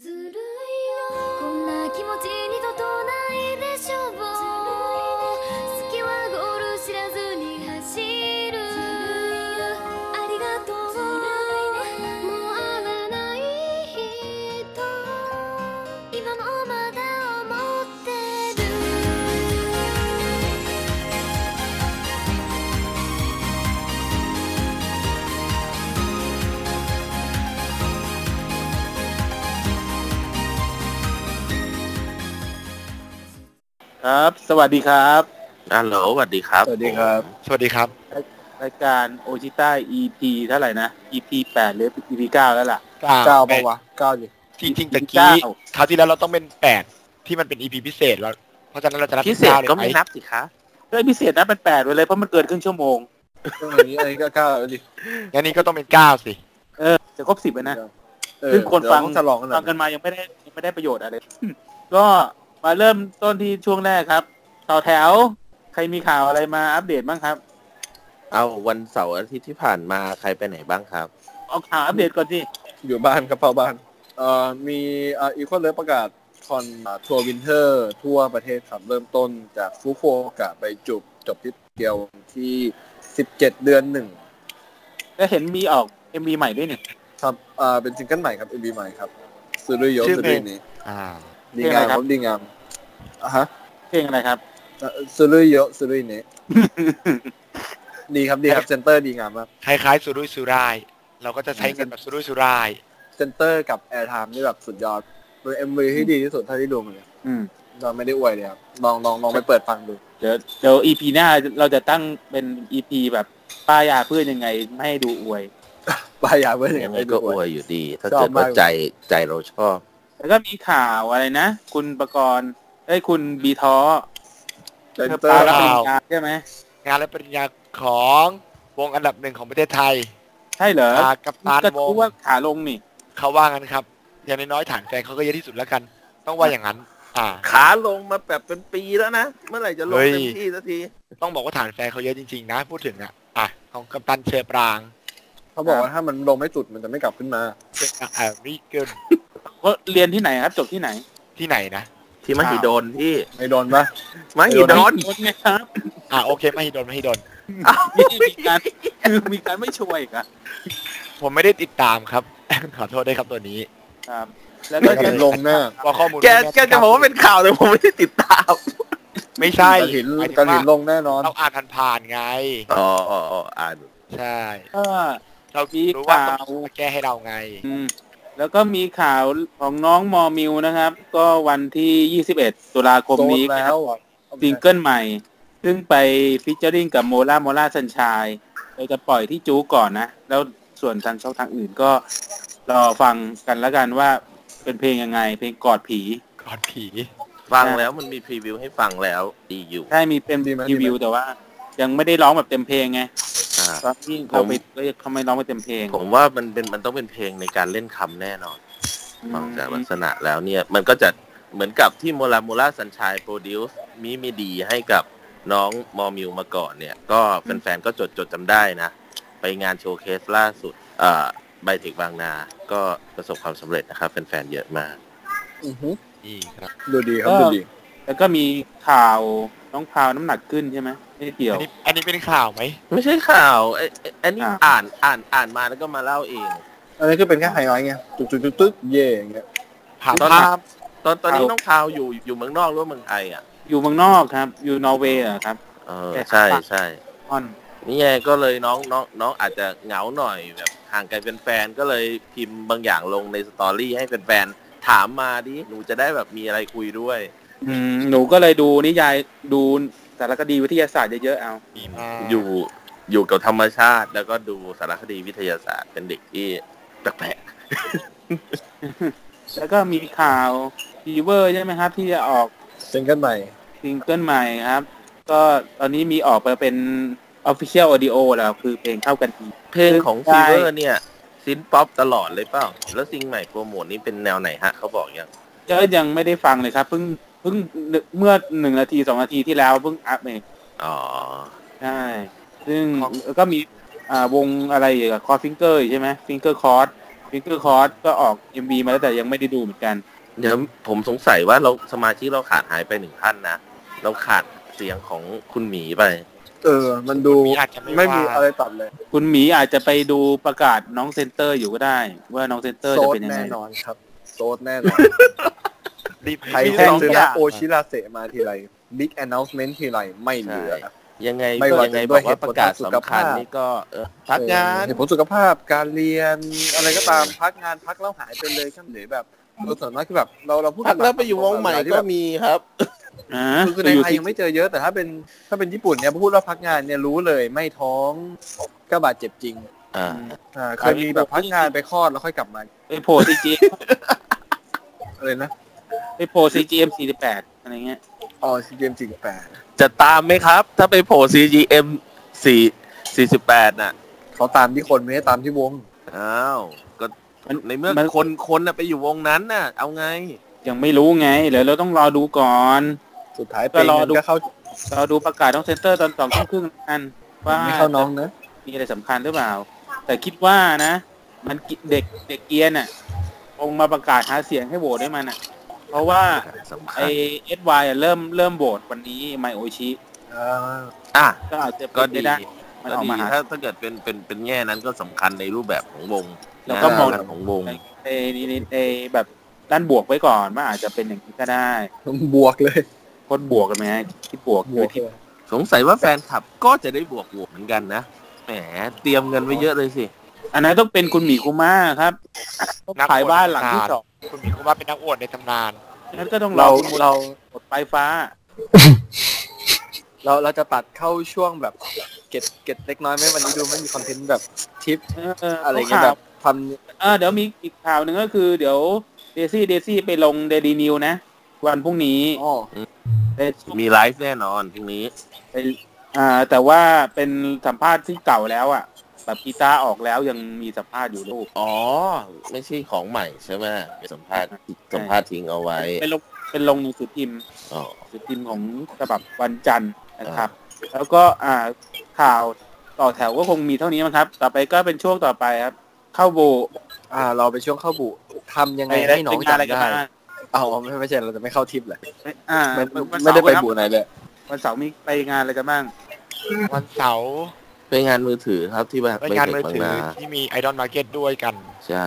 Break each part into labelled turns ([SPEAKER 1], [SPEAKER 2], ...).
[SPEAKER 1] ずるいよこんな気持ち二度とないでしょうずるい好きはゴール知らずに走るありがとうもう会わない人今もまだ思ってる
[SPEAKER 2] ครับ สวัสดีครับ
[SPEAKER 3] ฮัลโหลสวัสดีครับ
[SPEAKER 2] สวัสดีครับ
[SPEAKER 3] ผมสวัสดีครับ
[SPEAKER 2] รายการโอชิต้า EP เท่าไหร่นะ EP แปดหรือ EP เก้าแล้วล่ะ
[SPEAKER 4] เก้าปะวะเก้าอยู่
[SPEAKER 5] จริงจริงๆตะกี้
[SPEAKER 2] เา
[SPEAKER 5] คราวที่แล้วเราต้องเป็นแปดที่มันเป็นอีพีพิเศษแล้วเพราะฉะนั้นเราจะนับ
[SPEAKER 3] พิเศษก็ไม่นับสิคะ
[SPEAKER 2] เฮ้ยพิเศษนะเป็นแปดไปเลยเพราะมันเกินครึ่งชั่วโมง
[SPEAKER 4] เอออย่างนี้อะไรก็เก้าแล้วดิ
[SPEAKER 5] งั้นนี้ก็ต้องเป็นเก้าสิ
[SPEAKER 2] เออ จะครบสิบนะ
[SPEAKER 4] เออ
[SPEAKER 2] ซึ่งคนฟัง
[SPEAKER 4] เดี๋ยวต้องฉลองกันหน่
[SPEAKER 2] ฟั
[SPEAKER 4] อง ย
[SPEAKER 2] กันมายังไม่ได้ยังไม่ได้ประโยชน์อะไร ก็มาเริ่มต้นที่ช่วงแรกครับต่อแถว ใครมีข่าวอะไรมาอัปเดตบ้างครับ
[SPEAKER 3] เอาวันเสาร์อาทิตย์ที่ผ่านมาใครไปไหนบ้างครับ
[SPEAKER 2] เอาข่าวอัปเดตก่อนสิ
[SPEAKER 4] อยู่บ้านครับเฝ้าบ้านเอ่อมีเอ่ออีควอเลอร์ประกาศคอนทัวร์วินเทอร์ ทั่วประเทศครับเริ่มต้นจากฟุกุโอกะไปจบจบที่เกียวที่ 17 เดือนหนึ่ง
[SPEAKER 2] แล้วเห็นมีออก MV ใหม่ด้วยนี่
[SPEAKER 4] ครับอ่าเป็นซิงเกิลใหม่ครับ MV ใหม่ครับซูรุโยซูรุนี้
[SPEAKER 5] อ่า
[SPEAKER 4] ดีงามครับดีงามอ่ะฮะ
[SPEAKER 2] เพลงอะไรครับ
[SPEAKER 4] ซูรุโยซูรุนี้ ดีครับดีครับเซนเตอร์ดีงามมาก
[SPEAKER 5] คล้ายๆสุรุ่ยสุร่าย เราก็จะใช้เงินแบบสุรุ่ยสุร่าย
[SPEAKER 4] เซนเตอร์กับแอร์ไทม์นี่แบบสุดยอดเป็นเอ็มวีที่ดีที่สุดเท่าที่ดูมาเลย
[SPEAKER 2] อืม
[SPEAKER 4] เราไม่ได้อวยเลยครับลองลองลองไปเปิดฟังดู
[SPEAKER 2] เดี๋ยวเดี๋ยว EP หน้าเราจะตั้งเป็น EP แบบป้ายยาเพื่อนยังไงไม่ให้ดูอวย
[SPEAKER 4] บายาเว้ย
[SPEAKER 3] ยังไง
[SPEAKER 4] ไม่
[SPEAKER 3] ก็
[SPEAKER 4] ดู
[SPEAKER 3] อ
[SPEAKER 4] อ
[SPEAKER 3] ว
[SPEAKER 4] วย
[SPEAKER 3] ยอยู่ดี ถ้า
[SPEAKER 4] ชอบ
[SPEAKER 3] เกิด
[SPEAKER 4] า
[SPEAKER 3] ว่าม
[SPEAKER 4] ก
[SPEAKER 3] ใจใจเราชอบ
[SPEAKER 2] แล้วก็มีข่าวอะไรนะ คุณประกรณ์เอ้ยคุณบีท้อ
[SPEAKER 4] เซนเตอร์
[SPEAKER 5] ค
[SPEAKER 2] รับบ ปริญญาใช่ไหม
[SPEAKER 5] งานและปริญญาของวงอันดับหนึ่งของประเทศไทย
[SPEAKER 2] ใช่เหรอ
[SPEAKER 5] อ่ากับตาน
[SPEAKER 2] กระ
[SPEAKER 5] วง
[SPEAKER 2] ทู้ว่าขาลงนี่
[SPEAKER 5] เขาว่างั้นครับ อย่างน้อยๆฐานแฟนเขาก็เยอะที่สุดแล้วกัน ต้องว่าอย่างนั้น อ่า
[SPEAKER 3] ขาลงมาแบบเป็นปีแล้วนะ เมื่อไหร่จะลง
[SPEAKER 5] เฮ้ย
[SPEAKER 3] เต็มที่สักที
[SPEAKER 5] ต้องบอกว่าฐานแฟนเขาเยอะจริงๆ นะ พูดถึงอ่ะอ่ะของกัปตันเชอปราง
[SPEAKER 4] เขาบอกว่าถ้ามันลงไม่สุดมันจะไม่กลับขึ้นมา
[SPEAKER 5] เป็นอาริเกิล
[SPEAKER 2] ก็เรียนที่ไหนครับ จบที่ไหน
[SPEAKER 5] ที่ไหนนะ
[SPEAKER 3] ที่มหิดลที่
[SPEAKER 4] ไม่โดนปะ
[SPEAKER 3] มหิดล
[SPEAKER 2] คนไงครับ
[SPEAKER 5] อ่าโอเคไม่ฮิดนไม่ฮิดน
[SPEAKER 2] มีการ คือมีการไม่ช่วยอีกอะ
[SPEAKER 5] ผมไม่ได้ติดตามครับ ขอโทษด้วยครับตัวนี้
[SPEAKER 2] ครับ แล้วก็
[SPEAKER 4] ก็
[SPEAKER 2] จะ
[SPEAKER 4] เห็นลงหน้า
[SPEAKER 5] ว่าข้อมูล
[SPEAKER 3] แกแกจะบอกว่าเป็นข่าวแต่ผมไม่ได้ติดตาม
[SPEAKER 5] ไม่ใช่
[SPEAKER 4] กระถิน
[SPEAKER 5] หมายถึง
[SPEAKER 4] กระถิน
[SPEAKER 5] ว่า
[SPEAKER 4] ลงแน่นอน
[SPEAKER 5] เราอ่านผ่านๆไง
[SPEAKER 3] อ๋ออ๋ออ๋ออ่าน
[SPEAKER 5] ใช่
[SPEAKER 2] ก็
[SPEAKER 5] เรารู้ว่าต้องมาแก้ให้เราไง
[SPEAKER 2] อืมแล้วก็มีข่าวของน้องมอมิวนะครับ ก็วันที่ 21 ตุลาคม
[SPEAKER 4] โดน
[SPEAKER 2] นี้
[SPEAKER 4] แล้วอ่ะ
[SPEAKER 2] ซิงเกิลใหม่ ซึ่งไปฟิชเจอริงกับโมล่าโมล่าสัญชายเราจะปล่อยที่จูก่อนนะ แล้วส่วนทางช่องทางอื่นก็รอฟังกันแล้วกันว่าเป็นเพลงยังไง เพลงกอดผี
[SPEAKER 5] ก่อนผี
[SPEAKER 3] ฟังแล้วมันมีพรีวิวให้ฟังแล้วดีอยู่
[SPEAKER 2] ใช่มีเป็น
[SPEAKER 4] ดีไหม
[SPEAKER 2] รีวิวแต่ว่า ยังไม่ได้ร้องแบบเต็มเพลงไง
[SPEAKER 3] อ่า
[SPEAKER 2] ตอนที่เขาไปก็ยังเขาไม่ร้องไปเต็มเพลง
[SPEAKER 3] ผมว่ามันเป็นมันต้องเป็นเพลงในการเล่นคำแน่นอน ฟังจากลักษณะแล้วเนี่ย มันก็จะเหมือนกับที่โมลาโมลาสัญชัยโปรดิวส์มีมีดีให้กับน้องมอมิวมาก่อนเนี่ย ก็แฟนๆก็จดจดจำได้นะ ไปงานโชว์เคสล่าสุดเอ่อไบเทคบางนา ก็ประสบความสำเร็จนะครับ แฟนๆเยอะมาก
[SPEAKER 4] อือหือ
[SPEAKER 5] นี่ครับ
[SPEAKER 4] ดูดีครับดูดี
[SPEAKER 2] แล้วก็มีข่าวน้องพราวน้ำหนักขึ้นใช่ไหมไม่เกี่ย
[SPEAKER 5] อั
[SPEAKER 2] วน
[SPEAKER 5] นี้อันนี้เป็นข่าวไหม
[SPEAKER 3] ไม่ใช่ข่าวไอ้ไอ้ไอันนี้อ่านอ่านอ่านมาแล้วก็มาเล่าเอง
[SPEAKER 4] อันนี้คือเป็นแค่ไฮไลท์ไงจุ๊บจุ๊บจุ๊บจุ๊บเย่อย่างเงี้ย
[SPEAKER 5] ผ่าน
[SPEAKER 3] ตอน
[SPEAKER 5] ภา
[SPEAKER 3] นั้น
[SPEAKER 5] พ
[SPEAKER 3] ตอนตอนนี้น้องพาวอยู่อยู่เมืองนอกหรือว่าเมืองไทยอ่ะ
[SPEAKER 2] อยู่เมืองนอกครับ อยู่นอร์เวย์เหรอครับ
[SPEAKER 3] เออใช่ใช่
[SPEAKER 2] ออน
[SPEAKER 3] นี่ไงก็เลยน้องน้องน้องอาจจะเหงาหน่อยแบบห่างไกลแฟนๆก็เลยพิมพ์บางอย่างลงในสตอรี่ให้แฟนๆถามมาดิหนูจะได้แบบมีอะไรคุยด้วย
[SPEAKER 2] อืมหนูก็เลยดูนิยายดูสารคดีวิทยาศาสตร์เยอะๆเอา
[SPEAKER 5] า
[SPEAKER 3] อยู่อยู่กับธรรมชาติ แล้วก็ดูสารคดีวิทยาศาสตร์เป็นเด็กที่แปลก
[SPEAKER 2] แล้วก็มีข่าวฟีเวอร์ใช่ไหมครับ ที่จะออก
[SPEAKER 4] ซิงเกิลใหม่
[SPEAKER 2] ซิงเกิลใหม่ครับ ก็ตอนนี้มีออกไปเป็น Official Audio แล้วคือเพลงเข้ากันดี
[SPEAKER 3] ๆเพลงของซีเวอร์เนี่ยซินป๊อปตลอดเลยเปล่า แล้วซิงใหม่โปรโมทนี่เป็นแนวไหนฮะเขาบอกยัง
[SPEAKER 2] ก็ยังไม่ได้ฟังเลยครับเพิ่งเพิ่งเมื่อหนึ่งนาทีสองนาทีที่แล้วเพิ่งอัพเอง
[SPEAKER 3] อ๋อ
[SPEAKER 2] ใช่ซึ่งก็มีอ่าวงอะไรคอฟิงเกอร์ใช่ไหมฟิงเกอร์คอร์ส ฟิกเกอร์คอร์สก็ออก MV มาแล้วแต่ยังไม่ได้ดูเหมือนกัน
[SPEAKER 3] เดี๋ยวผมสงสัยว่าเราสมาชิกเราขาดหายไปหนึ่งท่านนะ เราขาดเสียงของคุณหมีไป
[SPEAKER 4] เออ มันดู
[SPEAKER 5] มีอาจจะไม่
[SPEAKER 4] ไม่มี
[SPEAKER 5] ว่า
[SPEAKER 4] อะไรตัดเลย
[SPEAKER 2] คุณหมีอาจจะไปดูประกาศน้องเซนเตอร์อยู่ก็ได้ ว่าน้องเซนเตอร์
[SPEAKER 4] โซ
[SPEAKER 2] จะ
[SPEAKER 4] ด
[SPEAKER 2] เป็นยังไง
[SPEAKER 4] แน่นอนครับ โซดแน่นอน
[SPEAKER 5] รีบ
[SPEAKER 4] ใคร
[SPEAKER 5] มี
[SPEAKER 4] แท่ง
[SPEAKER 5] สอง
[SPEAKER 4] ซื้อ
[SPEAKER 5] อ
[SPEAKER 4] นะ
[SPEAKER 5] ย่าง
[SPEAKER 4] โอชิราเซมาทีไร บิ๊กแอนนอลเมนต์ทีไรไม่เหลือ
[SPEAKER 3] ใช่ ยังไง
[SPEAKER 4] ไม่
[SPEAKER 3] ก็
[SPEAKER 4] ว่า
[SPEAKER 3] ยังไง
[SPEAKER 4] จะด้
[SPEAKER 3] บ
[SPEAKER 4] ว
[SPEAKER 3] อย กว่าประกาศ
[SPEAKER 4] เหตุผลทางสุข
[SPEAKER 3] สำ
[SPEAKER 4] ภา
[SPEAKER 3] คัญ
[SPEAKER 4] พ
[SPEAKER 3] นี่ก็เออพักงา
[SPEAKER 4] เอ
[SPEAKER 3] น
[SPEAKER 4] อเหตุผลสุขภาพการเรียนอะไรก็ตามพักงานพักแล้วหายไปเลยครับหรือแบบโดยส่วนมากคือแบบเราเราพูด
[SPEAKER 3] พักแล้วไปอยู่วงใหม่ก็
[SPEAKER 4] แบบ
[SPEAKER 3] มีครับ
[SPEAKER 2] อ่า
[SPEAKER 4] คือ
[SPEAKER 2] ไป
[SPEAKER 4] ใน
[SPEAKER 2] อยู่
[SPEAKER 4] ไทย
[SPEAKER 2] ที่
[SPEAKER 4] ยังไม่เจอเยอะแต่ถ้าเป็นถ้าเป็นญี่ปุ่นเนี่ยพูดว่าพักงานเนี่ยรู้เลยไม่ท้องก็บาดเจ็บจริง
[SPEAKER 3] อ่า
[SPEAKER 4] อ่าเคยมีแบบพักงานไปคลอดแล้วค่อยกลับมา
[SPEAKER 2] ไปโผล่ซีจี
[SPEAKER 4] อะไรนะ
[SPEAKER 2] ไปโผล่ซีจีเอ็มสี่สิบแปดอะไรเงี้ย
[SPEAKER 4] อ๋อซีเกมสิงแปด
[SPEAKER 3] จะตามไหมครับ ถ้าไปโผล่ CGM 4 48 น่ะ
[SPEAKER 4] เขาตามที่คนไม่ได้ตามที่วง
[SPEAKER 3] อ้าว ก็
[SPEAKER 2] มัน
[SPEAKER 3] ในเมื่อ
[SPEAKER 2] มัน
[SPEAKER 3] คนคนน่ะไปอยู่วงนั้นน่ะ เอาไง
[SPEAKER 2] ยังไม่รู้ไงเดี๋ยวเราต้องรอดูก่อน
[SPEAKER 4] สุดท้ายเป็น
[SPEAKER 2] ก็รอดู
[SPEAKER 4] ก็เข้าร
[SPEAKER 2] อดูประกาศน้องเซนเตอร์ตอนสองทุ่มครึ่งอันว่า
[SPEAKER 4] ไม่เข้าน้องนะ
[SPEAKER 2] มีอะไรสำคัญหรือเปล่า แต่คิดว่านะ มันกิเด็กเด็กเกรียนน่ะคงมาประกาศหาเสียงให้โหวตให้มันน่ะ เพราะว่า
[SPEAKER 3] สำคั
[SPEAKER 2] ไอ
[SPEAKER 3] ญ
[SPEAKER 2] เอสวายเริ่มเริ่มโหวตวันนี้ไมโอชิ
[SPEAKER 4] อ่า
[SPEAKER 3] อ่ะ
[SPEAKER 2] ก็อาจจะเป็น
[SPEAKER 3] ก็
[SPEAKER 2] ไป
[SPEAKER 3] ดี
[SPEAKER 2] ได้มัน
[SPEAKER 3] ก็
[SPEAKER 2] ออก
[SPEAKER 3] ดี
[SPEAKER 2] มาหา
[SPEAKER 3] ถ้าถ้าเกิดเป็นเป็นเป็นแง่นั้นก็สำคัญในรูปแบบของวง
[SPEAKER 2] แล้วก็มอง
[SPEAKER 3] ในรูปแบบของวง
[SPEAKER 2] ไอนี่นี่ไอแบบด้านบวกไว้ก่อนว่าอาจจะเป็นอย่างนี้ก็ได้
[SPEAKER 4] บวกเลย
[SPEAKER 2] โคตรบวกกันไหมคิดบวก
[SPEAKER 4] บ
[SPEAKER 2] คื
[SPEAKER 4] ว
[SPEAKER 2] อก ที่
[SPEAKER 4] เลย
[SPEAKER 3] สงสัยว่าแฟนคลับก็จะได้บวกบวกเหมือนกันนะ แหม เตรียมเงินไว้เยอะเลยสิ
[SPEAKER 2] อันนั้นต้องเป็นคุณหมีคุม่าครับต้องขายบ้านหลังที่สอง
[SPEAKER 5] คุณหมีคุณว่าเป็นนักอวดในตำนาน
[SPEAKER 2] นั้นก็ต้องร
[SPEAKER 4] เรา
[SPEAKER 2] อคุณ
[SPEAKER 4] เรา
[SPEAKER 2] หมดไฟฟ้า
[SPEAKER 4] เราเราจะตัดเข้าช่วงแบบเก็ตเก็ตเล็กน้อยไหมวันนี้ดูไม่มีคอนเทนต์แบบทิป
[SPEAKER 2] เ
[SPEAKER 4] อะไรเงี้ยแบบท
[SPEAKER 2] เออเดี๋ยวมีอีกข่าวหนึ่งก็คือเดี๋ยวเดซี่เดซี่ไปลงเดลีนิวนะ วันพรุ่งนี้
[SPEAKER 4] ำอ้อ
[SPEAKER 2] ในช่วง
[SPEAKER 3] มีไลฟ์แน่นอนพรุ่งนี้
[SPEAKER 2] ไปอ่า แต่ว่าเป็นสัมภาษณ์ที่เก่าแล้วอะ่ะแบบกีตาร์ออกแล้วยังมีสัมภาษณ์อยู่ลูก
[SPEAKER 3] อ๋อ ไม่ใช่ของใหม่ใช่ไหมไปสัมภาษณ์สัมภาษณ์ทิ้งเอาไว้
[SPEAKER 2] เป็นลงเป็นลงหนังสือพิมพ์
[SPEAKER 3] อ๋อ
[SPEAKER 2] หนังสือพิมพ์ของฉบับวันจันทร์นะครับ แล้วก็อ่าข่าวต่อแถวก็คงมีเท่านี้มั้งครับ ต่อไปก็เป็นช่วงต่อไปครับ เข้าโบ
[SPEAKER 4] อ่า เราไปช่วงเข้าบุทำยังไง
[SPEAKER 2] ด้
[SPEAKER 4] ให้น้อง
[SPEAKER 2] เป็าะ
[SPEAKER 4] จำ
[SPEAKER 2] รกัน
[SPEAKER 4] ได้
[SPEAKER 2] บ้าง
[SPEAKER 4] เอาไม่ไม่ใช่เราจะไม่เข้าทิปแหละ
[SPEAKER 2] อ่า
[SPEAKER 4] ไม่
[SPEAKER 2] วัน
[SPEAKER 4] ไม่
[SPEAKER 2] เสา
[SPEAKER 4] ได้
[SPEAKER 2] ร์
[SPEAKER 4] ไป
[SPEAKER 2] ครับ
[SPEAKER 4] บุไหนเลย
[SPEAKER 2] วันเสาร์มีไปงานอะไรกันบ้าง
[SPEAKER 5] วันเสาร์
[SPEAKER 3] ไปงานมือถือครับที่บ้าน
[SPEAKER 5] ไปงาน
[SPEAKER 3] เท
[SPEAKER 5] มือบ
[SPEAKER 3] คาง
[SPEAKER 5] ถือ
[SPEAKER 3] นา
[SPEAKER 5] ที่มีไอดอลมาร์เก็ตด้วยกัน
[SPEAKER 3] ใช่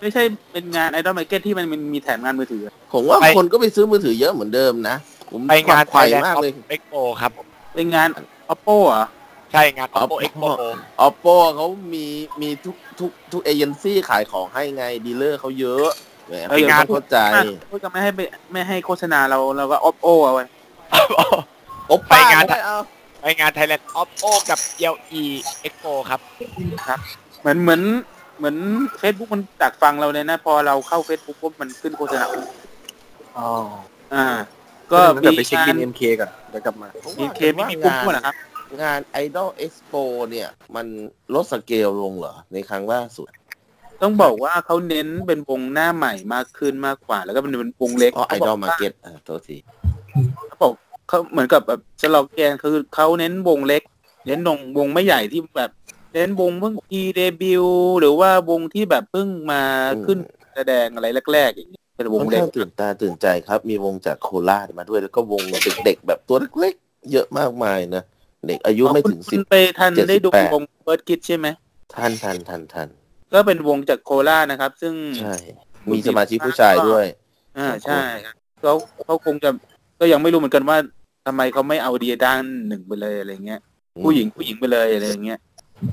[SPEAKER 2] ไม่ใช่เป็นงานไอดอลมาร์เก็ตที่มันมีแถมงานมือถือ
[SPEAKER 3] ผมว่า
[SPEAKER 5] ไป
[SPEAKER 3] คนก็ไปซื้อมือถือเยอะเหมือนเดิมนะ ผม
[SPEAKER 5] ไปงาน
[SPEAKER 3] ขวัญ
[SPEAKER 5] แล
[SPEAKER 3] ไขว่มากเลย
[SPEAKER 5] เอ็กโปครับ
[SPEAKER 2] เป็นงาน oppo เหรอ
[SPEAKER 5] ใช่งาน oppo
[SPEAKER 3] Oppo
[SPEAKER 5] expo
[SPEAKER 3] oppo เขามีมีทุกทุกทุกเอเจนซี่ขายของให้ไงดีลเลอร์เขาเยอะแหม
[SPEAKER 5] ไปงาน
[SPEAKER 3] เขเข้าใจ
[SPEAKER 2] พูดจะไม่ให้ไปไม่ให้โฆษณาเราเราก็ oppo เอาไว้
[SPEAKER 3] โอป
[SPEAKER 5] ไป
[SPEAKER 3] ป้าง
[SPEAKER 5] าน
[SPEAKER 3] ได้เอา
[SPEAKER 5] ไปงาน Thailand oppo กับ le expo ครับ
[SPEAKER 2] เหมือนเหมือนเหมือน Facebook มันดักฟังเราเลยนะ พอเราเข้า Facebook ปุ๊บมันขึ้นโฆษณา
[SPEAKER 4] อ๋อ
[SPEAKER 2] อ่า ก็
[SPEAKER 4] เดี๋
[SPEAKER 2] มี
[SPEAKER 4] ยวไปเช็ค
[SPEAKER 2] งา
[SPEAKER 4] อิ
[SPEAKER 2] น
[SPEAKER 4] นเอ็มเคก่อนเดี๋ยวกลับมา
[SPEAKER 3] ผม
[SPEAKER 2] มี
[SPEAKER 3] ว่า
[SPEAKER 2] เคไม่มีปุ๊บด้วยนะครับ
[SPEAKER 3] งานไอดอลเอ็กซ์โปเนี่ย มันลดสเกลลงเหรอ ในครั้งล่าสุด
[SPEAKER 2] ต้องบอกว่าเขาเน้นเป็นวงหน้าใหม่มากขึ้นมากกว่า แล้วก็เป็นเป็นวงเล็ก
[SPEAKER 3] อ๋อไอดอลมาเก็ตอ่ะโทษที
[SPEAKER 2] เขาบอกเขาเหมือนกับแบบสโลแกนคือเขาเน้นวงเล็ก เน้นวงวงไม่ใหญ่ที่แบบเน้นวงเพิ่งพีเดบิวหรือว่าวงที่แบบเพิ่งมา
[SPEAKER 3] อืม
[SPEAKER 2] ขึ้นแสดงอะไรแรกๆอย่างเงี้ยเป็นวง
[SPEAKER 3] ค่อน
[SPEAKER 2] เล็ก
[SPEAKER 3] ข้างตื่นตาตื่นใจครับ มีวงจากโคราชมาด้วย แล้วก็วงเด็กๆแบบตัวเล็กๆ เยอะมากมายนะ เด็กอายุไม่ถึง
[SPEAKER 2] คุณ
[SPEAKER 3] สิบ
[SPEAKER 2] คุณไปทัน
[SPEAKER 3] เจ็ดสิบ
[SPEAKER 2] ได้ดู
[SPEAKER 3] แปด
[SPEAKER 2] วงเบิร์ดคิดใช่ไหม
[SPEAKER 3] ท่านทันทันทัน
[SPEAKER 2] ก็เป็นวงจากโคราชนะครับ ซึ่ง
[SPEAKER 3] ใช่ มีสมาชิกผู้ชายด้วย
[SPEAKER 2] อ่าใช่ครับเขาเขาคงจะก็ยังไม่รู้เหมือนกันว่าทำไมเขาไม่เอาเดียด้านหนึ่งไปเลยอะไรเงี้ย
[SPEAKER 3] อืม
[SPEAKER 2] ผู้หญิงผู้หญิงไปเลยอะไรอย่างเงี้ย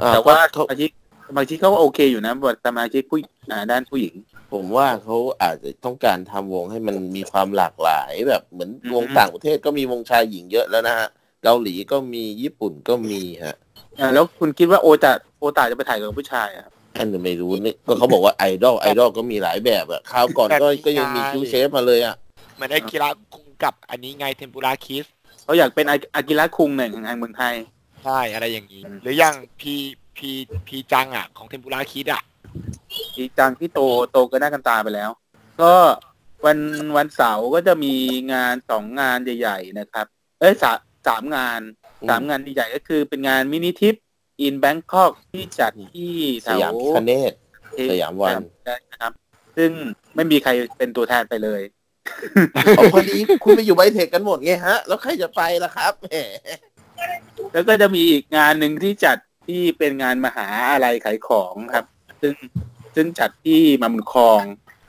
[SPEAKER 3] อ่
[SPEAKER 2] แต่ว่าส
[SPEAKER 3] เขา
[SPEAKER 2] มาชิกสมาชิกเขาก็โอเคอยู่นะบทสมาชิกผู้อ่าด้านผู้หญิง
[SPEAKER 3] ผมว่าเขาอาจจะต้องการทำวงให้มันมีความหลากหลายแบบเหมือน
[SPEAKER 2] อืม
[SPEAKER 3] วงต่างประเทศก็มีวงชายหญิงเยอะแล้วนะฮะ เกาหลีก็มีญี่ปุ่นก็มีฮะ
[SPEAKER 2] อ่าแล้วคุณคิดว่าโอตาโอตาจะไปถ่ายกับผู้ชายอะครับ
[SPEAKER 3] อันนี้ไม่รู้นี่ก็เขาบอกว่าไอดอลไอดอลก็มีหลายแบบอะคราวก่อนก็ก็ยังมีคิวเชฟมาเลยอะ
[SPEAKER 5] เหมือนไอคิระคุงกับอันนี้ไงเทมปุระคิส
[SPEAKER 2] เขาอยากเป็นอาอากิระคุงหนึ่งของทางเมืองไทย
[SPEAKER 5] ใช่ อะไรอย่างนี้
[SPEAKER 2] อืม
[SPEAKER 5] หรืออย่างพีพีพีจังอ่ะ ของเทมปุระคิดอ่ะ
[SPEAKER 2] อีกจังที่โตโตก็น่ากันตาไปแล้ว ก็วันวันเสาร์ก็จะมีงานสองงานใหญ่ๆนะครับ เอ้ยสามสามงาน
[SPEAKER 3] อืม
[SPEAKER 2] สามงานใหญ่ๆก็คือเป็นงานมินิทริปอินแบงคอกที่จัดที่แถ
[SPEAKER 3] สยาม
[SPEAKER 2] ว
[SPEAKER 3] คเนต
[SPEAKER 2] เอ่อ
[SPEAKER 3] สยามวัน
[SPEAKER 2] ได้นะครับ ซึ่งไม่มีใครเป็นตัวแทนไปเลย
[SPEAKER 3] เอาพอดีคุณไปอยู่ไบเทคกันหมดไงฮะ แล้วใครจะไปล่ะครับแหม
[SPEAKER 2] แล้วก็จะมีอีกงานหนึ่งที่จัดที่เป็นงานมหาอะไรขายของครับ ซึ่งซึ่งจัดที่มามุนคลอง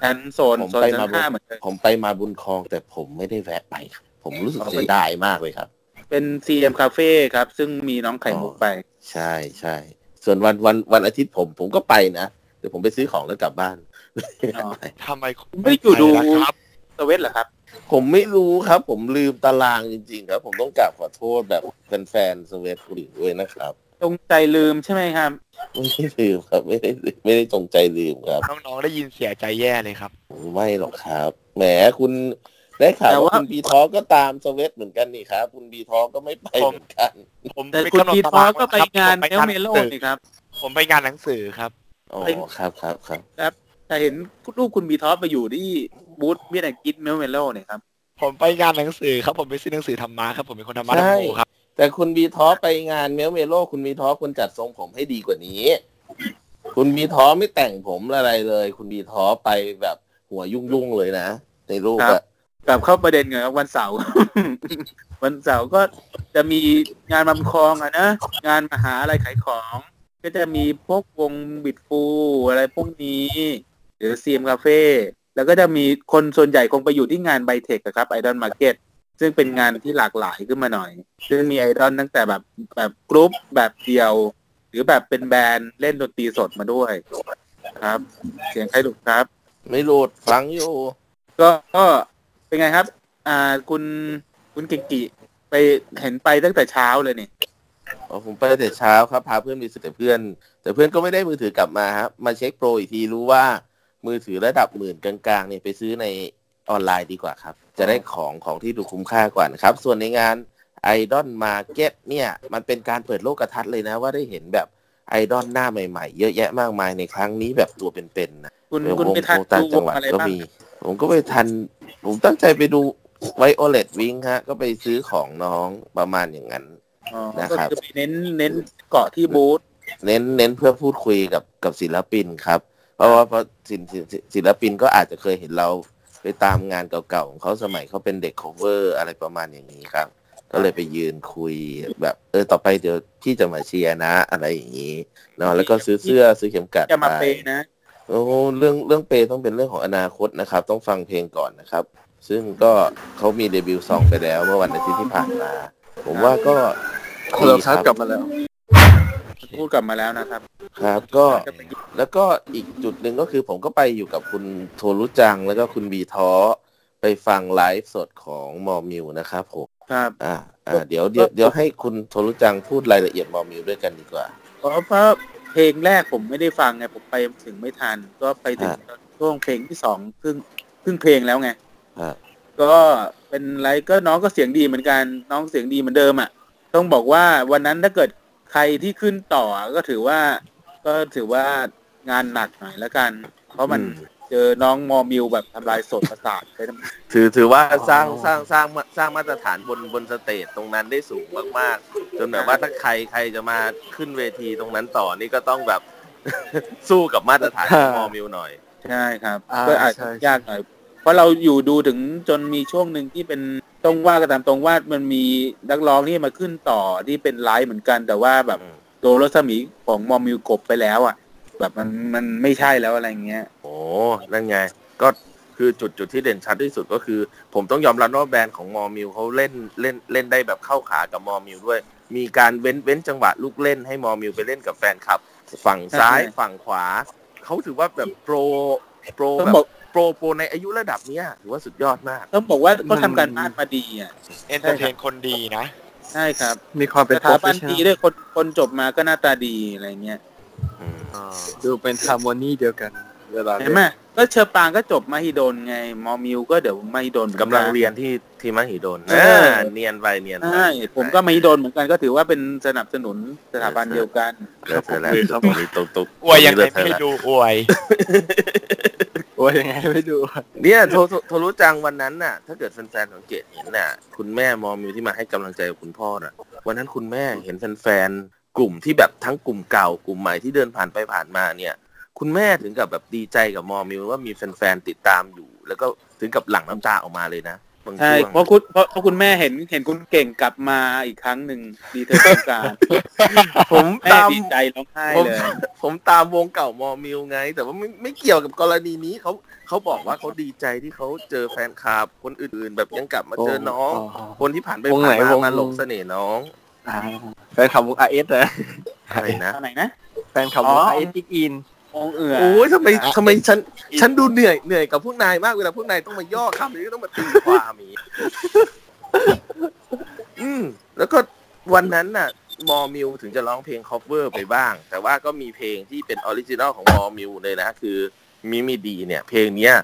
[SPEAKER 2] ชั้นโซนโซนชั้นห้าเหมือนกัน
[SPEAKER 3] ผมไปมาบุญคลองแต่ผมไม่ได้แวะไปครับผมรู้สึก
[SPEAKER 2] อ๋อ
[SPEAKER 3] เสียดายมากเลยครับ
[SPEAKER 2] เป็น CM Cafe ครับ ซึ่งมีน้องไข่มุกไป
[SPEAKER 3] ใช่ใช่ส่วนวันวันวันอาทิตย์ผมผมก็ไปนะเดี๋ยวผมไปซื้อของแล้วกลับบ้าน
[SPEAKER 2] อ๋อ
[SPEAKER 5] ทำไมคุณ
[SPEAKER 2] ไม่อยู่ดู
[SPEAKER 5] ปล่ะครับ
[SPEAKER 2] สเวทเหรอครับ
[SPEAKER 3] ผมไม่รู้ครับ ผมลืมตารางจริง ๆ ครับ ผมต้องกราบขอโทษแบบแฟนๆสเวตบุรีด้วยนะครับ
[SPEAKER 2] ตรงใจลืมใช่ไหมครับ
[SPEAKER 3] ไม่ได้ลืมครับ ไม่ได้ลืมไม่ได้จงใจลืมครับ
[SPEAKER 5] น้องๆได้ยินเสียใจแย่เลยครับ
[SPEAKER 3] ไม่หรอกครับ แหมคุณได้ข่าว
[SPEAKER 2] แต่ว่า
[SPEAKER 3] ว่าคุณบีทอก็ตามสเวตเหมือนกันนี่ครับ คุณบีทอก็ไม่ไปเหมือนกัน
[SPEAKER 5] ผม
[SPEAKER 2] แต่
[SPEAKER 5] ไม่
[SPEAKER 2] คุณ
[SPEAKER 5] กำหนด
[SPEAKER 2] พี
[SPEAKER 5] ตา
[SPEAKER 2] ทอ
[SPEAKER 5] ราง
[SPEAKER 2] ก็ไป
[SPEAKER 5] ครับ
[SPEAKER 2] งาน
[SPEAKER 5] ผม
[SPEAKER 2] เมล
[SPEAKER 5] งาน
[SPEAKER 2] เม
[SPEAKER 5] หนั
[SPEAKER 2] โล
[SPEAKER 5] งสือ
[SPEAKER 2] นี่ครับ
[SPEAKER 5] ผมไปงานหนังสือครับ
[SPEAKER 3] อ๋อ
[SPEAKER 2] ไป
[SPEAKER 3] ครับครับครับ
[SPEAKER 2] แต่เห็นลูกคุณบีทอปไปอยู่ที่บูธเมียนกิทเมลเมโลเนี่ยครับ
[SPEAKER 5] ผมไปงานหนังสือครับผมไปซื้อหนังสือธรรมะครับผมเป็นคนธรรมะธรรมโมครับ
[SPEAKER 3] แต่คุณบีทอไปงานเมลเมโลคุณบีทอคุณจัดทรงผมให้ดีกว่านี้ คุณบีทอไม่แต่งผมอะไรเลย คุณบีทอไปแบบหัวยุ่งๆเลยนะในรูป
[SPEAKER 2] ครั
[SPEAKER 3] อะ
[SPEAKER 2] บ กลับเข้าประเด็นกันครับวันเสาร์ วันเสาร์ก็จะมีงานมัมคลองอะนะงานมหาอะไรขายของ ก็จะมีพวกวงบิดฟูอะไรพวกนี้ หรือซีมคาเฟ่แล้วก็จะมีคนส่วนใหญ่คงไปอยู่ที่งานไบเทคอะครับไอดอลมาร์เก็ตซึ่งเป็นงานที่หลากหลายขึ้นมาหน่อย ซึ่งมีไอดอลตั้งแต่แบบแบบกรุ๊ปแบบเดียว หรือแบบเป็นแบรนด์เล่นดนตรีสดมาด้วยครับ เสียงใครหลุดครับ
[SPEAKER 3] ไม่หลุดฟังอยู่
[SPEAKER 2] ก็ก็เป็นไงครับ อ่าคุณคุณเก่งกิไปเห็นไปตั้งแต่เช้าเลยนี่
[SPEAKER 3] อ๋อผมไปแต่เช้าครับ พาเพื่อนไปซื้อแต่เพื่อน แต่เพื่อนก็ไม่ได้มือถือกลับมาครับ มาเช็คโปรอีกทีรู้ว่ามือถือระดับหมื่นกลางๆเนี่ยไปซื้อในออนไลน์ดีกว่าครับ จะได้ของของที่ดูคุ้มค่ากว่านะครับ ส่วนในงานไอดอลมาเก็ตเนี่ยมันเป็นการเปิดโลกทัศน์เลยนะ ว่าได้เห็นแบบไอดอลหน้าใหม่ๆ เยอะแยะมากมายในครั้งนี้แบบตัวเป็นๆนะ
[SPEAKER 2] คุณ
[SPEAKER 3] เออ
[SPEAKER 2] คุณ
[SPEAKER 3] วง
[SPEAKER 2] ไปทัน
[SPEAKER 3] วงต่าง
[SPEAKER 2] ดู
[SPEAKER 3] จังหวัด
[SPEAKER 2] อะไร
[SPEAKER 3] ก็
[SPEAKER 2] บ้าง
[SPEAKER 3] มี ผมก็ไปทัน ผมตั้งใจไปดูไวโอเลตวิงฮะ ก็ไปซื้อของน้องประมาณอย่างนั้น
[SPEAKER 2] อ๋อ
[SPEAKER 3] นะ
[SPEAKER 2] ก็
[SPEAKER 3] ครับ
[SPEAKER 2] คือไปเน้นเน้นเกาะที่บูธ
[SPEAKER 3] เน้นเน้นเพื่อพูดคุยกับกับศิลปินครับ เพราะว่าเพราะศิลศิลศิลปินก็อาจจะเคยเห็นเราไปตามงานเก่าๆของเขาสมัยเขาเป็นเด็กโคเวอร์อะไรประมาณอย่างนี้ครับ ก็เลยไปยืนคุยแบบ เออต่อไปเดี๋ยวพี่จะมาเชียร์นะอะไรอย่างนี้เนาะแล้วก็ซื้อเสื้อซื้อเข็มกลัด
[SPEAKER 2] จะมา
[SPEAKER 3] ไป
[SPEAKER 2] เปย์นะ
[SPEAKER 3] โอ้เรื่องเรื่องเปย์ต้องเป็นเรื่องของอนาคตนะครับ ต้องฟังเพลงก่อนนะครับ ซึ่งก็เขามีเดบิวต์ซองไปแล้วเมื่อวันอาทิตย์ที่ผ่านมา ผมว่าก็
[SPEAKER 4] โทรทัศน์กลับมาแล้ว
[SPEAKER 2] พูดกลับมาแล้วนะครับ
[SPEAKER 3] ครับก็
[SPEAKER 2] จะไป
[SPEAKER 3] แล้วก็อีกจุดหนึ่งก็คือผมก็ไปอยู่กับคุณโทรุจังแล้วก็คุณบีท้อไปฟังไลฟ์สดของมอมิวนะครับผม
[SPEAKER 2] ครับ
[SPEAKER 3] อ่าอ่าเดี๋ยวเดี๋ยวเดี๋ยวให้คุณโทรุจังพูดรายละเอียดมอมิวด้วยกันดีกว่า
[SPEAKER 2] เพราะเพราะเพลงแรกผมไม่ได้ฟังไงผมไปถึงไม่ทัน ก็ไปถึงต
[SPEAKER 3] ฮะ
[SPEAKER 2] อนช่วงเพลงที่สองครึ่งครึ่งเพลงแล้วไง
[SPEAKER 3] อ่า
[SPEAKER 2] ก็เป็นไรก็น้องก็เสียงดีเหมือนกันน้องเสียงดีเหมือนเดิมอ่ะ ต้องบอกว่าวันนั้นถ้าเกิดใครที่ขึ้นต่อก็ถือว่า ก็ถือว่างานหนักหน่อยละกัน เพราะมัน
[SPEAKER 3] อืม
[SPEAKER 2] เจอน้องมอมิวแบบทำลายสดประสาทไปทั้ง
[SPEAKER 3] ถือถือว่าสร้าง
[SPEAKER 5] อ๋อ
[SPEAKER 3] สร้างสร้างมาสร้างมาตรฐานบนบนสเตจตรงนั้นได้สูงมากๆ จนแบบว่าถ้าใครใครจะมาขึ้นเวทีตรงนั้นต่อนี่ก็ต้องแบบ สู้กับมาตรฐานของมอมิวหน่อย
[SPEAKER 2] ใช่ครับ
[SPEAKER 4] อ่า
[SPEAKER 2] ก็อาจ
[SPEAKER 4] ใช่
[SPEAKER 2] จะยากหน่อยเพราะเราอยู่ดูถึงจนมีช่วงหนึ่งที่เป็นต้องว่ากันตามตรงว่ามันมีนักร้องที่มาขึ้นต่อที่เป็นไลฟ์เหมือนกัน แต่ว่าแบบ
[SPEAKER 3] อืม
[SPEAKER 2] โดนรัศมีของมอมมิวกลบไปแล้วอ่ะ แบบมันมันไม่ใช่แล้วอะไรอย่างเงี้ย
[SPEAKER 3] โอ้นั่นไง ก็คือจุดจุดที่เด่นชัดที่สุดก็คือ ผมต้องยอมรับว่าแบรนด์ของมอมิวเขาเล่นเล่นเล่นได้แบบเข้าขากับมอมิวด้วย มีการเว้นเว้นจังหวะลูกเล่นให้มอมิวไปเล่นกับแฟนคลับ ฝั่งซ้าย
[SPEAKER 2] ใช่
[SPEAKER 3] ฝั่งขวา เขาถือว่าแบบโปรโปร
[SPEAKER 2] ต้อง
[SPEAKER 3] แบบ
[SPEAKER 2] อบ ก
[SPEAKER 3] โปรโปรในอายุระดับเนี้ยถือว่าสุดยอดมาก
[SPEAKER 2] ต้องบอกว่าเขาทำการบ้านมาดีอ่ะ
[SPEAKER 5] เอนเตอร์เทนคนดีนะ
[SPEAKER 2] ใช่ครับ
[SPEAKER 4] มีความเป็น
[SPEAKER 2] สถาบันดี
[SPEAKER 4] ด้ว
[SPEAKER 2] ด้วยคนคนจบมาก็หน้าตาดีอะไรเงี้ย
[SPEAKER 4] ดูเป็นฮาร์โมนีเดียวกัน เวลา
[SPEAKER 2] เห็นไหมก็เชอปางก็จบมาฮิโดนไง มอมิวก็เดี๋ยวมาฮิโดน
[SPEAKER 3] กำลังเรียนที่ที่มหิดลอ่าเนียนไปเนียนไป
[SPEAKER 2] ใช่ผมก็มาฮิโดนเหมือนกันก็ถือว่าเป็นสนับสนุนสถาบันเดียวกัน
[SPEAKER 3] เลิกเธอแล้วตรงนี้ตุ๊กตุ๊ก
[SPEAKER 5] อวยยังไง
[SPEAKER 3] เลิกเธ
[SPEAKER 5] ไม่
[SPEAKER 3] อ
[SPEAKER 5] ให้
[SPEAKER 3] แล้ว
[SPEAKER 5] ดูอวย
[SPEAKER 4] โอ้ยยังไงไม่ดู
[SPEAKER 3] เนี่ยโทรโทรโทรรู้จังวันนั้นน่ะ ถ้าเกิดแฟนๆสังเกตเห็นน่ะ คุณแม่มอมิวที่มาให้กำลังใจกับคุณพ่อน่ะ วันนั้นคุณแม่เห็นแฟนๆกลุ่มที่แบบทั้งกลุ่มเก่ากลุ่มใหม่ที่เดินผ่านไปผ่านมาเนี่ย คุณแม่ถึงกับแบบดีใจกับมอมิวว่ามีแฟนๆติดตามอยู่ แล้วก็ถึงกับหลั่งน้ำตาออกมาเลยนะบาง
[SPEAKER 2] ใช่
[SPEAKER 3] ช่วง
[SPEAKER 2] เพราะคุณเพราะเพราะคุณแม่เห็นเห็นคุณเก่งกลับมาอีกครั้งหนึ่งดีเทอร์ต้องการ
[SPEAKER 3] ผม
[SPEAKER 2] แม่
[SPEAKER 3] ตาม
[SPEAKER 2] ดีใจร้องไห้
[SPEAKER 3] ผม
[SPEAKER 2] เลย
[SPEAKER 3] ผมตามวงเก่ามอมิวไง แต่ว่าไม่ไม่เกี่ยวกับกรณีนี้เขาเขาบอกว่าเขาดีใจที่เขาเจอแฟนคลับคนอื่นๆ แบบยังกลับมาเจอน้อง คนที่ผ่านไป
[SPEAKER 4] วง
[SPEAKER 3] ผ่า
[SPEAKER 4] ไหน
[SPEAKER 3] นมาว
[SPEAKER 4] ง
[SPEAKER 3] มาหลงเสน่ห์น้อง
[SPEAKER 4] อ่าแฟนคลับวงไอเอสนะ
[SPEAKER 3] อะไรนะ
[SPEAKER 2] ตอนไหนนะ
[SPEAKER 4] แฟนคลับวง
[SPEAKER 2] อ๋อ
[SPEAKER 4] ไอเอสจิกอิน
[SPEAKER 2] องเอือ
[SPEAKER 3] โอ้ยทำไมทำไมฉันฉันดูเหนื่อยเหนื่อยกับพวกนายมากเวลาพวกนายต้องมาย่อคำนี้ต้องมาตีความอย่างนี้ อืมแล้วก็วันนั้นน่ะ มอมิวถึงจะร้องเพลงคอฟเวอร์ไปบ้าง แต่ว่าก็มีเพลงที่เป็นออริจินอลของมอมิวเลยนะคือมิมิดีเนี่ย เพลงเนี้ย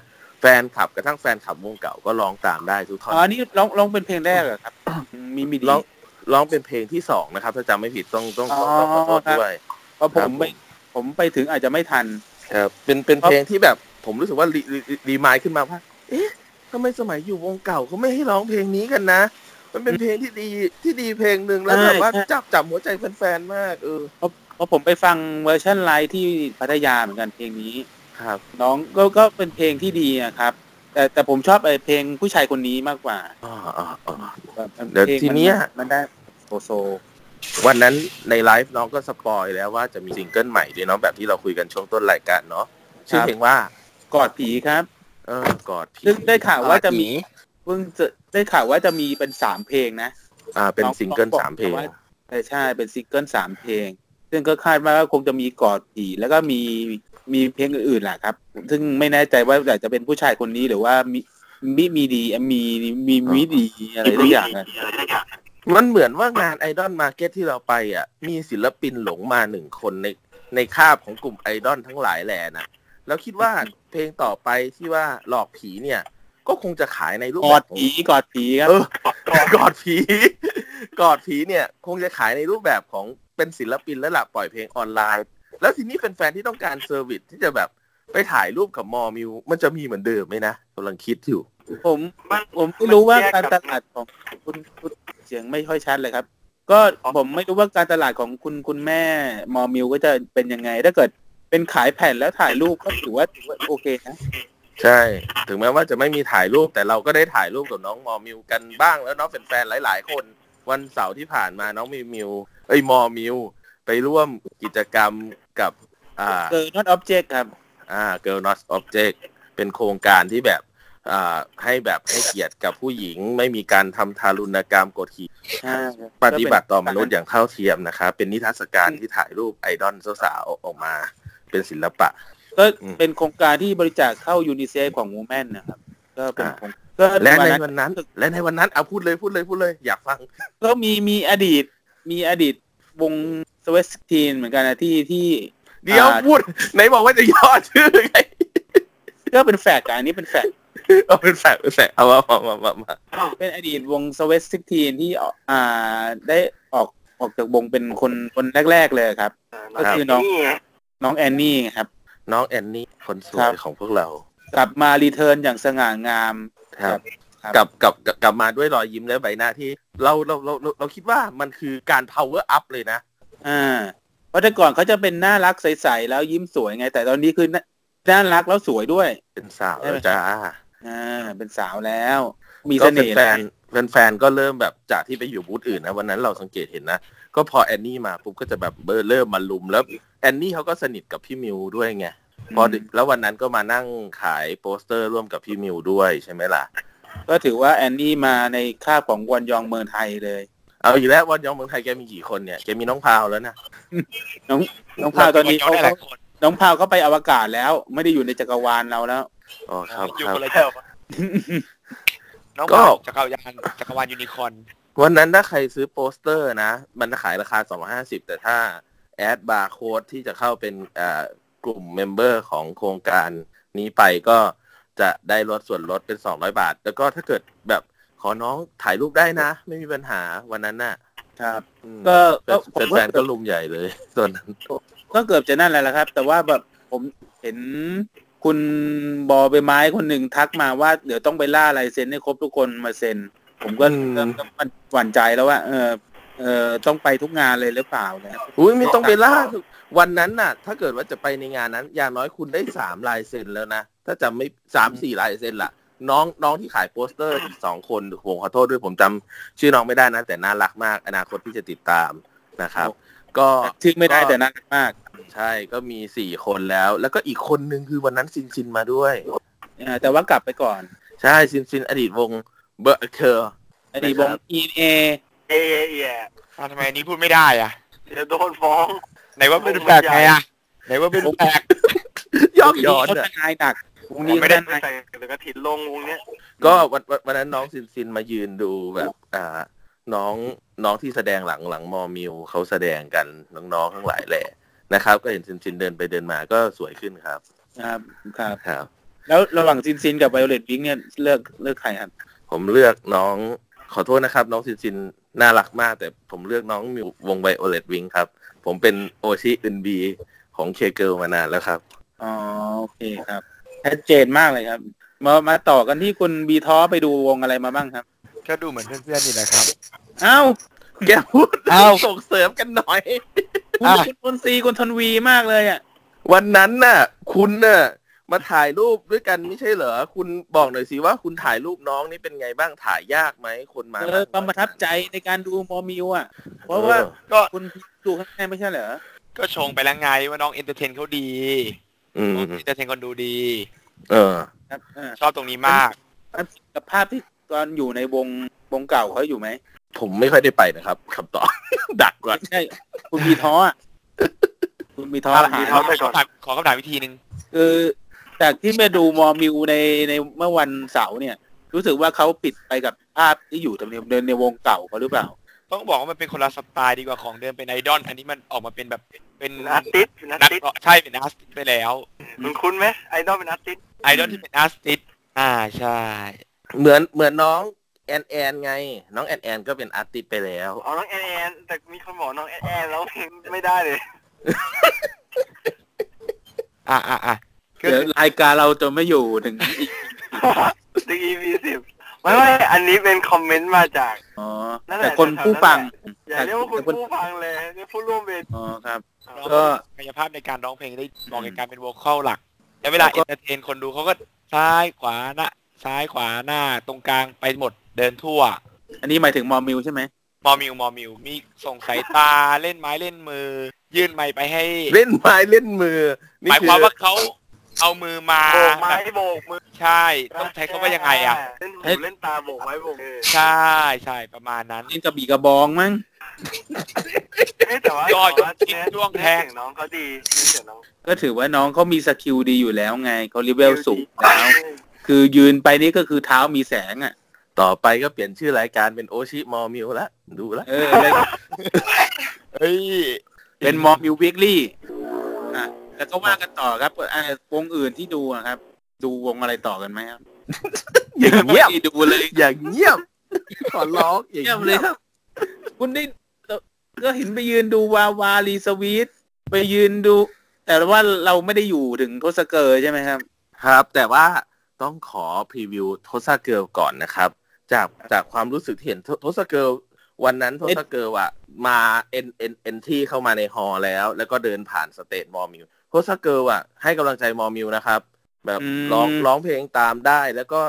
[SPEAKER 3] แฟนคลับกระทั่งแฟนคลับวงเก่าก็ร้องตามได้ทุกท่อน
[SPEAKER 2] อ๋ออันนี่ร้องร้องเป็นเพลงแรกเหรอครับ มีมีดี
[SPEAKER 3] ร้องร้องเป็นเพลงที่สองนะครับ ถ้าจำไม่ผิดต้องต้องต้องต้องขอโทษ
[SPEAKER 2] อ๋อครับ
[SPEAKER 3] ด้วย
[SPEAKER 2] เพราะผ
[SPEAKER 3] ครั
[SPEAKER 2] ม
[SPEAKER 3] บ
[SPEAKER 2] ไปผมไปถึงอาจจะไม่ทัน
[SPEAKER 3] ครับเป็นเป็น
[SPEAKER 2] ครับ
[SPEAKER 3] เพลงที่แบบผมรู้สึกว่ารีรีรีรีมายด์ขึ้นมาว่า เอ๊ะทำไมสมัยอยู่วงเก่าเขาไม่ให้ร้องเพลงนี้กันนะ มันเป็นเพลงที่ดีที่ดีเพลงหนึ่งแล้วแบบว่าจับจับหัวใจแฟนๆมากเออ
[SPEAKER 2] เพราะผมไปฟังเวอร์ชันไลฟ์ที่พัทยาเหมือนกันเพลงนี้
[SPEAKER 3] ครับ
[SPEAKER 2] น้องก็ก็เป็นเพลงที่ดีอะครับ แต่แต่ผมชอบไอ้เพลงผู้ชายคนนี้มากกว่าแบบมัน
[SPEAKER 3] เดี๋ยว
[SPEAKER 2] พลงมั
[SPEAKER 3] ทีเนี้ย
[SPEAKER 2] มันได้โซโซ
[SPEAKER 3] วันนั้นในไลฟ์น้องก็สปอยแล้วว่าจะมีซิงเกิลใหม่ด้วยเนาะแบบที่เราคุยกันช่วงต้นรายการเนาะชื่
[SPEAKER 2] ค
[SPEAKER 3] อ
[SPEAKER 2] รับ
[SPEAKER 3] เพลงว่า
[SPEAKER 2] กอดผีครับ
[SPEAKER 3] เออกอดผี
[SPEAKER 2] ซึ่งได้ข่าวว่าจะมีเพิ่งจะได้ข่าวว่าจะมีเป็นสามเพลงนะ
[SPEAKER 3] อ่าเป็น
[SPEAKER 2] น้อง
[SPEAKER 3] ซิงเกิล
[SPEAKER 2] บอก
[SPEAKER 3] สามเพลง
[SPEAKER 2] ว่า ใช่ใช่เป็นซิงเกิลสามเพลง ซึ่งก็คาดว่าคงจะมีกอดผีแล้วก็มีมีเพลงอื่นๆแหละครับ ซึ่งไม่แน่ใจว่าอาจจะเป็นผู้ชายคนนี้หรือว่ามีมิมีดีมีมีมิดีอะไรทุกอย่างอะ
[SPEAKER 3] มันเหมือนว่างานไอดอลมาร์เก็ตที่เราไปอ่ะมีศิลปินหลงมาหนึ่งคนในในคาบของกลุ่มไอดอลทั้งหลายแหล่นะแล้วคิดว่าเพลงต่อไปที่ว่าหลอกผีเนี่ย ก็คงจะขายในรูป
[SPEAKER 2] ก
[SPEAKER 3] แบ
[SPEAKER 2] อด
[SPEAKER 3] บของ
[SPEAKER 2] ผีกอดผีครับ
[SPEAKER 3] เออ กอดผี กอดผีเนี่ย คงจะขายในรูปแบบของเป็นศิลปินแล้วล่ะปล่อยเพลงออนไลน์ แล้วทีนี้แฟนๆที่ต้องการเซอร์วิสที่จะแบบไปถ่ายรูปกับมอมิวมันจะมีเหมือนเดิมไหมนะกำลังคิดอยู่
[SPEAKER 2] ผมผมไม่รู้ว่าการตลาดของคุณคุณเสียงไม่ค่อยชัดเลยครับ ก็ผมไม่รู้ว่าการตลาดของคุณคุณแม่มอมิวก็จะเป็นยังไง ถ้าเกิดเป็นขายแผ่นแล้วถ่ายรูปก็ถือว่าถือว่าโอเคนะ
[SPEAKER 3] ใช่ ถึงแม้ว่าจะไม่มีถ่ายรูปแต่เราก็ได้ถ่ายรูปกับน้องมอมิวกันบ้างแล้วเน้องแฟนๆหลาย ๆ คน วันเสาร์ที่ผ่านมาน้องมิวมิวเอ้ยมอมิวไปร่วมกิจกรรมกับ อ่า
[SPEAKER 2] เจอ not object ครับ
[SPEAKER 3] อ่า Girl Not Object เป็นโครงการที่แบบ อ่า ให้แบบให้เกียรติกับผู้หญิง ไม่มีการทำทารุณกรรมกดขี่
[SPEAKER 2] ใช่
[SPEAKER 3] ปฏิบัติต่อมนุษย์อย่างเท่าเทียมนะคะ เป็นนิทรรศการที่ถ่ายรูปไอดอลสาวๆออกมาเป็นศิลปะ
[SPEAKER 2] ก็เป็นโครงการที่บริจาคเข้ายูนิเซฟของวูแมนนะครับ ก็เป็นโครงก็
[SPEAKER 3] และใน
[SPEAKER 2] วั
[SPEAKER 3] วัน น
[SPEAKER 2] นั้น
[SPEAKER 3] นั้น และในวันนั้นเอาพูดเลยพูดเลยพูดเลย อยากฟัง
[SPEAKER 2] ก็มีมีอดีต มีอดีตวงสวีสตีนเหมือนกันนะที่ที่
[SPEAKER 3] เดี๋ยว
[SPEAKER 2] อ่า
[SPEAKER 3] พูดไหนบอกว่าจะย่อชื่อไง
[SPEAKER 2] ก็เป็นแฝดกันอันนี้เป็นแฝด
[SPEAKER 3] เอาเป็นแฝงเป็นแฝงเอามามามามามา
[SPEAKER 2] เป็นอดีตวงสวีสซิกทีนที่ออกอ่าได้ออกออกจากวงเป็นคนคนแรก ๆ เลยครับ ก็คือน้องน้องแอนนี่ครับ
[SPEAKER 3] น้องแอนนี่คนส
[SPEAKER 2] ครั
[SPEAKER 3] วย
[SPEAKER 2] บ
[SPEAKER 3] ของพวกเรา
[SPEAKER 2] กลับมารีเทิร์นอย่างสง่างาม
[SPEAKER 3] ครับ
[SPEAKER 2] ครับ
[SPEAKER 3] กลับกลับกลับกลับมาด้วยรอยยิ้มและใบหน้าที่ เราเราเราเราเราคิดว่ามันคือการ power up เลยนะ
[SPEAKER 2] อ่าเพราะแต่ก่อนเขาจะเป็นน่ารักใส ๆ แล้วยิ้มสวยไง แต่ตอนนี้คือน่าน่ารักแล้วสวยด้วย
[SPEAKER 3] เป็นสาว
[SPEAKER 2] ใช่ไหม
[SPEAKER 3] แล้วจ้า
[SPEAKER 2] อ่าเป็นสาวแล้ว มี
[SPEAKER 3] ก็
[SPEAKER 2] เสน่ห์
[SPEAKER 3] แฟ
[SPEAKER 2] แล้ว
[SPEAKER 3] นแฟนแฟนๆก็เริ่มแบบจากที่ไปอยู่บูธอื่นนะวันนั้นเราสังเกตเห็นนะ ก็พอแอนนี่มาปุ๊บก็จะแบบเบอร์เริ่มมาลุมแล้วแอนนี่เขาก็สนิทกับพี่มิวด้วยไงพอดึกแล้ววันนั้นก็มานั่งขายโปสเตอร์ร่วมกับพี่มิวด้วยใช่ไหมล่ะ
[SPEAKER 2] ก็ถือว่าแอนนี่มาในคาบของวอนยองเมืองไทยเลย
[SPEAKER 3] เอาอีกแล้ววันยองเมืองไทยแกมีกี่คนเนี่ยแกมีน้องพาวแล้วนะ
[SPEAKER 2] น้องพาวตอนนี้
[SPEAKER 5] ย้อน
[SPEAKER 2] เขา
[SPEAKER 5] ได้หลายคน
[SPEAKER 2] น้องพาวเขาไปอวกาศแล้ว ไม่ได้อยู่ในจักรวาลเราแล้ว
[SPEAKER 3] อ๋อครับ
[SPEAKER 5] อยู่
[SPEAKER 3] ครับ
[SPEAKER 5] คนละเจ้าน้อง
[SPEAKER 3] ก็
[SPEAKER 5] บ่าวจักรยานจักรวาลยูนิคอร์น
[SPEAKER 3] วันนั้นถ้าใครซื้อโปสเตอร์นะ มันขายราคา 250 แต่ถ้าแอดบาร์โค้ดที่จะเข้าเป็นอ่ากลุ่มเมมเบอร์ของโครงการนี้ไปก็จะได้ลดส่วนลดเป็น 200 บาท แล้วก็ถ้าเกิดแบบขอน้องถ่ายรูปได้นะ ไม่มีปัญหาวันนั้นน่ะ
[SPEAKER 2] ครับ
[SPEAKER 3] อืม
[SPEAKER 2] ก็ก็
[SPEAKER 3] แฟนแฟนๆก็ลุมใหญ่เลยตอนนั้น
[SPEAKER 2] ก็เกือบจะนั่นแหละครับ แต่ว่าแบบผมเห็นคุณบอใบไม้คนหนึ่งทักมาว่าเดี๋ยวต้องไปล่าลายเซ็นให้ครบทุกคนมาเซ็น ผมก็เริ่มก็มันหวั่นใจแล้วว่าเออ เอ่อต้องไปทุกงานเลยหรือเปล่านะ
[SPEAKER 3] อุ้ยไม่ต้องไปล่าสุดวันนั้นน่ะ ถ้าเกิดว่าจะไปในงานนั้น อย่างน้อยคุณได้สามลายเซ็นแล้วนะ ถ้าจำไม่สามสี่ลายเซ็นละน้องน้องที่ขายโปสเตอร์อีกสองคนผมขอโทษด้วยผมจำชื่อน้องไม่ได้นะ แต่น่ารักมาก อนาคตที่จะติดตามนะครับ ก็
[SPEAKER 2] ชื่อไม่ได้
[SPEAKER 3] ก็
[SPEAKER 2] แต่น่ารักมาก
[SPEAKER 3] ใช่ก็มีสี่คนแล้ว แล้วก็อีกคนนึงคือวันนั้นซินซินมาด้วย
[SPEAKER 2] เอ่อแต่ว่ากลับไปก่อน
[SPEAKER 3] ใช่ซินซินอดีตวงเบอร์เคอร์
[SPEAKER 2] อดีตวง E A
[SPEAKER 6] เอ๊ะแย่
[SPEAKER 5] อ้าวทำไมอันนี้พูดไม่ได้อ่ะ
[SPEAKER 6] เดี๋ยวโดนฟ้อง
[SPEAKER 5] ไหนว่าเป็นแปลกไงอ่ะไหนว่าเป็นแปลก
[SPEAKER 3] ยอกย้อน
[SPEAKER 2] เขา
[SPEAKER 3] อะ
[SPEAKER 2] ทนายหนักวง
[SPEAKER 6] ผม
[SPEAKER 2] นี้
[SPEAKER 6] ไม่
[SPEAKER 2] ไม่
[SPEAKER 6] ได้
[SPEAKER 2] ได้
[SPEAKER 6] ไม่ใส่แต่กระถินลงวงเนี้ย
[SPEAKER 3] ก็วันวันวันนั้นน้องซินซินมายืนดูแบบอ่าน้องน้องที่แสดงหลังหลังมอมิวเขาแสดงกันน้องๆทั้งหลายแหละนะครับ ก็เห็นซินซินเดินไปเดินมาก็สวยขึ้นครับ
[SPEAKER 2] ครับครับ
[SPEAKER 3] ครับ
[SPEAKER 2] แล้วระหว่างซินซินกับไวโอเลตวิงเนี่ยเลือกเลือกใครครับ
[SPEAKER 3] ผมเลือกน้องขอโทษนะครับ น้องซินซินน่ารักมาก แต่ผมเลือกน้องมิววงไวโอเลตวิงครับ ผมเป็นโอชิอึนบีของเคเกิลมานานแล้วครับ
[SPEAKER 2] อ๋อโอเคครับชัดเจนมากเลยครับ มามาต่อกันที่คุณบีท้อไปดูวงอะไรมาบ้างครับ
[SPEAKER 5] ก็ดูเหมือนเพื่อนๆนี่แหละครับ
[SPEAKER 2] เอ้า
[SPEAKER 3] แกพูด
[SPEAKER 5] เอ้า
[SPEAKER 3] ส่งเสริมกันหน่อย
[SPEAKER 2] คุณ
[SPEAKER 5] อ่ะ
[SPEAKER 2] คุณคนซีคุณทนวีมากเลยอ่ะ
[SPEAKER 3] วันนั้นน่ะ คุณน่ะมาถ่ายรูปด้วยกันไม่ใช่เหรอ คุณบอกหน่อยสิว่าคุณถ่ายรูปน้องนี่เป็นไงบ้างถ่ายยากไหมคนมา
[SPEAKER 2] เออความประทับใจในการดูมอมิวอ่ะ เพราะว่าคุณดูข้างในไม่ใช่เหรอ
[SPEAKER 5] ก็ชงไปแล้วไงว่าน้องเอนเตอร์เทนเขาดี
[SPEAKER 3] อืม
[SPEAKER 5] เอนเตอร์เทนคนดูดี
[SPEAKER 3] เออ
[SPEAKER 2] ครับอ่า
[SPEAKER 5] ชอบตรงนี้มาก
[SPEAKER 2] กับภาพที่ตอนอยู่ในวงวงเก่าเขาอยู่ไหม
[SPEAKER 3] ผมไม่ค่อยได้ไปนะครับคำตอบ ดักก่อน
[SPEAKER 2] ไม่ใช่ คุณมีท้อ อ่ะ คุณมีท้อ
[SPEAKER 6] อะไร
[SPEAKER 2] หาย
[SPEAKER 6] ท้ เอ ไปก่อน
[SPEAKER 5] ขอคำถามวิธีหนึ่ง
[SPEAKER 2] คือจากที่ไปดูมอมิวในในเมื่อวันเสาร์เนี่ย รู้สึกว่าเขาปิดไปกับภาพที่อยู่ตรงเดิมเดินในวงเก่าเขาหรือเปล่า
[SPEAKER 5] ต้องบอกว่ามันเป็นคนละสไตล์ดีกว่าของเดิมเป็นไอดอลอันนี้มันออกมาเป็นแบบเป็น
[SPEAKER 6] เป็นอาร์ติสเป็นอาร์
[SPEAKER 5] นัก
[SPEAKER 6] ติส
[SPEAKER 5] ร้องใช่เป็นอาร์ติสไปแล้ว
[SPEAKER 6] คุณคุ้นไหมไอดอลเป็นอาร์ติส
[SPEAKER 5] ไอดอลที่เป็นอาร์ติสอ่าใช่
[SPEAKER 3] เหมือนเหมือนน้องแอนแอนไง น้องแอนแอนก็เป็นอาร์ติสต์ไปแล้ว
[SPEAKER 6] เอาน้องแอนแอนแต่มีคนบอกน้องแอนแอนแล้วไม่ได้เลย
[SPEAKER 5] อ่าอ่าอ่า
[SPEAKER 2] เดี๋ยวรายการเราจะไม่อยู่ถึง
[SPEAKER 6] ถึง EP สิบไม่ไม่อันนี้เป็นคอมเมนต์มาจาก
[SPEAKER 2] อ๋อ
[SPEAKER 6] นั่นแหละ
[SPEAKER 2] แต่คนผู้ฟัง
[SPEAKER 6] อย่าเรียกว่าคุณผู้ฟังเลยเรียกผู้ร่วมเวที
[SPEAKER 2] อ๋อครับ ก็
[SPEAKER 5] ก็กายภาพในการร้องเพลงได้มองในการเป็นวอลคอลหลัก แล้วเวลาเอนเตอร์เทนคนดูเขาก็ซ้ายขวาหน้าซ้ายขวาหน้าตรงกลางไปหมดเดินทั่ว
[SPEAKER 2] อันนี้หมายถึงมอมิวใช่ไหม
[SPEAKER 5] มอมิวมอมิวมีส่งสายตา เล่นไม้เล่นมือ ยื่นไม้ไปให้
[SPEAKER 3] เล่นไม้เล่นมือ
[SPEAKER 5] ห
[SPEAKER 3] นี่
[SPEAKER 5] มาย
[SPEAKER 3] คื
[SPEAKER 5] ความ
[SPEAKER 3] อ
[SPEAKER 5] ว่าเขาเอามือมา
[SPEAKER 6] โบกไม้โบกมือ
[SPEAKER 5] ใช่ต้องใช้คำว่ายังไงอ่ะ
[SPEAKER 6] เล่นหูเล่นตาโบกไม้โบกมือ
[SPEAKER 5] ใช่ใช่ประมาณนั้น
[SPEAKER 2] นี่กระบี่กระบองมั้ง
[SPEAKER 6] เอ๊ะแต่ว่า
[SPEAKER 5] ย่อ
[SPEAKER 6] แต่ว่า
[SPEAKER 5] จิ๊กจ้วงแทง
[SPEAKER 6] เสียน้องเขาดีเสียงน้อง
[SPEAKER 2] ก็ถือว่าน้องเขามีสกิลดีอยู่แล้วไง เขาเลเวลสูง
[SPEAKER 6] แล้
[SPEAKER 2] แล้ว คือยืนไปนี่ก็คือเท้ามีแสงอ่ะ
[SPEAKER 3] ต่อไปก็เปลี่ยนชื่อรายการเป็นโอชิมอมิวละดูละ
[SPEAKER 2] เออแล้ว
[SPEAKER 5] เฮ้ย
[SPEAKER 2] เป็นมอมิววิกลี่อ่ะแล้วก็ว่ากันต่อครับอ่ะวงอื่นที่ดูอะครับ ดูวงอะไรต่อกันไหมครับ
[SPEAKER 3] อย่างเงียบ
[SPEAKER 2] ไม่ได้ดูเลย
[SPEAKER 3] อย่างเงียบ ขอร้องอย่าง
[SPEAKER 2] เงียบเล
[SPEAKER 3] เงี
[SPEAKER 2] ย
[SPEAKER 3] ยบ
[SPEAKER 2] ครับ คุณได้ก็เห็นไปยืนดูวาวารีสวีทไปยืนดู แต่ว่าเราไม่ได้อยู่ถึงทศเกอร์ใช่ไหมครับ
[SPEAKER 3] ครับ แต่ว่าต้องขอพรีวิวทศเกิลก่อนนะครับ จากจากความรู้สึกที่เห็นททศเกิลวันนั้นทศเกิลอะมาเอ็นเอ็นเอ็นที่เข้ามาในฮอลล์แล้ว แล้วก็เดินผ่านสเตจมอมิวทศเกิลอะให้กำลังใจมอมิวนะครับ แบบ
[SPEAKER 2] อืม
[SPEAKER 3] ร้องร้องเพลงตามได้ แล้วก็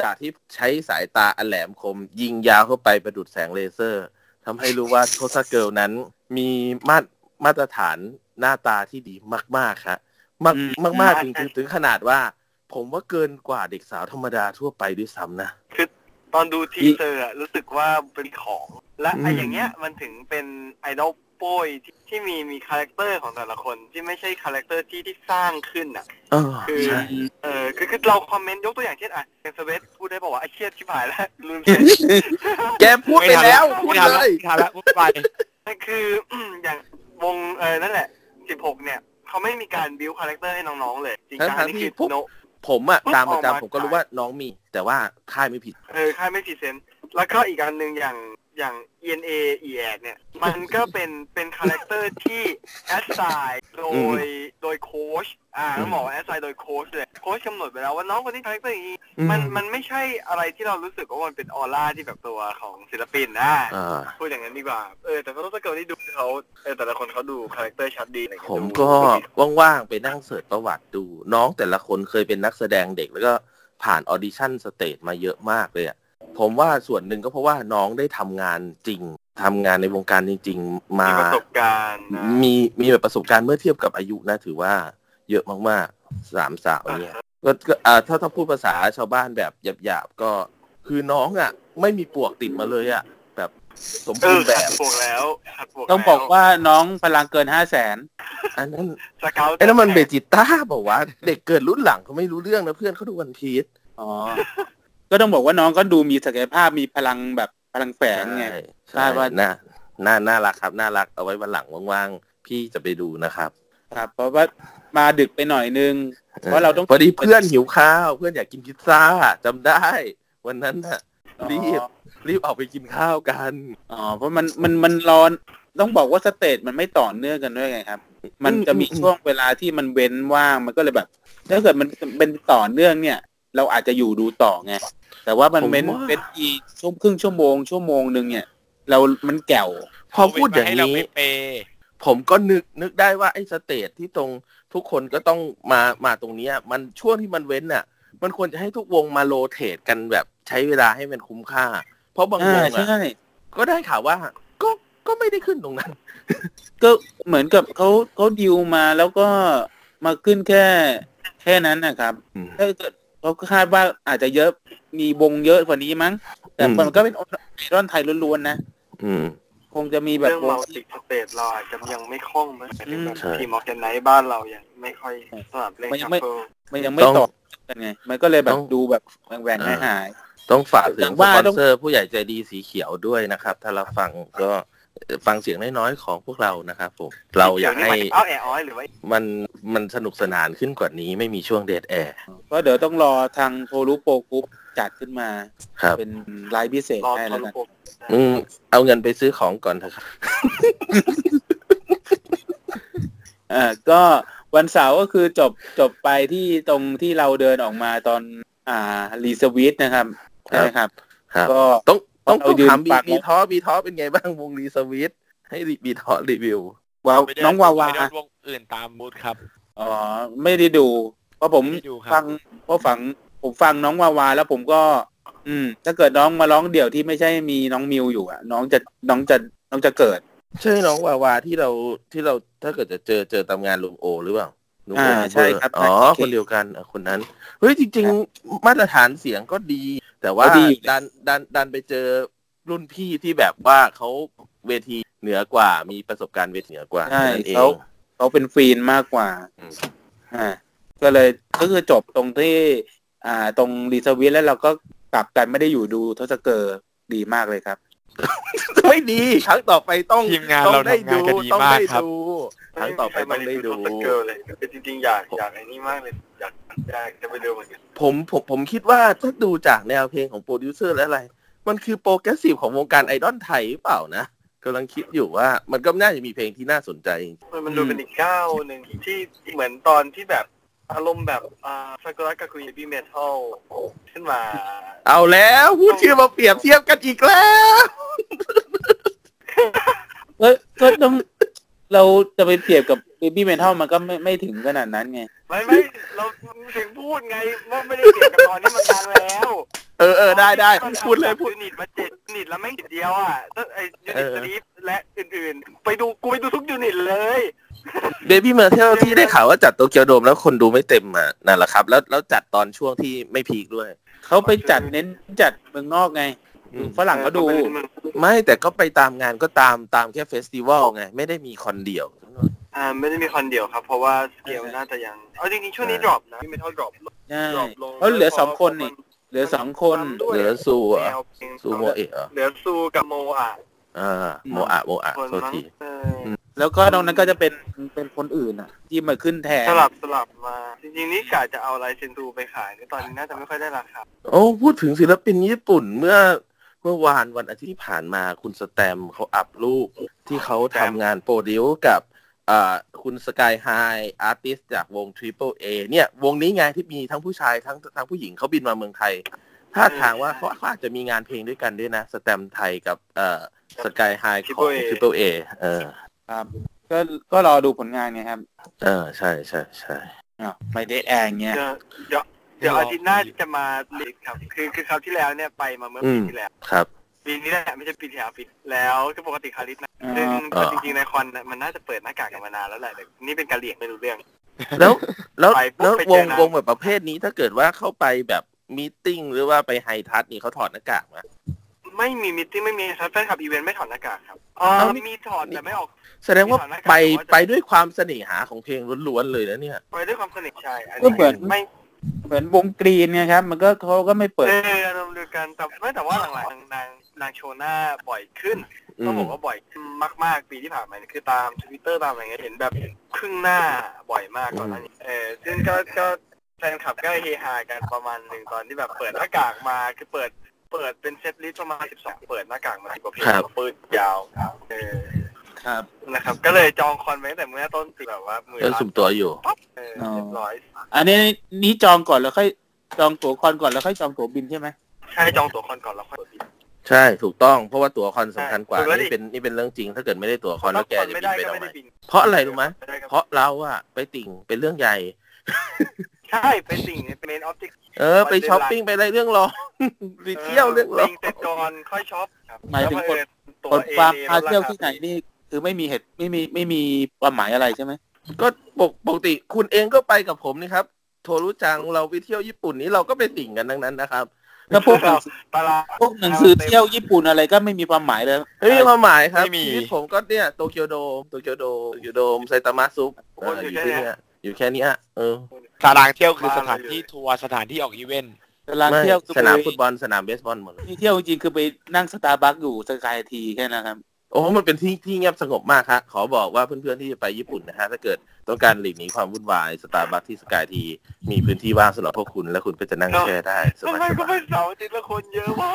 [SPEAKER 3] จากที่ใช้สายตาอันแหลมคม ยิงยาวเข้าไปประดุดแสงเลเซอร์ทำให้รู้ว่าทศเกิลนั้นมีมาตรมาตรฐานหน้าตาที่ดีมากๆครับ มาก
[SPEAKER 2] อืม
[SPEAKER 3] มากมากๆจริงๆถึงขนาดว่า ผมว่าเกินกว่าเด็กสาวธรรมดาทั่วไปด้วยซ้ำนะ
[SPEAKER 6] ตอนดูทีเซอร์อะรู้สึกว่าเป็นของ และไออย่างเงี้ยมันถึงเป็นไอดอลโป้ยที่ที่มีมีคาแรคเตอร์ของแต่ละคนที่ไม่ใช่คาแรคเตอร์ที่ที่สร้างขึ้นอ่ะ
[SPEAKER 3] เออ
[SPEAKER 6] คือ
[SPEAKER 3] ใช่
[SPEAKER 6] เออคือคือเราคอมเมนต์ยกตัวอย่างเช่นอ่ะเซนสเวสพูดได้บอกว่าไอเชียชิบหายแล้วลืมเซน
[SPEAKER 3] แกพูดไปแล้วพูด
[SPEAKER 5] ไม่ทัน
[SPEAKER 3] เล
[SPEAKER 5] ละ
[SPEAKER 3] ย
[SPEAKER 5] ไม่ทันละพูดไป
[SPEAKER 6] นั่นคือ อย่างวงเออนั่นแหละ 16 เนี่ย เขาไม่มีการบิวคาแรคเตอร์ให้น้องๆเลย จริง
[SPEAKER 3] ทั้
[SPEAKER 6] จั
[SPEAKER 3] งๆ
[SPEAKER 6] งนี่
[SPEAKER 3] ที่พ
[SPEAKER 6] คือ
[SPEAKER 3] วก
[SPEAKER 6] โนต
[SPEAKER 3] ผมอะ
[SPEAKER 6] พูด
[SPEAKER 3] ตามประ
[SPEAKER 6] ออกมา
[SPEAKER 3] จำผมก็รู้ว่าน้องมี แต่ว่าค่ายไม่ผิด
[SPEAKER 6] เออค่ายไม่พรีเซนต์แล้วก็อีกอันหนึ่งอย่าง อย่าง ENA e a d เนี่ย มันก็เป็น เป็นคาแรคเตอร์ที่แอดไซน์โดยโดยโค้ชอ่าต้องบอกว่าแอดไซน์โดยโค้ชเลยโค้ชกำหนดไปแล้วว่าน้องคนนี้คาแรคเตอร์อย่างนี้ มันมันไม่ใช่อะไรที่เรารู้สึกว่ามันเป็นออร่าที่แบบตัวของศิลปินนะ
[SPEAKER 3] อ่า
[SPEAKER 6] พูดอย่างนั้นดีกว่าเออแต่ก็ต้องเกิดที่ดูเขาเออแต่ละคนเขาดูคาแรคเตอร์ชัดดีอะไรอย่าง
[SPEAKER 3] ผ
[SPEAKER 6] เงี้ย
[SPEAKER 3] ม
[SPEAKER 6] ดู
[SPEAKER 3] ก็
[SPEAKER 6] ดูดี
[SPEAKER 3] ว่างๆไปนั่งเสิร์ชประวัติดู น้องแต่ละคนเคยเป็นนักแสดงเด็กแล้วก็ผ่านออดิชั่นสเตจมาเยอะมากเลยอะผมว่าส่วนหนึ่งก็เพราะว่าน้องได้ทำงานจริงทำงานในวงการจริง ๆ มาม
[SPEAKER 6] มีประสบการณ์นะ
[SPEAKER 3] มีมีแบบประสบการณ์เมื่อเทียบกับอายุนะ ถือว่าเยอะมากๆสามสาวเนี่ยก็ก็อ่าถ้าถ้าพูดภาษาชาวบ้านแบบหยาบๆก็คือน้องอะไม่มีปวกติดมาเลยอะแบบสม
[SPEAKER 6] เอ
[SPEAKER 3] บู
[SPEAKER 6] อ
[SPEAKER 3] รณ์แบ
[SPEAKER 6] ขัด
[SPEAKER 3] บ
[SPEAKER 6] บวกแล้วขัดบวก
[SPEAKER 2] ต้องบอกว่าน้องพลังเกินห้าแสน
[SPEAKER 3] อันนั้น
[SPEAKER 6] สเกาต์
[SPEAKER 3] ไอ้น้ำมันเบจิต้าบอกว่าวะ เด็กเกิดรุ่นหลังเขาไม่รู้เรื่องนะเพื่อนเขาดูวันพีช
[SPEAKER 2] อ๋อ ก็ต้องบอกว่าน้องก็ดูมีศักยภาพมีพลังแบบพลังแฝงไง
[SPEAKER 3] ใช่
[SPEAKER 2] ได้ว่า
[SPEAKER 3] น่าน่าน่ารักครับ น่ารักเอาไว้วันหลังว่างๆ พี่จะไปดูนะครับ
[SPEAKER 2] ครับ เพราะว่ามาดึกไปหน่อยนึง เพราะเราต้อง
[SPEAKER 3] พอดีเพื่อนหิวข้าว เพื่อนอยากกินพิซซ่าจำได้ วันนั้นน่ะ รีบ รีบออกไปกินข้าวกัน
[SPEAKER 2] อ๋อ เพราะมันมันมันร้อน ต้องบอกว่าสเตจมันไม่ต่อเนื่องกันด้วยไงครับ มันจะมีช่วงเวลาที่มันเว้นว่าง มันก็เลยแบบ ถ้าเกิดมันเป็นต่อเนื่องเนี่ย เราอาจจะอยู่ดูต่อไง แต่ว่ามันเว้น
[SPEAKER 3] ผมว่า
[SPEAKER 2] เป็นอีกช่วงครึ่งชั่วโมง ชั่วโมงหนึ่งเนี่ย เรา มันแก่ว
[SPEAKER 3] พอพูดอย่าง
[SPEAKER 5] ให้เรา
[SPEAKER 3] นี้
[SPEAKER 5] ไปเปย์
[SPEAKER 3] ผมก็นึกนึกได้ว่าไอ้สเตจที่ตรงทุกคนก็ต้องมามาตรงเนี้ย มันช่วงที่มันเว้นน่ะ มันควรจะให้ทุกวงมาโรเทตกันแบบใช้เวลาให้มันคุ้มค่า เพราะบางว
[SPEAKER 2] อ่าง
[SPEAKER 3] อะ
[SPEAKER 2] ใช่
[SPEAKER 3] ก็ได้ข่าวว่า ก็ก็ไม่ได้ขึ้นตรงนั้น
[SPEAKER 2] ก็เหมือนกับเขาเขาดิวมาแล้วก็มาขึ้นแค่แค่นั้นนะครับ
[SPEAKER 3] อืม
[SPEAKER 2] ถ้าเกิดเขาก็คาดว่าอาจจะเยอะมีวงเยอะกว่านี้มั้ง แต่
[SPEAKER 3] อืม
[SPEAKER 2] มันก็เป็นไอรอนไทยล้วนๆนะ
[SPEAKER 3] อืม
[SPEAKER 2] คงจะมีแบบ
[SPEAKER 6] เรื่อง
[SPEAKER 2] ว
[SPEAKER 6] มั
[SPEAKER 2] ง
[SPEAKER 6] ลติสเตทเราอาจจะยังไม่คล่องเหมือนกัน
[SPEAKER 2] อืม
[SPEAKER 3] ใช่
[SPEAKER 6] ทีมออร์แกนไนท์บ้านเรายังไม่ค่อยสนับเล่น
[SPEAKER 2] มันยั
[SPEAKER 6] ชั
[SPEAKER 2] ง
[SPEAKER 6] ฟ
[SPEAKER 2] ไม่
[SPEAKER 6] เฟิล
[SPEAKER 2] มันยังไม่
[SPEAKER 3] ต้อง
[SPEAKER 2] ตอบกันไง มันก็เลยแบ
[SPEAKER 3] ต้
[SPEAKER 2] บ
[SPEAKER 3] อง
[SPEAKER 2] ดูแบบแหวงๆ
[SPEAKER 3] อ่า
[SPEAKER 2] หาย
[SPEAKER 3] ต้องฝากถึ
[SPEAKER 2] อง ย่าง
[SPEAKER 3] ส
[SPEAKER 2] ว่า
[SPEAKER 3] ปอน
[SPEAKER 2] ต้อง
[SPEAKER 3] เซอร์ผู้ใหญ่ใจดีสีเขียวด้วยนะครับ ถ้าเราฟังก็เอ่อฟังเสียงน้อยๆของพวกเรานะครับผมเราอยากให้
[SPEAKER 6] เดี๋วนี้มันเอาแอร์ออยหรือว่า
[SPEAKER 3] มันมันสนุกสนานขึ้นกว่านี้ไม่มีช่วงเดทแอร์
[SPEAKER 2] ๆก็เดี๋ยวต้องรอทางโทรุโปรกรุ๊ปจัดขึ้นมา
[SPEAKER 3] ครับ
[SPEAKER 2] เป็นรายพิเศษ
[SPEAKER 6] รอ
[SPEAKER 2] ให้
[SPEAKER 6] ทอ
[SPEAKER 2] แล้ว
[SPEAKER 6] ลุ
[SPEAKER 2] กัน
[SPEAKER 6] ปก
[SPEAKER 3] อืมเอาเงินไปซื้อของก่อนเถอะครับ
[SPEAKER 2] เอ่าก็วันเสาร์ก็คือจบจบไปที่ตรงที่เราเดินออกมาตอนอ่ารีสวิตนะครับใช่ไหมครับ
[SPEAKER 3] ครับ
[SPEAKER 2] ก็
[SPEAKER 3] ต้องต้อง
[SPEAKER 2] เอา
[SPEAKER 3] ต้อง
[SPEAKER 2] ยืน
[SPEAKER 3] ถามบี
[SPEAKER 2] ปากหม้อ
[SPEAKER 3] บีท้อบีท้อเป็นไงบ้างวงรีสวิตให้บีท้อรีวิว
[SPEAKER 2] วาว
[SPEAKER 5] ไม่ได้
[SPEAKER 2] น้องวาวา
[SPEAKER 5] ไม่ได้วงอื่นตามมูดครับ
[SPEAKER 2] อ๋อ ไม่ได้ดู เพราะผม
[SPEAKER 5] ไม่ได้ดูครับ
[SPEAKER 2] ฟังเพราะฝังผมฟังน้องวาวาแล้วผมก็ อืม ถ้าเกิดน้องมาร้องเดี่ยวที่ไม่ใช่มีน้องมิวอยู่อะน้องจะน้องจะน้องจะเกิด
[SPEAKER 3] ใช่น้องวาวาที่เราที่เราถ้าเกิดจะเจอเจอตามงานลุงโอหรือเปล่าลุงโอ
[SPEAKER 2] อ่า
[SPEAKER 3] เวอ
[SPEAKER 2] ใช่ครับ
[SPEAKER 3] อ๋อ
[SPEAKER 2] ใช่ครับ
[SPEAKER 3] คนเดียวกันอ่ะคนนั้นเฮ้ยจริง ๆ มาตรฐานเสียงก็ดี แต่ว่า
[SPEAKER 2] ก็ดีอยู่
[SPEAKER 3] ดันดันดันไปเจอรุ่นพี่ที่แบบว่าเขาเวทีเหนือกว่ามีประสบการณ์เวทีเหนือกว่า
[SPEAKER 2] ใช่
[SPEAKER 3] นั่นเอง
[SPEAKER 2] เขาเขาเป็นฟีนมากกว่า
[SPEAKER 3] อืม
[SPEAKER 2] อ่าก็เลยก็คือจบตรงที่ อ่า ตรงรีสวิตแล้วเราก็กลับกันไม่ได้อยู่ดูทศเกอร์ดีมากเลยครับ
[SPEAKER 3] ไม่ดี ครั้งต่อไปต้อง
[SPEAKER 5] ทีมงาน
[SPEAKER 3] ต้อง
[SPEAKER 5] เรา
[SPEAKER 3] ได้
[SPEAKER 5] ทำงาน
[SPEAKER 3] ดู
[SPEAKER 5] กันดี
[SPEAKER 3] ต้อง
[SPEAKER 5] มาก
[SPEAKER 3] ได้
[SPEAKER 5] ครับ
[SPEAKER 3] ดูครั้งต่อไปต้องได้ดู
[SPEAKER 6] สเกิลเลยแต่จริงๆอยากอยากไอ้นี่มากเลยอยากอยากจะไปดูเหมือนกัน
[SPEAKER 3] ผมผมผมคิดว่าถ้าดูจากแนวเพลงของโปรดิวเซอร์และอะไร มันคือโปรแกรสซีฟของวงการไอดอลไทยหรือเปล่านะกำลังคิดอยู่ว่ามันก็น่าจะมีเพลงที่น่าสนใจ
[SPEAKER 6] มันมันดูเป็นอีกก้าวหนึ่งที่ที่เหมือนตอนที่แบบอารมณ์แบบอ่าซากุระกับคุยบีเมทัลขึ้นมา
[SPEAKER 3] เอาแล้วพูดชื่อมาเปรียบเทียบกันอีกแล้ว
[SPEAKER 2] เอ้ยก็ต้องเราจะไปเปรียบกับเบบี้เมทัลมันก็ไม่ไม่ถึงขนาดนั้นไง
[SPEAKER 6] ไม่ไม่เราถึงพูดไงว่าไม่ได้เกี่ยวกับตอนนี้มันดังแล้ว
[SPEAKER 3] เออเออได้ได้พูดเลยพูด
[SPEAKER 6] ยูนิตมาเจ็ดยูนิตแล้วไม่งนิดเดียวอ่ะแล้วไอ้ยูนิต
[SPEAKER 3] เออ
[SPEAKER 6] สลีปและอื่นๆ ไปดูกูไปดูทุกยูนิตเลย
[SPEAKER 3] เบบี้เมอร์เทลที่ได้ข่าวว่าจัดโตเกียวโดมแล้วคนดูไม่เต็มอ่ะนั่นแหละครับ แล้วแล้วจัดตอนช่วงที่ไม่พีคด้วย
[SPEAKER 2] เขาไปจัดเน้นจัดเมืองนอกไง ฝรั่งเขาดู
[SPEAKER 3] ไม่แต่ก็ไปตามงานก็ตามตามแค่เฟสติวัลไง ไม่ได้มีคอนเดียว
[SPEAKER 6] อ่าไม่ได้มีคอนเดียวครับ เพราะว่าสเกลน่าจะยัง เอาจริงๆช่วงนี้
[SPEAKER 3] ใช่
[SPEAKER 6] ดรอปนะไม่เท่าดรอป
[SPEAKER 2] ใช่
[SPEAKER 6] ดรอปลง
[SPEAKER 2] เขาเหลือสองคนนี่ เหลือสองคน
[SPEAKER 3] เหลือซู
[SPEAKER 6] แน
[SPEAKER 3] อ่ะ
[SPEAKER 6] วเพลง
[SPEAKER 3] ซูโมเอะเหรอ
[SPEAKER 6] เหลือซูกับโมอ่ะ
[SPEAKER 3] อ่าโมอะโมอะ
[SPEAKER 6] คน
[SPEAKER 3] โทษ
[SPEAKER 6] มั้ง
[SPEAKER 3] ที
[SPEAKER 6] เอออ
[SPEAKER 2] แล้วก็ตรงนั้นก็จะเป็นเป็นคนอื่นอ่ะ ที่มาขึ้นแทน
[SPEAKER 6] สลับสลับมา จริงๆนี่กะจะเอาลายเซนซูไปขายแต่ตอนนี้น่าจะไม่ค่อยได้ราคา
[SPEAKER 3] โอ้พูดถึงศิลปินญี่ปุ่นเมื่อ เมื่อวานวันอาทิตย์ที่ผ่านมาคุณสแตมเขาอัพรูปที่เขาทำงานโปรดิวซ์กับอ่าคุณสกายไฮอาร์ติสจากวง Triple A เนี่ย วงนี้ไงที่มีทั้งผู้ชายทั้งทั้งผู้หญิงเขาบินมาเมืองไทย ถ้าทางว่าเขาเขาอาจจะมีงานเพลงด้วยกันด้วยนะ สแตมไทยกับเอ่อสกายไฮของ
[SPEAKER 6] Triple A
[SPEAKER 3] Triple A เออ
[SPEAKER 2] ครับก็ก็รอดูผลงานไงครับ
[SPEAKER 3] เออ ใช่ใช่ใช่
[SPEAKER 2] อ้าวไม่ได้แอร์เงี้ย
[SPEAKER 6] เดี๋ยวเดี๋ยวเดี๋ยวอาทิตย์หน้าจะมาลีกครับ คือคือคราวที่แล้วเนี่ยไปมาเมื่อ
[SPEAKER 3] อื
[SPEAKER 6] ปี
[SPEAKER 3] ม
[SPEAKER 6] ที่แล้ว
[SPEAKER 3] ครับ
[SPEAKER 6] ปีนี้แหละไม่ใช่ปีที่แล้วปีแล้วก็ปกติคาริสนะ
[SPEAKER 2] อ่า
[SPEAKER 6] ซึ่ง
[SPEAKER 3] อ่า
[SPEAKER 6] จริงๆในคอนน่ะมันน่าจะเปิดหน้ากากกันมานานแล้วแหละแต่นี่เป็นการเหลี่ยงไม่รู้เรื่อง
[SPEAKER 3] แล้วแล้ว
[SPEAKER 6] ไปปุ๊บ
[SPEAKER 3] แล้ว
[SPEAKER 6] ไป
[SPEAKER 3] ว
[SPEAKER 6] เจอง นะ
[SPEAKER 3] วงแบบประเภทนี้ถ้าเกิดว่าเข้าไปแบบมีตติ้งหรือว่าไปไฮทัชนี่เขาถอดหน้ากากไหมา
[SPEAKER 6] ไม่มีมิตติ้งไม่มีครับแฟนคลับอีเวนต์ไม่ถอดหน้ากากครับเอ่อ
[SPEAKER 3] เอ้านี่
[SPEAKER 6] มีถอดแต่ไม่ออก
[SPEAKER 3] แสดงว่า
[SPEAKER 6] มีถอดหน้ากาก
[SPEAKER 3] ไป
[SPEAKER 6] แต่ว่าจะ
[SPEAKER 3] ไปด้วยความเสน่หาของเพลงล้วนๆเลยนะเนี่ย
[SPEAKER 6] ไปด้วยความสนิทใจอัน
[SPEAKER 2] ก็
[SPEAKER 6] นี้
[SPEAKER 2] เหมือน
[SPEAKER 6] ไม่
[SPEAKER 2] เหมือนวงกรีนไงครับ มันก็เขาก็ไม่เปิด
[SPEAKER 6] เอออารมณ์เดียวกันแต่ไม่แต่ว่าหลังๆนางนางโชว์หน้าบ่อยขึ้น
[SPEAKER 3] อื
[SPEAKER 6] ต้อง
[SPEAKER 3] ม
[SPEAKER 6] บอกว่าบ่อยมาก ๆ ปีที่ผ่านมาเนี่ยคือตามทวิตเตอร์ตามอะไรเงี้ยเห็นแบบครึ่งหน้าบ่อยมากก่อนหน้านี้เออซึ่งก็ก็แฟนคลับก็เฮฮากันประมาณหนึ่งตอนที่แบบเปิดหน้ากากมาคือเปิดเปิดเป็นเซตลิสต์ประมาณ 12 เปิดหน้ากากมาสิบกว่าเพลงปืนยาวเออ
[SPEAKER 2] ครับ
[SPEAKER 6] นะครับ ก็เลยจองคอนไว้ตั้งแต่เมื่อต้นปีแบบว่ามือ
[SPEAKER 3] ก็
[SPEAKER 6] รั
[SPEAKER 3] สุ่มตัวอยู่
[SPEAKER 6] ปั๊บเออเรียบร้อย
[SPEAKER 2] อันนี้นี่จองก่อนแล้วค่อยจองตั๋วคอนก่อนแล้วค่อยจองตั๋วบินใช่ไหม
[SPEAKER 6] ใช่จองตัวคอนก่อนแล้วค่อยกดบิน
[SPEAKER 3] ใช่ถูกต้องเพราะว่าตั๋วคอนสำคัญกว่า
[SPEAKER 6] ใช่แล้วดิ
[SPEAKER 3] นี่เป็นนี่เป็นเรื่องจริง ถ้าเกิดไม่ได้ตั๋วคอนแล้วแก
[SPEAKER 6] ถ้าคอน
[SPEAKER 3] จะบิ
[SPEAKER 6] ไม่
[SPEAKER 3] นไป
[SPEAKER 6] ได้
[SPEAKER 3] ทำ
[SPEAKER 6] ก็ไม่
[SPEAKER 3] ไม
[SPEAKER 6] ได้บิน
[SPEAKER 3] เพราะอะไรรู้ไหม
[SPEAKER 6] ด้ครับ
[SPEAKER 3] เพราะเราอะไปติ่งเป็นเรื่องใหญ่
[SPEAKER 6] ใช่เป็นสิ่งเป็นออบเจก
[SPEAKER 3] เออ ไปช้อปปิ้งไปอะไรเรื่องรอง ไปเที่ยวเรื่องรอง
[SPEAKER 6] เสร็จก่อนค่อยช็อปครับ
[SPEAKER 2] หมายถึงกด
[SPEAKER 6] ตัว
[SPEAKER 2] กดความ
[SPEAKER 6] เอ
[SPEAKER 2] พาเที่ยวที่ไหนนี่คือไม่มีเหตุไม่มีไม่มีความหมายอะไรใช่ไหม
[SPEAKER 3] ก็ปกปกติคุณเองก็ไปกับผมนี่ครับ โทรรู้จังเราไปเที่ยวญี่ปุ่นนี้เราก็ไปติ่งกันทั้งนั้นนะครับ
[SPEAKER 2] แล้วพวก
[SPEAKER 6] ตลาด
[SPEAKER 2] พวกหนังสือเที่ยวญี่ปุ่นอะไรก็ไม่มีความหมายเลย
[SPEAKER 3] ไม่มีความหมายครับ
[SPEAKER 5] ไม่มี
[SPEAKER 3] ชีวิตผมก็เนี่ยโตเกียวโดมโตเกียวโดมโตเกียวโดมไซตามะซุป
[SPEAKER 6] โอ้ย
[SPEAKER 3] เอออยู่
[SPEAKER 6] อยู่แค่
[SPEAKER 3] แค่เนี้ยอยู่แค่เนี้ยเออ
[SPEAKER 5] ตารางเที่ยวคือสถานที่ทัวร์สถานที่ออกอีเวนต์
[SPEAKER 2] ตาราง
[SPEAKER 3] ไม่
[SPEAKER 2] เที่ยวคือ
[SPEAKER 3] สนาม
[SPEAKER 2] ไป
[SPEAKER 3] ฟุตบอลสนามเบสบอลหมดเลย
[SPEAKER 2] ที่เที่ยวจริงๆคือไปนั่งสตาร์บัคอยู่สกายทีแค่นั้นครับ
[SPEAKER 3] โอ้มันเป็นที่ที่เงียบสงบมากครับขอบอกว่าเพื่อนๆที่จะไปญี่ปุ่นนะฮะถ้าเกิดต้องการหลีกหนีความวุ่นวายสตาร์บัคที่สกายทีมีพื้นที่ว่างสำหรับพวกคุณและคุณก็จะนั่งแช่ได้ส
[SPEAKER 6] ทำไม
[SPEAKER 3] บาย
[SPEAKER 6] ก็เป็นเสาร์อาทิตย์ละคนเยอะวะ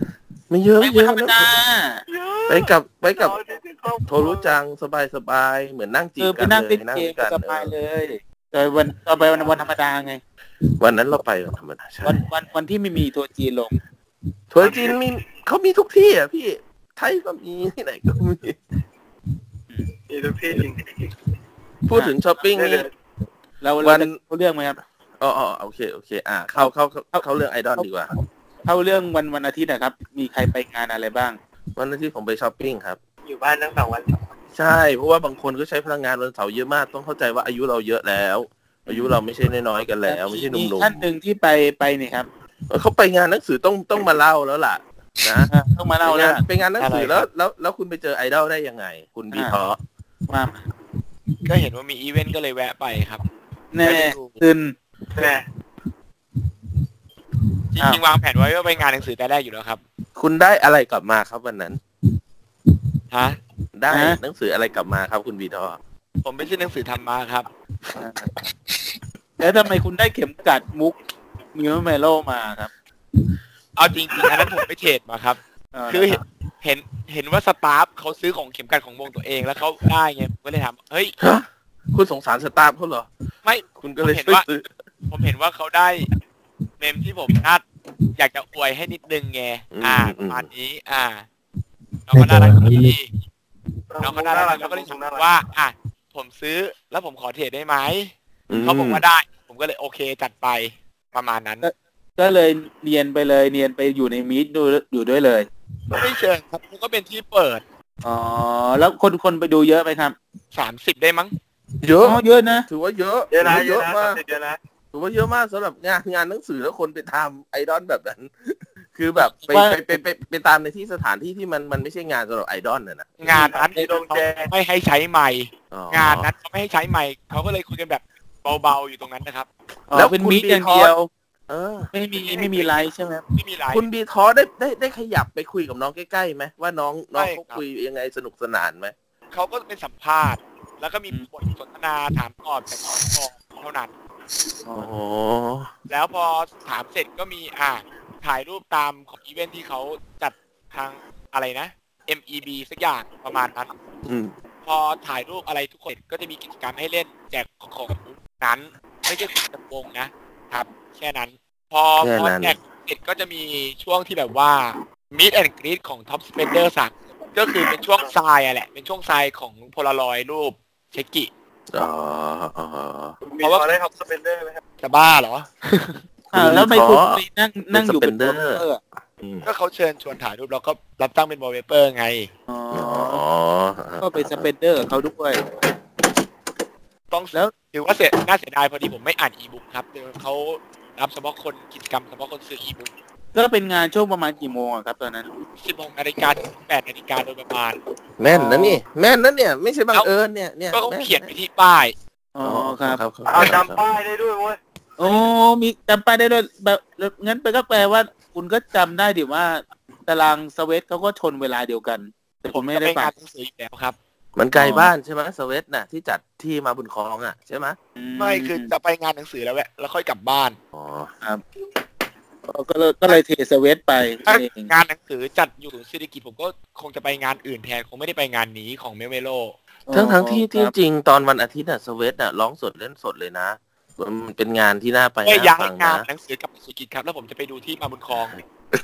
[SPEAKER 3] ๆไม่เยอะ
[SPEAKER 2] ไม่
[SPEAKER 3] เยอะ
[SPEAKER 2] ธรรม
[SPEAKER 3] นะ
[SPEAKER 2] ดา
[SPEAKER 6] เยอะ
[SPEAKER 3] ไปกับไปกับ
[SPEAKER 6] เสาร์อาทิตย์ที่ครอบค
[SPEAKER 3] โทรรู้จังสบายสบายๆเหมือนนั่งจี
[SPEAKER 2] คื
[SPEAKER 3] บ
[SPEAKER 2] อไป
[SPEAKER 3] กัน
[SPEAKER 2] นั่ง
[SPEAKER 3] เล
[SPEAKER 2] เล่
[SPEAKER 3] ย
[SPEAKER 2] น
[SPEAKER 3] นั่ง
[SPEAKER 2] เกม
[SPEAKER 3] ด้วยกัน
[SPEAKER 2] สบาย
[SPEAKER 3] เออ
[SPEAKER 2] เลยแต่วันต่อไปวันวันธรรมดาไง
[SPEAKER 3] วันนั้นเราไปกันธรรมดาใช่
[SPEAKER 2] วันวันวันที่ไม่มีทัวร์จีนลง
[SPEAKER 3] ทัวร์จีนมีเขามีทุกที่อ่ะพี่ ไทยก็มีที่ไหนก็มี
[SPEAKER 6] มีทุกที่จริง
[SPEAKER 3] พูดถึงช้อปปิ้งนี่
[SPEAKER 2] เรา
[SPEAKER 3] วั
[SPEAKER 2] วัน นเข้าเรื่องไหมครับ
[SPEAKER 3] อ๋ออ๋อโอเคโอเค อ่ะเข้าเข้าเข้าเข้าเรื่องไอดอลดีกว่า
[SPEAKER 2] เข้าเรื่องวันวันอาทิตย์นะครับ มีใครไปงานอะไรบ้าง
[SPEAKER 3] วันอาทิตย์ผมไปช้อปปิ้งครับ
[SPEAKER 6] อยู่บ้านทั้งสองวัน
[SPEAKER 3] ใช่ เพราะว่าบางคนก็ใช้พลังงานวันเสาร์เยอะมาก ต้องเข้าใจว่าอายุเราเยอะแล้ว อายุเราไม่ใช่น้อยๆกันแล้ว ไม่ใช่หนุ่ม
[SPEAKER 2] ท่านหนึ่งที่ไปไปนี่ครับ
[SPEAKER 3] ๆเขาไปงานหนังสือต้องต้องมาเล่าแล้วล่ะนะ
[SPEAKER 2] อ่ะต้องมาเล่าแล้วล่ะ
[SPEAKER 3] ไปงานหนังสือแล้วแล้วแล้วคุณไปเจอไอดอลได้ยังไง คุณบี
[SPEAKER 2] อ่า
[SPEAKER 3] ทอ
[SPEAKER 2] ว่า
[SPEAKER 5] ก็เห็นว่ามีอีเวนต์ก็เลยแวะไปครับ
[SPEAKER 2] แน่ตื่น
[SPEAKER 6] แน่
[SPEAKER 5] จ
[SPEAKER 2] อ้าว
[SPEAKER 5] ริงๆวางแผนไว้ว่าไปงานหนังสือแต่แรกอยู่แล้วครับ
[SPEAKER 3] คุณได้อะไรกลับมาครับวันนั้น
[SPEAKER 5] ฮะ
[SPEAKER 3] ได้
[SPEAKER 2] ฮะ
[SPEAKER 3] หนังสืออะไรกลับมาครับ คุณบีทอ
[SPEAKER 5] ผมไปซื้อหนังสือธรรมะครับ
[SPEAKER 2] แล้วทำไมคุณได้เข็มกัดมุกมิวเมโลมาครับ
[SPEAKER 5] เอาจริงๆอันนั้นผมไปเทรดมาครับ คือเห็นเห็นเห็นว่าสตาฟเขาซื้อของเข็มกัดของวงตัวเองแล้วเขาได้ไงผมก็เลยถามเฮ้ย
[SPEAKER 3] ฮะคุณสงสารสตาฟเขาเหรอ
[SPEAKER 5] ไม่
[SPEAKER 3] คุณก็เลย
[SPEAKER 5] ผมเห็น
[SPEAKER 3] ช่วย
[SPEAKER 5] ว่า
[SPEAKER 3] ซื้อ
[SPEAKER 5] ผมเห็นว่าเขาได้เมมที่ผมนัดอยากจะอวยให้นิดนึงไงอ่าประมาณนี้ อ่าน้องก็น่ารักดีน้องก็น่ารักแล้วก็เลยถามว่า อ่ะผมซื้อแล้วผมขอเทรดได้ไหมเขาบอกว่าได้ ผมก็เลยโอเคจัดไปประมาณนั้น
[SPEAKER 2] ก็เลยเนียนไปเลยเนียนไปอยู่ในมีดดูอยู่ด้วยเลย
[SPEAKER 5] ไม่เชิงครับมันก็เป็นที่เปิด
[SPEAKER 2] อ๋อ แล้วคนคนไปดูเยอะไหมครับ
[SPEAKER 5] สามสิบได้มั้ง
[SPEAKER 3] เย
[SPEAKER 2] อ๋
[SPEAKER 3] อะ
[SPEAKER 2] อเยอะนะ
[SPEAKER 3] ถือว่าเยอะ
[SPEAKER 6] เยอะนะ
[SPEAKER 3] ถื
[SPEAKER 6] เยอะ
[SPEAKER 3] ว่า
[SPEAKER 6] นะ
[SPEAKER 3] มาก
[SPEAKER 6] เยอะนะ
[SPEAKER 3] ถือว่าเยอะมากสำหรับงานงานหนังสือแล้วคนไปทำไอดอลแบบนั้น คือแบบไป
[SPEAKER 2] ว่า
[SPEAKER 3] ไปไปไปไปตามในที่สถานที่ที่มันมันไม่ใช่งานสำหรับไอดอลน่ะนะ
[SPEAKER 5] งานนั้น
[SPEAKER 6] มีโดงแจง
[SPEAKER 5] ไม่ให้ใช้ไมค์
[SPEAKER 3] อ๋อง
[SPEAKER 5] านนั้นเขาไม่ให้ใช้ไมค์เขาก็เลยคุยกันแบบเบาๆอยู่ตรงนั้นนะครับ
[SPEAKER 2] อ๋อเป็นมีดอย่างเดียว
[SPEAKER 3] เออ
[SPEAKER 2] ไม่มีไม่มีไลฟ์ใช่ไหมครับ
[SPEAKER 5] ไม่มีไลน์
[SPEAKER 3] คุณบีทอได้ได้ได้ขยับไปคุยกับน้องใกล้ๆไหมว่าน้องน้อง
[SPEAKER 5] ใช่ครั
[SPEAKER 3] เขา
[SPEAKER 5] บ
[SPEAKER 3] คุยยังไงสนุกสนานไหม
[SPEAKER 5] เขาก็เป็นสัมภาษณ์ แล้วก็มีบทสนทนาถามตอบจากน้องก่อนเท่านั้น
[SPEAKER 3] โอ้โห
[SPEAKER 5] แล้วพอถามเสร็จก็มีอ่าถ่ายรูปตามของอีเวนท์ที่เขาจัด ทางอะไรนะ MEB สักอย่างประมาณนั้น
[SPEAKER 3] อืม
[SPEAKER 5] พอถ่ายรูปอะไรทุกคนเสร็จก็จะมีกิจกรรมให้เล่นแจกของนั้น ไม่ใช่ของจำวงนะ ครับ แค่นั้น พอ
[SPEAKER 3] แค่
[SPEAKER 5] พอ
[SPEAKER 3] นั้น
[SPEAKER 5] แจกเสร็จก็จะมีช่วงที่แบบว่า Meet and Greet ของ Top Spender สามก็คือเป็นช่วงทรายอะแหละ เป็นช่วงทรายของโพลารอยรูปเชกิ
[SPEAKER 3] อ๋ออ๋อ
[SPEAKER 6] มีพอได้ท็อปสเปนเดอร์ไหมครับ
[SPEAKER 5] จะบ้าเหรอ
[SPEAKER 2] อ่าแล้วทำไม่คุณไปนั่งนั่งอยู่
[SPEAKER 3] เป็
[SPEAKER 2] เป็น น
[SPEAKER 3] สเปนเดอ
[SPEAKER 2] โปส
[SPEAKER 3] ร์
[SPEAKER 2] เตอร์อะ
[SPEAKER 3] อืม
[SPEAKER 5] ก็เขาเชิญชวนถ่ายรูปแล้วก็รับตั้งเป็น w a l l p a p e r ไง
[SPEAKER 2] อ๋อ
[SPEAKER 3] อ๋อ
[SPEAKER 2] ก็ไปสเปนเดอร์กับเขาด้วย
[SPEAKER 5] ต้อง
[SPEAKER 2] แล้ว
[SPEAKER 5] ถือว่าเสียน่าเสียดายพอดีผมไม่อ่านอีบุ๊กครับเดี๋ยวเขารับเฉพาะคนกิจกรรมเฉพาะคนซื้ออีบุ๊ก
[SPEAKER 2] ก็เป็นงานช่วงประมาณกี่โมงอะครับตอนนั้น
[SPEAKER 5] สิบหกนาฬิกาถึงแปดนาฬิกาโดยประมาณ
[SPEAKER 3] แม่นนะนี่ แม่นนะเนี่ย ไม่ใช่บังเอิญเนี่ยเนี่ย
[SPEAKER 5] ก็เขา
[SPEAKER 3] แม่
[SPEAKER 5] เขียนไปที่ป้าย
[SPEAKER 2] อ๋อครับ
[SPEAKER 6] เอาจำป้ายได้ด้วยเว้ย
[SPEAKER 2] โอ้มีจำป้ายได้ด้วยแบบงั้นไปก็แปลว่า คุณก็จำได้ดิว่า ตารางสเวตเขาก็ชนเวลาเดียวกัน แต่ผมไม่
[SPEAKER 5] ไม่
[SPEAKER 2] ได้
[SPEAKER 5] ได้
[SPEAKER 2] ฟั
[SPEAKER 5] งาง นหนังสืออยู่แล้วครับ
[SPEAKER 3] มันไกลบ้านใช่ไหมสเวตน่ะ ที่จัดที่มาบุญคลองอ่ะใช่ไหม
[SPEAKER 5] ไม่คือจะไปงานหนังสือแล้วแหละแล้วค่อยกลับบ้าน
[SPEAKER 3] อ๋อ
[SPEAKER 2] ก็เลยก็เลยเทสเวตไป
[SPEAKER 5] ถ้า
[SPEAKER 2] เอง
[SPEAKER 5] งานหนังสือจัดอยู่ศูนย์เศรษฐกิจผมก็คงจะไปงานอื่นแทนคงไม่ได้ไปงานนี้ของเมลเมโล
[SPEAKER 3] ทั้งทั้งๆที่
[SPEAKER 2] อ๋อ
[SPEAKER 3] ที่
[SPEAKER 2] ครับ
[SPEAKER 3] จริงตอนวันอาทิตย์น่ะสเวตน่ะร้องสดเล่นสดเลยนะมันเป็นงานที่น่าไป
[SPEAKER 5] เอ้ย
[SPEAKER 3] น่า
[SPEAKER 5] ย้าย
[SPEAKER 3] ฟัง
[SPEAKER 5] งา
[SPEAKER 3] นะ
[SPEAKER 5] นหนังสือกลับไปสุกิจครับ แล้วผมจะไปดูที่มาบุญคลอง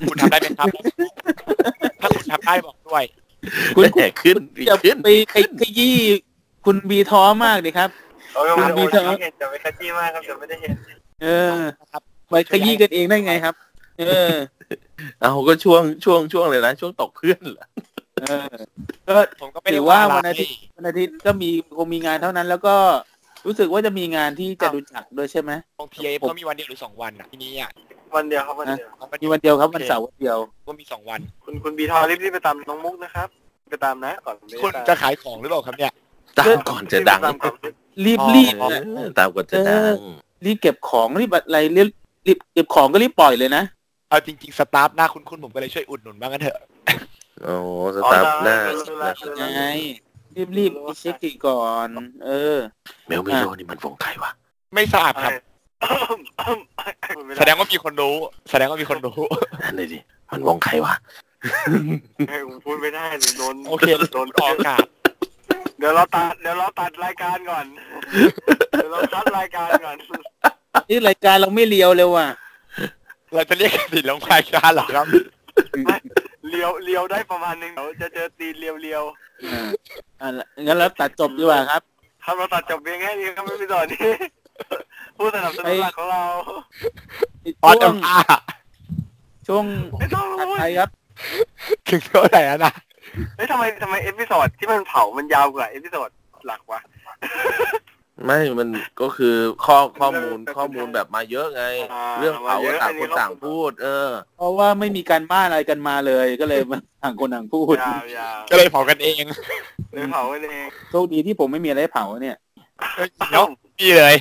[SPEAKER 5] คุณทำได้ไหม ครับ ถ้าคุณทำได้บอกด้วย
[SPEAKER 2] คุณ
[SPEAKER 3] แต่ขึ้น
[SPEAKER 2] จะ
[SPEAKER 3] ขึ้น
[SPEAKER 2] ไปขยี้คุณบีท้อมากเลยครับ
[SPEAKER 6] เอาไม่
[SPEAKER 2] มี
[SPEAKER 6] ได้
[SPEAKER 2] เถอะ
[SPEAKER 6] เห็นแต่ไม่คัดจี้มากครับแต่ไม่ได้เห็น
[SPEAKER 2] เออ
[SPEAKER 5] ครับ
[SPEAKER 2] ไปขยี้กันเองได้ไงครับ เออ
[SPEAKER 3] เอาก็ช่วงช่วงช่วงเลยนะ ช่วงตกเพื่อนเหรอ
[SPEAKER 2] เออ ก็
[SPEAKER 5] ผมก็ไม่ได้
[SPEAKER 2] ถือว่า
[SPEAKER 5] ะไร
[SPEAKER 2] วันอาทิตย์ วันอาทิตย์ก็มีคงมีงานเท่านั้น แล้วก็รู้สึกว่าจะมีงานที่จะดูจักรด้วยใช่ไหม
[SPEAKER 5] ของทีเอฟเขามีวันเดียวหรือสองวันอ่ะทีนี้อ่ะ
[SPEAKER 6] วันเดียวครับวันเดียว
[SPEAKER 5] วัน
[SPEAKER 2] มี
[SPEAKER 5] นี้
[SPEAKER 2] วันเดียวครับวันเสาร์วันเดียว
[SPEAKER 5] ก็มีสองวัน
[SPEAKER 6] คุณคุณบีทอรีบรีบไปตามน้องมุกนะครับ ไปตามนะก่อนไม่ได้
[SPEAKER 5] คุณ
[SPEAKER 6] ตาม
[SPEAKER 5] จะขายของหรือเปล่าครับเนี่ย
[SPEAKER 3] ตามก่อนจะดัง
[SPEAKER 6] รีบ
[SPEAKER 2] รีบ
[SPEAKER 6] ไปตามก่อน
[SPEAKER 5] อ๋อ
[SPEAKER 2] รีบ
[SPEAKER 3] เอ
[SPEAKER 2] นะ
[SPEAKER 3] อตามก่อนจะดัง
[SPEAKER 2] เออ รีบเก็บของรีบอะไรรีบรีบเก็บของก็รีบปล่อยเลยนะ
[SPEAKER 5] เอาจริงๆ สตาฟหน้าคุณคุณผมก็เลยช่วยอุดหนุนบ้างกันเถอะ
[SPEAKER 3] โอ้โหสตาร์ทหน้า
[SPEAKER 2] ไง รีบรีบเช็คกี่ก่อน เออ
[SPEAKER 3] เมลเมโลนี่มันวงใครวะ
[SPEAKER 5] ไม่ทราบครับ แส
[SPEAKER 6] แส
[SPEAKER 5] ด
[SPEAKER 6] ด
[SPEAKER 5] ง
[SPEAKER 6] ง
[SPEAKER 5] ว่ามีคนรู้ แสดงว่ามีคนรู้
[SPEAKER 3] นั่นเลยดิมันวงใครวะ
[SPEAKER 6] ผมพูดไม่ได้เลยโดน
[SPEAKER 5] โอเค
[SPEAKER 6] โดน
[SPEAKER 5] ออกอากาศ
[SPEAKER 6] เดี๋ยวเราตัดเดี๋ยวเราตัดรายการก่อนเดี๋ยวเราตัดรายการก่อน
[SPEAKER 2] นี่รายการเราไม่เลียวเลยว่ะ
[SPEAKER 5] เราจะเรียกติดลงพายชาเหรอครับ
[SPEAKER 6] เลียวเลียวได้ประมาณนึงเดี๋ยวจะเจอตีนเลียวเลียว
[SPEAKER 2] อ่าอ่ะงั้นเราตัดจบดีกว่าครับ
[SPEAKER 6] ๆครับเราตัดจบเพียงแค่นี้ครับไม่มีต่อนี้ผู้สนับสนุนหลักของเรา
[SPEAKER 5] ออส
[SPEAKER 2] ช่ว
[SPEAKER 5] เอ็
[SPEAKER 2] ง
[SPEAKER 5] มอาร์
[SPEAKER 2] ช่วง
[SPEAKER 6] ไม่ต้อง
[SPEAKER 2] ตัด
[SPEAKER 6] รู้
[SPEAKER 2] ไปครับ
[SPEAKER 5] ถึงเท่าไหร่แล้วนะ
[SPEAKER 6] เฮ้ยทำไมทำไมเอพิโซดที่มันเผามันยาวกว่าเอพิโซดหลักวะ
[SPEAKER 3] ไม่มันก็คือข้อข้อมูลข้อมูลแบบมาเยอะไง
[SPEAKER 6] อ่า
[SPEAKER 3] เรื่องเขา
[SPEAKER 6] มาเยอะ
[SPEAKER 3] ต่า
[SPEAKER 6] อั
[SPEAKER 3] ง
[SPEAKER 6] น
[SPEAKER 3] ค
[SPEAKER 6] นี้
[SPEAKER 3] น
[SPEAKER 6] เรา
[SPEAKER 3] ต่างพูด เออ
[SPEAKER 2] เพราะว่าไม่มีการบ้านอะไรกันมาเลยก็เลยมาต่างคนต่างพูด
[SPEAKER 6] ยาวยาว
[SPEAKER 5] ก็เลยเผากันเอง
[SPEAKER 6] เลยเผากันเอง
[SPEAKER 2] โชคดีที่ผมไม่มีอะไรให้เผาเนี่ย
[SPEAKER 5] เนาะนี่เลย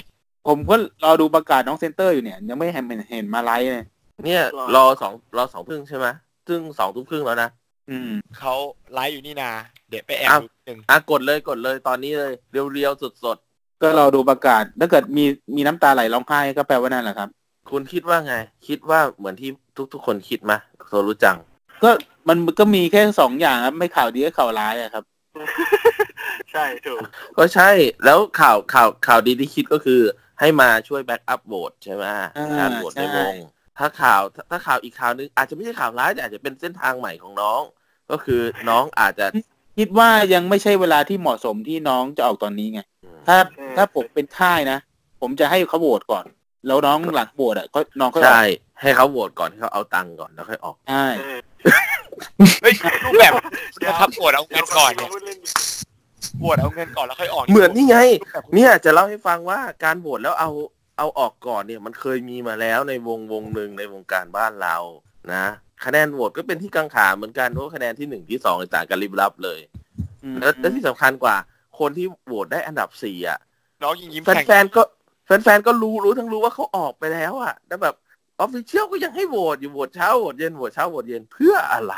[SPEAKER 2] ผมก็รอดูประกาศน้องเซนเตอร์อยู่เนี่ย ยังไม่เห็นเห็นมาไลฟ์เลย
[SPEAKER 3] เนี่ยรอสองรอสองครึ่งใช่ไหมซึ่งสองทุ่มครึ่งแล้วนะ
[SPEAKER 2] อืม
[SPEAKER 5] เขาไลฟ์อยู่นี่นา เดี๋ยวไปแอบ
[SPEAKER 3] อ้าว
[SPEAKER 5] ดูนิดนึง
[SPEAKER 3] อ่ะกดเลยกดเลยตอนนี้เลยเรียวๆสด
[SPEAKER 2] ก็รอดูประกาศถ้าเกิดมีมีน้ำตาไหลร้องไห้ก็แปลว่านั่นแหละครับ
[SPEAKER 3] ๆคุณคิดว่าไง คิดว่าเหมือนที่ทุกๆคนคิดไหมโซรู้จัง
[SPEAKER 2] ก็มันก็มีแค่สองอย่างครับไม่ข่าวดีก็ข่าวร้ายอะครับ
[SPEAKER 6] ใช่ถูก
[SPEAKER 3] ก็ใช่แล้วข่าวข่าวข่าวดีที่คิดก็คือ ให้มาช่วยแบ็กอัพโหวตใช่ไหม
[SPEAKER 2] อ่า
[SPEAKER 3] การโหวต
[SPEAKER 2] ใช่
[SPEAKER 3] ในวงถ้าข่าวถ้าข่าวอีกข่าวนึงอาจจะไม่ใช่ข่าวร้ายแต่อาจจะเป็นเส้นทางใหม่ของน้อง ก็คือน้องอาจจะ
[SPEAKER 2] คิดว่ายังไม่ใช่เวลาที่เหมาะสมที่น้องจะออกตอนนี้ไง
[SPEAKER 3] อืม
[SPEAKER 2] ถ้า
[SPEAKER 6] อืม
[SPEAKER 2] ถ้าผมเป็นค่ายนะ ผมจะให้เขาโหวตก่อน แล้วน้องหลังโหวตอ่ะก็น้องก็ออก
[SPEAKER 3] ใช่ ให้เขาโหวตก่อนให้เขาเอาตังค์ก่อนแล้วค่อยออก
[SPEAKER 2] ใช่
[SPEAKER 6] เออ
[SPEAKER 5] เฮ้ยรูปแบบจะทับปวดเอาเงินก่อนเนี่ย
[SPEAKER 6] พูดเล่นดิ
[SPEAKER 5] ปวดเอาเงินก่อนแล้วค่อยออก
[SPEAKER 3] เหมือนนี่ไง
[SPEAKER 5] รูปแบบ
[SPEAKER 3] เนี่ยจะเล่าให้ฟังว่าการโหวตแล้วเอาเอาออกก่อนเนี่ย มันเคยมีมาแล้วในวงวงหนึ่งในวงการบ้านเรานะคะแนนโหวตก็เป็นที่กังขาเหมือนกันเพราะคะแนนที่หนึ่งที่สองต่างกันริบลับเลย
[SPEAKER 2] อืม
[SPEAKER 3] แล้วและที่สำคัญกว่า คนที่โหวตได้อันดับสี่อ่ะ
[SPEAKER 5] น้องยิงยิ้ม
[SPEAKER 3] แฟ
[SPEAKER 5] แข่
[SPEAKER 3] น
[SPEAKER 5] ง
[SPEAKER 3] แฟนๆก็แฟนๆก็รู้รู้ทั้งรู้ว่าเขาออกไปแล้วอ่ะแล้วแบบออฟฟิเชียลก็ยังให้โหวตอยู่โหวตเช้าโหวตเย็นโหวตเช้าโหวตเย็นเพื่ออะไร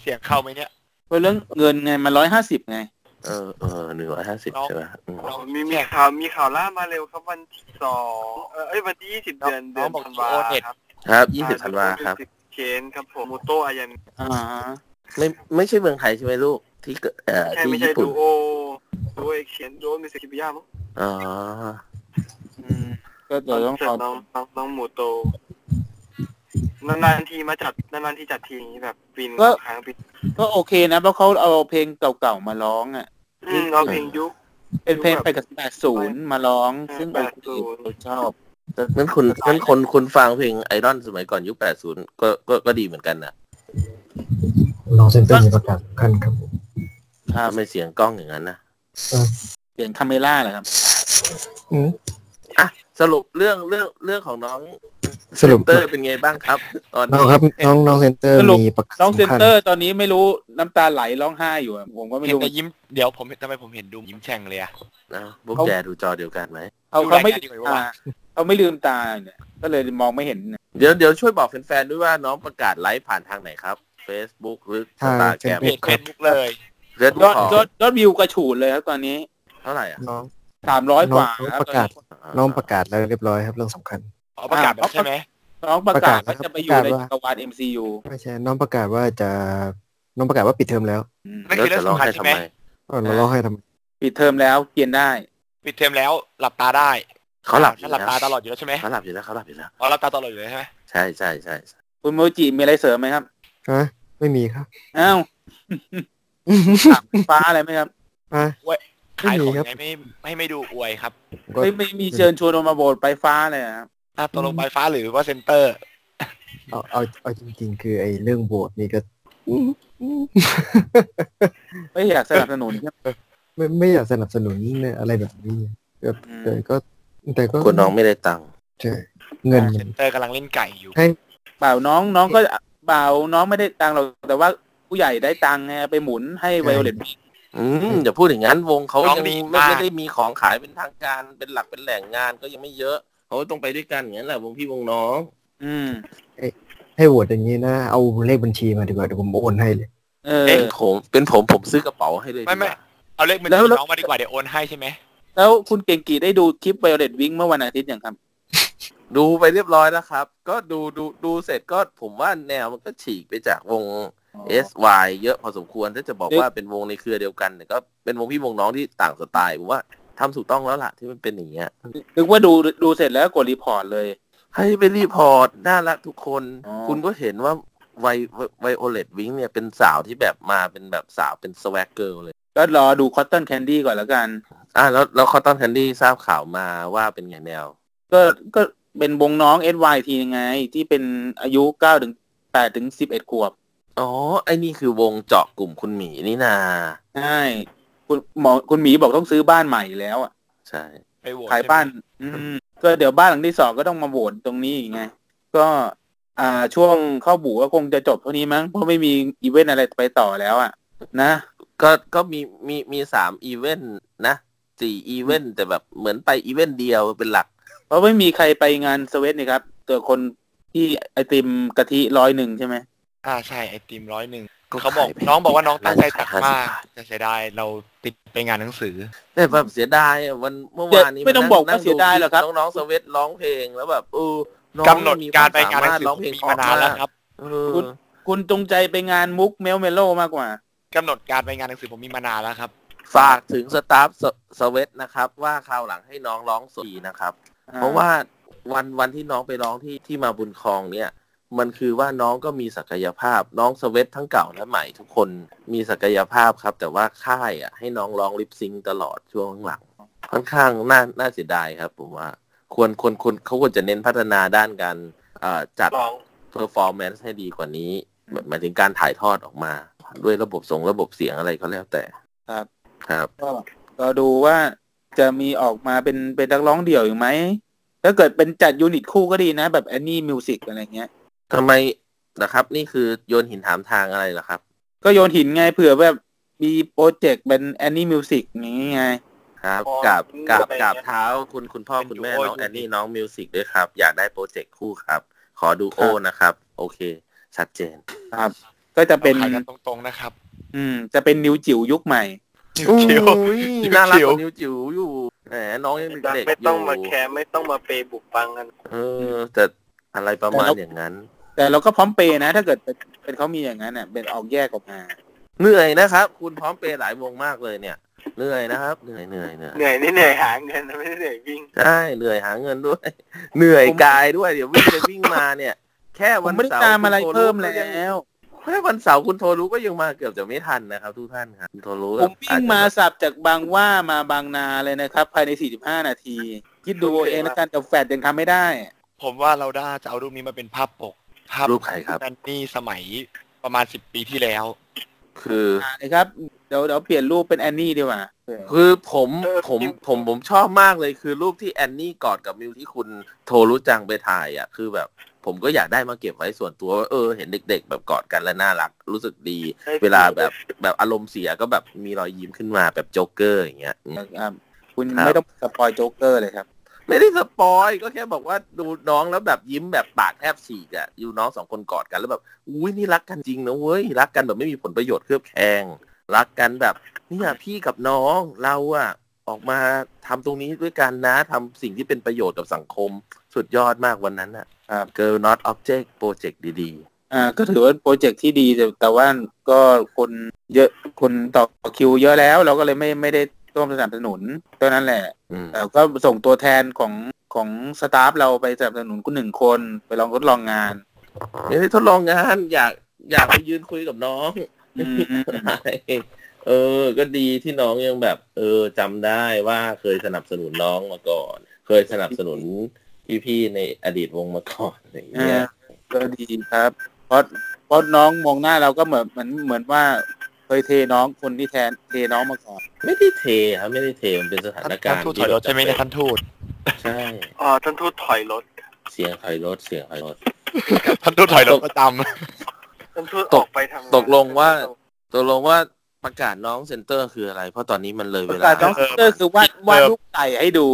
[SPEAKER 5] เสียงเข้าไหมเนี่ย
[SPEAKER 2] เพราะเรื่องเงินไงมันร้อยห้าสิบไง
[SPEAKER 3] เออเออหนึ่งร้อยห้าสิบใช่ไหมอืม
[SPEAKER 5] น้อง
[SPEAKER 6] มีมีข่าวมีข่าวล่ามาเร็วครับวันที่สองเออเอ้ยวันที่ยี่สิบเดือน
[SPEAKER 5] น้
[SPEAKER 6] เดื
[SPEAKER 5] อ
[SPEAKER 6] อง น
[SPEAKER 5] บอก
[SPEAKER 6] ธันวา
[SPEAKER 5] โอเน็ต
[SPEAKER 6] ครับ
[SPEAKER 3] ครับยี่สิบธันวาครับ
[SPEAKER 6] สิบ จนครับผมมูโตะอายัน
[SPEAKER 2] อ่าฮะ
[SPEAKER 3] ไม่ไม่ใช่เมืองไทยใช่ไหมลูก ที่เกิดเอ่อ
[SPEAKER 6] ใช่
[SPEAKER 3] ที่
[SPEAKER 6] ไม่ใช่
[SPEAKER 3] ญี่ปุ่น
[SPEAKER 6] ดูโอดูโอเอ็กเชนดูโอมิสกิบิยามั้ง
[SPEAKER 3] อ๋อ
[SPEAKER 2] อืมก็เดี๋ยวต้อง
[SPEAKER 6] เสิ
[SPEAKER 2] ขอ
[SPEAKER 6] ร์ฟน้องน้องน้องมูโตะนานๆทีมาจัดนานๆทีจัดทีอย่างนี้แบบปีนครั้งปีน
[SPEAKER 2] ก็โอเคนะเพราะเขาเอาเพลงเก่าๆมาร้องอ่ะ
[SPEAKER 6] อืมเอาเพลงยุค
[SPEAKER 2] เป็นเพลงไปกับแปดศูนย์มาร้อง
[SPEAKER 6] เออ
[SPEAKER 2] ซึ่ง
[SPEAKER 6] 80
[SPEAKER 2] โอเคเราชอบ
[SPEAKER 3] งั้นคุณงั้นคนคุณฟังเพลงไอรอนสมัยก่อนยุคแปดศูนย์ก็ก็ก็ดีเหมือนกันนะ
[SPEAKER 7] ลองเซ็นเตอร์มีประกาศขั้นครับผม
[SPEAKER 2] ครับ
[SPEAKER 3] ทำไมเสียงกล้องอย่างนั้นนะ
[SPEAKER 2] เสียงคาเมล่าเหรอครับ
[SPEAKER 7] อืม
[SPEAKER 3] อ่ะสรุปเรื่องเรื่องเรื่องของน้อง
[SPEAKER 7] สรุป
[SPEAKER 3] เตอร์เป็นไงบ้างครับ ตอน
[SPEAKER 7] น้อ
[SPEAKER 3] นี้
[SPEAKER 7] งครับน้องน้องเซ็นเตอร์มีประกาศ
[SPEAKER 2] น้องเซน
[SPEAKER 7] ขั้น
[SPEAKER 2] เตอร์ตอนนี้ไม่รู้น้ำตาไหลร้องไห้อยู่อะผมก็ไม่
[SPEAKER 5] เห็น
[SPEAKER 2] รู้
[SPEAKER 5] แต่ยิ้มเดี๋ยวผมทำไมผมเห็นดูยิ้มแฉ่งเลยอะ
[SPEAKER 3] นะพวกแกดูจอเดียวกันไหม
[SPEAKER 2] เขาเขาไม่
[SPEAKER 5] ดูรายการดีกว่า
[SPEAKER 2] อ่าเขาไม่ลืมตาเนี่ยก็เลยมองไม่เห็นนะ
[SPEAKER 3] เดี๋ยวเดี๋ยวช่วยบอกแฟนๆด้วยว่าน้องประกาศไลฟ์ผ่านทางไหนครับ Facebook หรือส
[SPEAKER 7] ทาง
[SPEAKER 3] ตาแก
[SPEAKER 7] เซ็
[SPEAKER 3] ร
[SPEAKER 7] น
[SPEAKER 3] ม
[SPEAKER 5] เพ
[SPEAKER 7] เตอ
[SPEAKER 5] จ
[SPEAKER 7] ร์
[SPEAKER 5] เฟซ
[SPEAKER 7] ครับ
[SPEAKER 5] บุ๊กเลย
[SPEAKER 3] เรื่อง
[SPEAKER 2] ยอด
[SPEAKER 3] ของ
[SPEAKER 2] ยอดยอดวิวกระฉูดเลยครับตอนนี้
[SPEAKER 3] เท่าไหร่อ่ะ
[SPEAKER 7] น้อง
[SPEAKER 2] สามร้อย
[SPEAKER 7] น้อ
[SPEAKER 2] ก
[SPEAKER 7] ง
[SPEAKER 2] ว่า
[SPEAKER 7] น้อง
[SPEAKER 2] คบ
[SPEAKER 7] ประกาศ
[SPEAKER 2] ตอนนี้
[SPEAKER 7] น้องประกาศแล้วเรียบร้อยครับเรื่องสำคัญ
[SPEAKER 5] อ๋อประกาศแบบใช่ไหม
[SPEAKER 2] น้องประกาศ
[SPEAKER 7] ประกาศนะ
[SPEAKER 2] ว่าจะไปอ
[SPEAKER 7] ค
[SPEAKER 2] ยู่
[SPEAKER 7] รับ
[SPEAKER 2] ใน
[SPEAKER 7] ประกาศว่า
[SPEAKER 2] จักรวาล MCU
[SPEAKER 7] ไม่ใช่น้องประกาศว่าจะน้องประกาศว่าปิดเทอมแล้ว
[SPEAKER 2] อืม
[SPEAKER 5] นั่น
[SPEAKER 3] แล้วจะ
[SPEAKER 5] คือเรื่อง
[SPEAKER 3] ร้อง
[SPEAKER 5] สำคัญ
[SPEAKER 3] ให้ทำ
[SPEAKER 5] ใช่
[SPEAKER 3] ไม
[SPEAKER 5] ไหม
[SPEAKER 7] ก็เราเล่าให้ทำไม
[SPEAKER 2] ปิดเทอมแล้วเกียนได้
[SPEAKER 5] ปิดเทอมแล้วหลับตาได้
[SPEAKER 3] เขาหลับอยู่
[SPEAKER 5] นั่นห
[SPEAKER 3] แล้
[SPEAKER 5] ลับ
[SPEAKER 3] ว
[SPEAKER 5] ตาตลอดอยู่แล้วใช่ไหม
[SPEAKER 3] เขาหลับอยู่แล้วเขาหลับอยู่แล้ว
[SPEAKER 5] อ๋อหลับตาตลอดอยู่แล้วใช่ไหม
[SPEAKER 3] ใช่ใช่ใช่ใช่
[SPEAKER 2] คุณโมจิมีอะไรเสริมไหมครับ
[SPEAKER 7] ฮะไม่มีครับ
[SPEAKER 2] อ้าว ถามฟ้าอะไรไหมครับ
[SPEAKER 7] อ่ะ
[SPEAKER 5] ขายของ
[SPEAKER 7] ไม่มีครับ
[SPEAKER 5] ไงไม่ไม่ไม่ดูอวยครับ
[SPEAKER 7] ผมก็
[SPEAKER 2] ไม่ไม่มีเชิญชวนออกมาโบสไปฟ้าเลยอะครับ
[SPEAKER 5] อ่ะตกลงไฟฟ้าหรือว่าเซ็นเตอร์
[SPEAKER 7] เอาเอาเอาจริงๆ คือไอ้เรื่องโบสถ์นี่ก็
[SPEAKER 2] ไม่อยากสนับสนุนใช่ไหม
[SPEAKER 7] ไม่ไม่อยากสนับสนุนเนี่ยอะไรแบบนี้ก็
[SPEAKER 2] อื
[SPEAKER 7] แต่
[SPEAKER 2] ม
[SPEAKER 7] ก็แต่ก็
[SPEAKER 3] คนน้องไม่ได้ตังค์
[SPEAKER 7] ใช่เงินมั
[SPEAKER 5] เซ็
[SPEAKER 7] น
[SPEAKER 5] นเตอร์กำลังเล่นไก่อยู่
[SPEAKER 2] เปล่าน้องน้องก็เปล่าน้องไม่ได้ตังค์หรอกแต่ว่าผู้ใหญ่ได้ตังค์ไงไปหมุนให้ไวโอเลต
[SPEAKER 3] อืมอย่าพูดอย่างนั้นวงเขา
[SPEAKER 5] น้อง
[SPEAKER 3] ยัง
[SPEAKER 5] ดี
[SPEAKER 3] ไม่
[SPEAKER 5] มาก
[SPEAKER 3] ไม่ได้มีของขายเป็นทางการเป็นหลักเป็นแหล่งงานก็ยังไม่เยอะเขาต้องไปด้วยกันอย่างนั้นแหละวงพี่วงน้อง
[SPEAKER 2] อืม
[SPEAKER 7] ให้โหวตอย่างนี้นะเอาเลขบัญชีมาดีกว่าเดี๋ยวผมโอนให้เลย
[SPEAKER 2] เออ
[SPEAKER 3] เองผมเป็นผมผมซื้อกระเป๋าให้เลย
[SPEAKER 5] ไม่
[SPEAKER 3] ดีก
[SPEAKER 5] ไม่
[SPEAKER 3] ว่า
[SPEAKER 5] เอาเลขมัน
[SPEAKER 2] แล้วแล้ว
[SPEAKER 5] น้องมาดีกว่าเดี๋ยวโอนให้ใช่ไหม
[SPEAKER 2] แล้วคุณเก่งกีได้ดูคลิปไวโอเลตวิงเมื่อวันอาทิตย์อย่างครับ
[SPEAKER 3] ดูไปเรียบร้อยแล้วครับ ก็ดูดูดูเสร็จก็ผมว่าแนวมันก็ฉีกไปจากวง SY เยอะพอสมควรถ้าจะบอก
[SPEAKER 2] เอ๊ะ
[SPEAKER 3] ว่าเป็นวงในเครือเดียวกันเนี่ยก็เป็นวงพี่วงน้องที่ต่างสไตล์ผมว่าทำถูกต้องแล้วล่ะที่มันเป็นอย่างเงี้ย
[SPEAKER 2] นึกว่าดูดูเสร็จแล้วกดรีพอร์ตเลย
[SPEAKER 3] ให้ไปรีพอร์ตน่ารักทุกคน
[SPEAKER 2] อ๋อ
[SPEAKER 3] คุณก็เห็นว่าไวไวโอเลตวิงเนี่ยเป็นสาวที่แบบมาเป็นแบบสาวเป็นสว a g เกิลเลย
[SPEAKER 2] ก็รอดูคอตตอนแคนดี้ก่อนแล้วกัน
[SPEAKER 3] อ่ะแล้วแล้วคอตตอนแคนดี้ทราบข่าวมาว่าเป็นไงแนว
[SPEAKER 2] ก็ก็เป็นวงน้อง SYT ยังไง ที่เป็นอายุ9ถึง8ถึง11ขวบ
[SPEAKER 3] อ๋อ ไอ้นี่คือวงเจาะกลุ่มคุณหมีนี่นา
[SPEAKER 2] ใช่คุณหมอคุณหมีบอกต้องซื้อบ้านใหม่แล้วอ่ะ
[SPEAKER 3] ใช่
[SPEAKER 5] ไปโหวต
[SPEAKER 2] ขายบ้าน อืมก็เดี๋ยวบ้านหลังที่สองก็ต้องมาโหวตตรงนี้อีกไง ก็ อ่าช่วงเข้าบูก็คงจะจบเท่านี้มั้งเพราะไม่มีอีเวนต์อะไรไปต่อแล้วอ่ะ นะ
[SPEAKER 3] ก็ก็มีมีมีสามอีเวนต์นะสี่อีเวนต์แต่แบบเหมือนไปอีเวนต์เดียวเป็นหลัก
[SPEAKER 2] เพราะไม่มีใครไปงานสเวตนี่ครับเจอคนที่ไอติมกะทิร้อยหนึ่งใช่ไหม
[SPEAKER 5] อ่าใช่ไอติมร้อยหนึ่ง
[SPEAKER 3] ก็
[SPEAKER 5] เขาบอก
[SPEAKER 3] ขายไป
[SPEAKER 5] น้องบอกว่าน้องตั้งใจ
[SPEAKER 3] ขาย
[SPEAKER 5] ตัก
[SPEAKER 3] ห้าสิบ
[SPEAKER 5] มาก
[SPEAKER 3] บาท
[SPEAKER 5] แต่เสียดายเราติดไปงานหนังสือ
[SPEAKER 3] แต่แบบเสียดายอะวันเมื่อวานนี้
[SPEAKER 2] ไม่ต้อง
[SPEAKER 3] นนั่
[SPEAKER 2] บอกว่าเสียดายหรอกครับ
[SPEAKER 3] น้องๆสเวตร้องเพลงแล้วแบบเออน้อง
[SPEAKER 5] กำหนดการไปงานหนังสือ
[SPEAKER 3] ร้องเพลง
[SPEAKER 5] มีมานานแล้วครับ
[SPEAKER 3] เออ
[SPEAKER 2] คุณจงใจไปงานมุกเมลเมโลมากกว่า
[SPEAKER 5] กำหนดการไปงานหนังสือผมมีมานานแล้วครับ
[SPEAKER 3] ฝากถึงสตาฟสสเวตนะครับ ว่าคราวหลังให้น้องร้องสดดีนะครับ เพราะว่าวันวันที่น้องไปร้องที่ที่มาบุญคลองเนี่ย มันคือว่าน้องก็มีศักยภาพ น้องสเวตทั้งเก่าและใหม่ทุกคนมีศักยภาพครับ แต่ว่าค่ายอ่ะให้น้องร้องลิปซิงค์ตลอดช่วงหลัง ค่อนข้างน่าน่าเสียดายครับผมว่า ควรควรควรเขาควรจะเน้นพัฒนาด้านการเอ่อจัด
[SPEAKER 6] ลอง
[SPEAKER 3] performance ให้ดีกว่านี้แบบหมายถึงการถ่ายทอดออกมา ด้วยระบบส่งระบบเสียงอะไรก็แล้วแต่
[SPEAKER 2] ครับ
[SPEAKER 3] ครับ
[SPEAKER 2] ก็ก็ดูว่าจะมีออกมาเป็นเป็นนักร้องเดี่ยวอยู่ไหมถ้าเกิดเป็นจัดยูนิตคู่ก็ดีนะ แบบแอนนี่มิวสิกอะไรเงี้ย
[SPEAKER 3] ทำไมนะครับ นี่คือโยนหินถามทางอะไรเหรอครับ
[SPEAKER 2] ก็โยนหินไงเผื่อแบบมีโปรเจกต์เป็นแอนนี่มิวสิกอย่างงี้ไง
[SPEAKER 3] ครับ
[SPEAKER 6] อ๋อ
[SPEAKER 3] กับ
[SPEAKER 6] อืม
[SPEAKER 3] กับ
[SPEAKER 6] อะไร
[SPEAKER 3] กับ
[SPEAKER 6] เงี้ย
[SPEAKER 3] เท้าคุณคุณพ่อ
[SPEAKER 5] เป็
[SPEAKER 3] คุ
[SPEAKER 5] น
[SPEAKER 3] ณแม่
[SPEAKER 5] ดูโอ
[SPEAKER 3] น้อง
[SPEAKER 5] ดู
[SPEAKER 3] แอน
[SPEAKER 5] ดิ
[SPEAKER 3] นี่น้องมิวสิกด้วยครับ อยากได้โปรเจกต์คู่ครับ ขอดู
[SPEAKER 2] ค
[SPEAKER 3] โอ
[SPEAKER 2] รับ
[SPEAKER 3] นะครับ โอเค ชัดเจน
[SPEAKER 2] ก็จะเป็น
[SPEAKER 5] ราขายกันตรงๆนะครับ
[SPEAKER 2] อืม จะเป็นนิวจิ๋วยุคใหม่
[SPEAKER 3] อุ้ย
[SPEAKER 5] จิ๋ว
[SPEAKER 3] น่ารัก
[SPEAKER 5] จิ๋ว
[SPEAKER 3] กว่านิวจิ๋วอยู่แหมน้องยังเด็กๆ
[SPEAKER 6] ไม่
[SPEAKER 3] อ
[SPEAKER 6] ต้อง
[SPEAKER 3] ยู่
[SPEAKER 6] มาแคร์ไม่ต้องมาเปย์บุกปังกัน
[SPEAKER 3] เออแต่อะไรประมาณอย่างนั้น
[SPEAKER 2] แต่เราก็พร้อมเปย์นะ ถ้าเกิดเป็นเป็นเขามีอย่างนั้นเน่ะเป็นออกแยกออกมา
[SPEAKER 3] เหนื่อยนะครับ คุณพร้อมเปย์หลายวงมากเลยเนี่ย เหนื่อยนะครับ เหนื่อยเหนื่อยเหนื่อย
[SPEAKER 6] เหนื่อยนี่เหนื่อยหาเงินนะไม่ได้เหนื่อยวิ่ง
[SPEAKER 3] ใช่เหนื่อยหาเงินด้วย เหนื่อยกายด้วยเดี๋ยววิ่งไปวิ่งมาเนี่ย แค่
[SPEAKER 2] ผ
[SPEAKER 3] วั
[SPEAKER 2] ม
[SPEAKER 3] น
[SPEAKER 2] ไม่ได้
[SPEAKER 3] เสาร์
[SPEAKER 2] ตามอะไร
[SPEAKER 3] คุณโท
[SPEAKER 2] เพิ่ม
[SPEAKER 3] ก็
[SPEAKER 2] แล
[SPEAKER 3] ยัง้
[SPEAKER 2] ว
[SPEAKER 3] แค่วันเสาร์คุณโทรรู้ก็ยังมาเกือบจะไม่ทันนะครับ ทุกท่านครับคุณโทรรู้
[SPEAKER 2] ผม
[SPEAKER 3] อ
[SPEAKER 2] วิ่
[SPEAKER 3] จ
[SPEAKER 2] ง
[SPEAKER 3] จะ
[SPEAKER 2] มาสับจากบางหว่ามาบางนาเลยนะครับ ภายใน 45 นาที คิดดูเอาเองแล้วกันแต่แฟดยังทำไม่ได้
[SPEAKER 5] ผมว่าเราได้จะเอารูปนี้มาเป็นภาพปกภาพ
[SPEAKER 3] รูปใครครับ
[SPEAKER 5] แันนี่สมัยประมาณสิบปีที่แล้ว
[SPEAKER 3] คือ
[SPEAKER 2] อ่านะครับ เดี๋ยวเดี๋ยวเปลี่ยนรูปเป็นแอนนี่ดีกว่า
[SPEAKER 3] คือผม
[SPEAKER 6] เออ
[SPEAKER 3] ผม
[SPEAKER 6] จริง
[SPEAKER 3] ผมผมชอบมากเลยคือรูปที่แอนนี่กอดกับมิวที่คุณโทรรู้จังไปถ่ายอ่ะคือแบบ ผมก็อยากได้มาเก็บไว้ส่วนตัวว่าเออเห็นเด็ก ๆ แบบกอดกันแล้วน่ารัก รู้สึกดี เวลาแบบแบบอารมณ์เสียก็แบบมีรอยยิ้มขึ้นมาแบบโจ๊กเกอร์อย่างเงี้ยอืม
[SPEAKER 2] นะครับ คุณ
[SPEAKER 3] ครับ
[SPEAKER 2] ไม่ต้องสปอยโจ๊กเกอร์เลยครับ
[SPEAKER 3] ไม่ได้สปอยก็แค่บอกว่าดูน้องแล้วแบบยิ้มแบบปากแทบฉีกอ่ะอยู่น้องสองคนกอดกันแล้วแบบอุ้ยนี่รักกันจริงนะเว้ยรักกันแบบไม่มีผลประโยชน์เคลือบแคลงรักกันแบบเนี่ยพี่กับน้องเราอะออกมาทำตรงนี้ด้วยกันนะทำสิ่งที่เป็นประโยชน์กับสังคม สุดยอดมากวันนั้นอะ
[SPEAKER 2] ครับ
[SPEAKER 3] เกิร์ลน็อตออบเจกต์โปรเจกต์ดี
[SPEAKER 2] อ่า ก็ถือว่าโปรเจกต์ที่ดีแต่แต่ว่าก็คนเยอะคนต่อคิวเยอะแล้ว เราก็เลยไม่ไม่ได้ร่วมสนับสนุนเท่านั้นแหละ
[SPEAKER 3] ๆอืม
[SPEAKER 2] แต่ก็ส่งตัวแทนของของสตาฟเราไปสนับสนุนคุณหนึ่งคนไปลองทดลองงาน
[SPEAKER 3] ไม่ได้ทดลองงาน อยากอยากไปยืนคุยกับน้อง
[SPEAKER 2] อืม
[SPEAKER 3] เออ ก็ดีที่น้องยังแบบ เออจำได้ว่าเคยสนับสนุนน้องมาก่อน เคยสนับสนุนพี่ๆในอดีตวงมาก่อนอะไรอย่างเงี้ย
[SPEAKER 2] ก็ดีครับเพราะเพราะน้องมองหน้าเราก็เหมือนเหมือนเหมือนว่าเคยเทน้องคนที่แทนเทน้องมาก่อน
[SPEAKER 3] ไม่ได้เทครับไม่ได้เทมันเป็นสถานการ
[SPEAKER 5] ท่าน
[SPEAKER 3] ณ์
[SPEAKER 5] ทูตถอยรถใช่ไหมเนยท่านทูต
[SPEAKER 3] ใช่
[SPEAKER 6] อ๋อท่านทูตถอยรถ
[SPEAKER 3] เสียงถอยรถเสียงถอยรถ
[SPEAKER 5] ท่านทูตถอยรถประจ
[SPEAKER 6] ท่านทูต
[SPEAKER 3] ต
[SPEAKER 6] อก อกไปทำน
[SPEAKER 3] ตกลงว่า ตกลงว่าประกาศน้องเซนเตอร์คืออะไร เพราะตอนนี้มันเลย
[SPEAKER 2] ป
[SPEAKER 3] เว
[SPEAKER 2] ระ
[SPEAKER 3] ลา
[SPEAKER 2] กาศน้องเซนเตอร์คือวาดวาดรูปไก่ให้ดู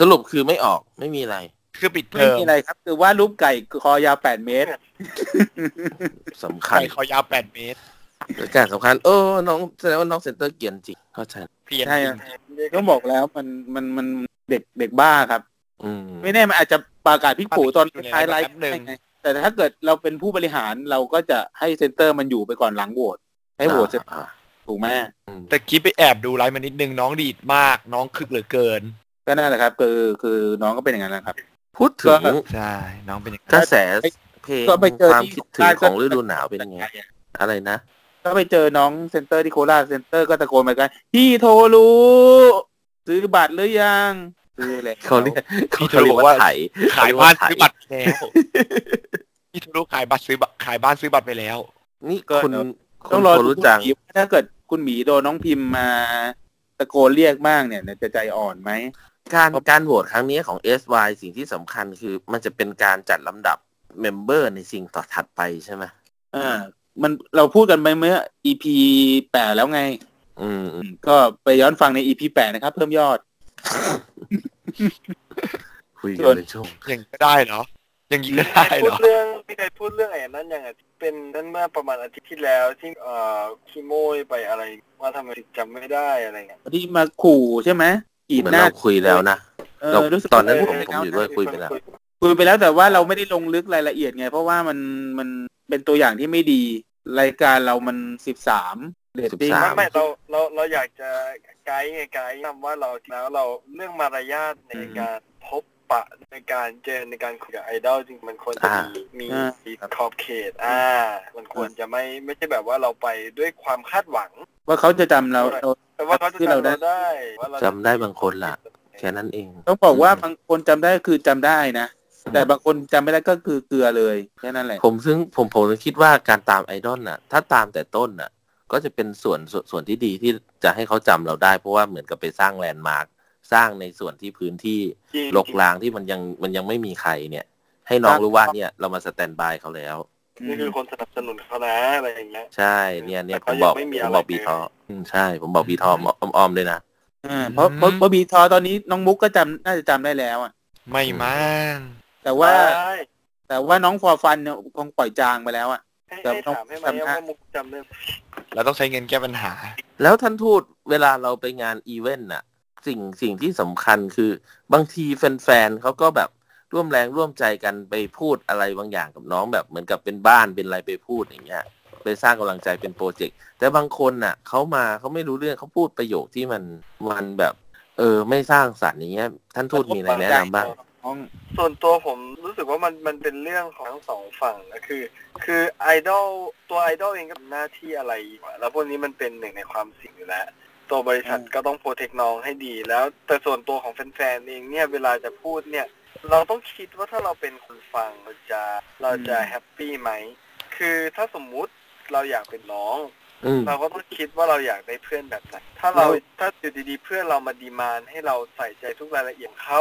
[SPEAKER 3] สรุปคือไม่ออกไม่มีอะไร
[SPEAKER 5] ำคือปิดเท
[SPEAKER 2] ไม่
[SPEAKER 5] อม
[SPEAKER 2] มีอะไรครับ คือวาดรูปไก่คอยาวแปดเมตร
[SPEAKER 3] สำคัญ
[SPEAKER 5] ไก่คอยาวแปดเมตร
[SPEAKER 3] ประกาศสำคัญ เออ น้องแสดงว่าน้องเซนเตอร์เกรียนจริงเข้าใจ
[SPEAKER 5] เปลี่ยน
[SPEAKER 2] ใช่ครับ ต้องบอกแล้วมันมันมันเด็กเด็กบ้าครับ
[SPEAKER 3] อืม
[SPEAKER 2] ไม่แน่มันอาจจะประกาศพี่ปู่ตอนท้ายไลฟ์ได้ไงแต่ถ้าเกิดเราเป็นผู้บริหารเราก็จะให้เซนเตอร์มันอยู่ไปก่อนหลังโหวตให้โหวตเสร็จ
[SPEAKER 3] อ่า
[SPEAKER 2] ถูกไหม
[SPEAKER 3] อืม
[SPEAKER 5] แต่กี้ไปแอบดูไลฟ์มานิดนึงน้องดีดมากน้องคึกเหลือเกิน
[SPEAKER 2] ก็นั่นแหละครับ คือคือน้องก็เป็นอย่างนั้นแหละครับ
[SPEAKER 3] พูดถึง
[SPEAKER 2] ก็
[SPEAKER 5] ใช่ น้องเป็นอย่างนั้น
[SPEAKER 3] กระแสเพลง
[SPEAKER 2] ก็ไปเจอ
[SPEAKER 3] ความ
[SPEAKER 2] ที่
[SPEAKER 3] คิดถึงของฤดูหนาวเป็นยังไง
[SPEAKER 2] ใช่
[SPEAKER 3] อะไรนะ
[SPEAKER 2] ก็ไปเจอน้องเซนเตอร์ที่โคราชเซนเตอร์ก็ตะโกนไปกันพี่โทรู้ ซื้อบัตรหรือยังซื้อเลย
[SPEAKER 3] เขาเรียกเขาเรียกว่าไถ
[SPEAKER 5] ขายบ้านซื้อบัตรไปแล้วพี่ทะลุขายบัตรซื้อบัตรขายบ้านซื้อบัตรไปแล้ว
[SPEAKER 3] นี่คุณคุ
[SPEAKER 2] ต้อ
[SPEAKER 3] ณ
[SPEAKER 2] งรอ
[SPEAKER 3] โท
[SPEAKER 2] ดู
[SPEAKER 3] รู้จัง
[SPEAKER 2] คุณหมีว่าถ้าเกิดคุณหมีโดนน้องพิมพ์มาตะโกนเรียกมากเนี่ยเนี่ยจะใจอ่อนไหม
[SPEAKER 3] การการโหวตครั้งนี้ของ SY สิ่งที่สำคัญคือมันจะเป็นการจัดลำดับเมมเบอร์ในสิ่งต่อถัดไปใช่ไหม
[SPEAKER 2] อ่ามันเราพูดกันไปเมื่อ EP แปดแล้วไง
[SPEAKER 3] อืม
[SPEAKER 2] อืมก็ไปย้อนฟังใน EP แปดนะครับ เพิ่มยอด
[SPEAKER 3] คุยกัน
[SPEAKER 2] ส่วน
[SPEAKER 3] เป็นช่วง
[SPEAKER 5] อย่างนี้ก็ได้เหรอ อย่างนี้ก็
[SPEAKER 6] มีใคร
[SPEAKER 5] ได้เหรอ
[SPEAKER 6] พูดเรื่องมีใครพูดเรื่องอะไรนั่นยังไงเป็นนั่นเมื่อประมาณอาทิตย์ที่แล้วที่เอ่อขี้โมยไปอะไรว่าทำไมจำไม่ได้อะไรเงี้ย
[SPEAKER 2] ที่มาขู่ใช่ไหมกีด
[SPEAKER 3] เหมือน
[SPEAKER 2] หน้า
[SPEAKER 3] เราคุยแล้วนะ
[SPEAKER 2] เอ
[SPEAKER 3] เรา
[SPEAKER 2] อรู้สึก
[SPEAKER 3] ตอนนั้น
[SPEAKER 2] เ
[SPEAKER 3] ผมผมอยู่ด้วยคุยไปแล้ว
[SPEAKER 2] คุยไปแล้วแต่ว่าเราไม่ได้ลงลึกรายละเอียดไง เพราะว่ามันมันเป็นตัวอย่างที่ไม่ดี รายการเรามันสิบสามเดตติ้ง
[SPEAKER 3] 13
[SPEAKER 6] ไม่ไม่เราเราเราอยากจะไกด์ไงไกด์ทำว่าเราแล้วเราเรื่องมารยาทในการพบปะในการเจอในการคุยกับไอดอลจริงมันควรจะมีมีมีขอบเขตอ่า มันควรจะไม่ไม่ใช่แบบว่าเราไปด้วยความคาดหวัง
[SPEAKER 2] ว่าเขาจะจำเราเรา
[SPEAKER 6] แต่ว่าเขาจะ
[SPEAKER 2] ที่เรา
[SPEAKER 6] จำ
[SPEAKER 2] ได้
[SPEAKER 6] เราได้ว่าเรา
[SPEAKER 3] จำได้บางคนล่ะ แค่นั้นเอง
[SPEAKER 2] ต้องบอกว่า
[SPEAKER 3] อืม
[SPEAKER 2] บางคนจำได้คือจำได้นะ แต่บางคนจำไม่ได้ก็คือเกลือเลยแค่นั้นแหละ
[SPEAKER 3] ผมซึ่งผมผมคิดว่าการตามไอดอลน่ะ ถ้าตามแต่ต้นน่ะ ก็จะเป็นส่วนส่วนส่วนที่ดีที่จะให้เขาจำเราได้ เพราะว่าเหมือนกับไปสร้างแลนด์มาร์คสร้างในส่วนที่พื้นที่
[SPEAKER 6] จริง
[SPEAKER 3] รกร้างที่มันยังมันยังไม่มีใครเนี่ย ให้น้องรู้ว่าเนี่ยเรามาสแตนบายเขาแล้ว
[SPEAKER 6] นี่คือคนสนับสนุนเขานะอะไรอย่างเงี้ย
[SPEAKER 3] ใช่เนี่ยเนี่ย
[SPEAKER 6] แต่
[SPEAKER 3] ผม
[SPEAKER 6] เขา
[SPEAKER 3] บอก
[SPEAKER 6] ยังไม่มี
[SPEAKER 3] ผ
[SPEAKER 6] อะไร
[SPEAKER 3] มบอกบี
[SPEAKER 6] เลย
[SPEAKER 3] ทออืมใช่ ผมบอกบีทอมอ้อมอ้อมๆด้วยนะ
[SPEAKER 2] อ่าเพราะเพราะเพราะบีทอตอนนี้น้องมุกก็จำน่าจะจำได้แล้วอะ
[SPEAKER 5] ไม่มั้ง
[SPEAKER 2] แต่ว่า
[SPEAKER 6] ใช่
[SPEAKER 2] แต่ว่าน้องฟอร์ฟันเนี่ยคงปล่อยจางไปแล้วอะ
[SPEAKER 6] ให้
[SPEAKER 2] แต่
[SPEAKER 6] ให้
[SPEAKER 2] ต้อง
[SPEAKER 6] ถามให้ไหม
[SPEAKER 2] จำได้
[SPEAKER 6] ว่ามุกจำได้ไหม
[SPEAKER 5] เราต้องใช้เงินแก้ปัญหา
[SPEAKER 3] แล้วท่านทูตเวลาเราไปงานอีเวนต์น่ะ สิ่งสิ่งที่สำคัญคือบางทีแฟนๆเขาก็แบบ ร่วมแรงร่วมใจกันไปพูดอะไรบางอย่างกับน้องแบบเหมือนกับเป็นบ้านเป็นอะไรไปพูดอย่างเงี้ยไปสร้างกำลังใจเป็นโปรเจกต์แต่บางคนน่ะเขามาเขาไม่รู้เรื่องเขาพูดประโยคที่มันมันแบบ เออ ไม่สร้างสรรค์อย่างเงี้ย ท่านทูตมีอะไรแนะนำบ้าง
[SPEAKER 2] น้อง
[SPEAKER 6] ส่วนตัวผมรู้สึกว่ามันมันเป็นเรื่องของทั้งสองฝั่งนะคือ คือไอดอลตัวไอดอลเองก็ทำหน้าที่อะไรอยู่อะแล้วพวกนี้มันเป็นหนึ่งในความเสี่ยงอยู่แล้ว ตัวบริษัทก็ต้องโปรเทคน้องให้ดี แล้วแต่ส่วนตัวของแฟนๆเองเนี่ยเวลาจะพูดเนี่ย เราต้องคิดว่าถ้าเราเป็นคนฟังเราจะเราจะแฮปปี้ไหมคือถ้าสมมุติเราอยากเป็นน้อง
[SPEAKER 3] อืม
[SPEAKER 6] เราก็ต้องคิดว่าเราอยากได้เพื่อนแบบไหน ถ้าเราถ้าอยู่ดีๆเพื่อนเรามาดีมานให้เราใส่ใจทุกรายละเอียดเขา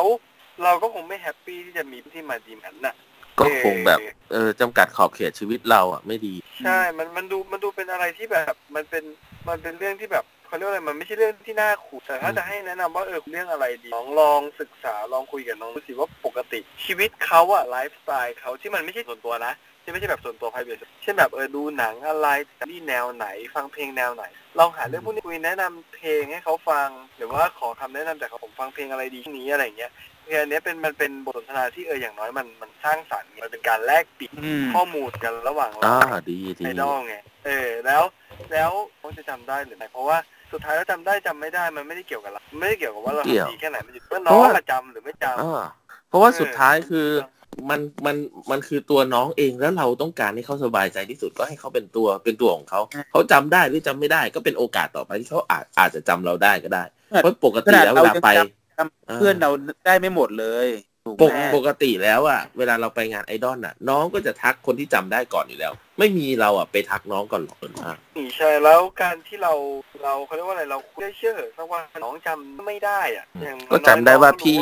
[SPEAKER 6] เราก็คงไม่แฮปปี้ที่จะมีที่มาดีมานน่ะ
[SPEAKER 3] ก็คงแบบเออจำกัดขอบเขตชีวิตเราอ่ะไม่ดี
[SPEAKER 6] ใช่ มันมันดูมันดูเป็นอะไรที่แบบ มันเป็นมันเป็นเรื่องที่แบบเขาเรียกว่าอะไร มันไม่ใช่เรื่องที่น่าขู่แต่ถ้า
[SPEAKER 3] อืม
[SPEAKER 6] จะให้แนะนำว่าเออเรื่องอะไรดีลองลองศึกษาลองคุยกับน้องดูสิว่าปกติชีวิตเขาอะไลฟ์สไตล์เขาที่มันไม่ใช่ส่วนตัวนะ ที่ไม่ใช่แบบส่วนตัว p r i v a t เช่นแบบเออดูหนังอะไรนี่แนวไหน ฟังเพลงแนวไหน ลองหาเรื่องพวกนี้คุยแนะนำเพลงให้เขาฟัง หรือว่าขอคำแนะนำจากเขาผมฟังเพลงอะไรดีช่วงนี้อะไรอย่างเงี้ยคืออันเนี้ยเป็นมันเป็นบทสนทนาที่เอออย่างน้อยมันมันสร้างสรรค์มันเป็นการแลกเปลี่ยน
[SPEAKER 2] อืม
[SPEAKER 6] ข้อมูลกันระหว่างเรา
[SPEAKER 3] อ่าดีดี
[SPEAKER 6] ไอดอลไง เออ แล้ว แล้วเขาจะจำได้หรือไม่ เพราะว่าสุดท้ายแล้วจำได้จำไม่ได้ มันไม่ได้เกี่ยวกับเราไม่ได้เกี่ยวกับว่าเรา
[SPEAKER 3] เกี่ยว
[SPEAKER 6] ทำดีแค่ไหน มันอยู่ที่ว่า
[SPEAKER 3] เพ
[SPEAKER 6] น้อ
[SPEAKER 3] ราะ
[SPEAKER 6] ง
[SPEAKER 3] ว่า
[SPEAKER 6] อะจำหรือไม่จำ
[SPEAKER 3] อ่าเพราะว่าสุดท้าย
[SPEAKER 6] เออ
[SPEAKER 3] คือมันมันมันคือตัวน้องเองแล้วเราต้องการให้เขาสบายใจที่สุดก็ให้เขาเป็นตัวเป็นตัวของเขาเขาจำได้หรือจำไม่ได้ก็เป็นโอกาสต่อไปที่เขาอาจอาจจะจำเราได้ก็ได้เพราะปกติแล้วเวลาไป
[SPEAKER 2] ขนาดเรายังจำ เพื่อนเราได้ไม่หมดเลยถูก
[SPEAKER 3] ปก
[SPEAKER 2] ไหม
[SPEAKER 3] ปกติแล้วอ่ะเวลาเราไปงานไอดอลน่ะ น้องก็จะทักคนที่จำได้ก่อนอยู่แล้ว ไม่มีเราอ่ะไปทักน้องก่อนหรอกอ่า
[SPEAKER 6] นี่ใช่ แล้วการที่เรา เราเขาเรียกว่าอะไร เราได้เชื่อเหอะสักว่าน้องจำไม่ได้อะ
[SPEAKER 3] อืม
[SPEAKER 6] อย่างน้อย
[SPEAKER 3] ก็จำได้ว่าพี่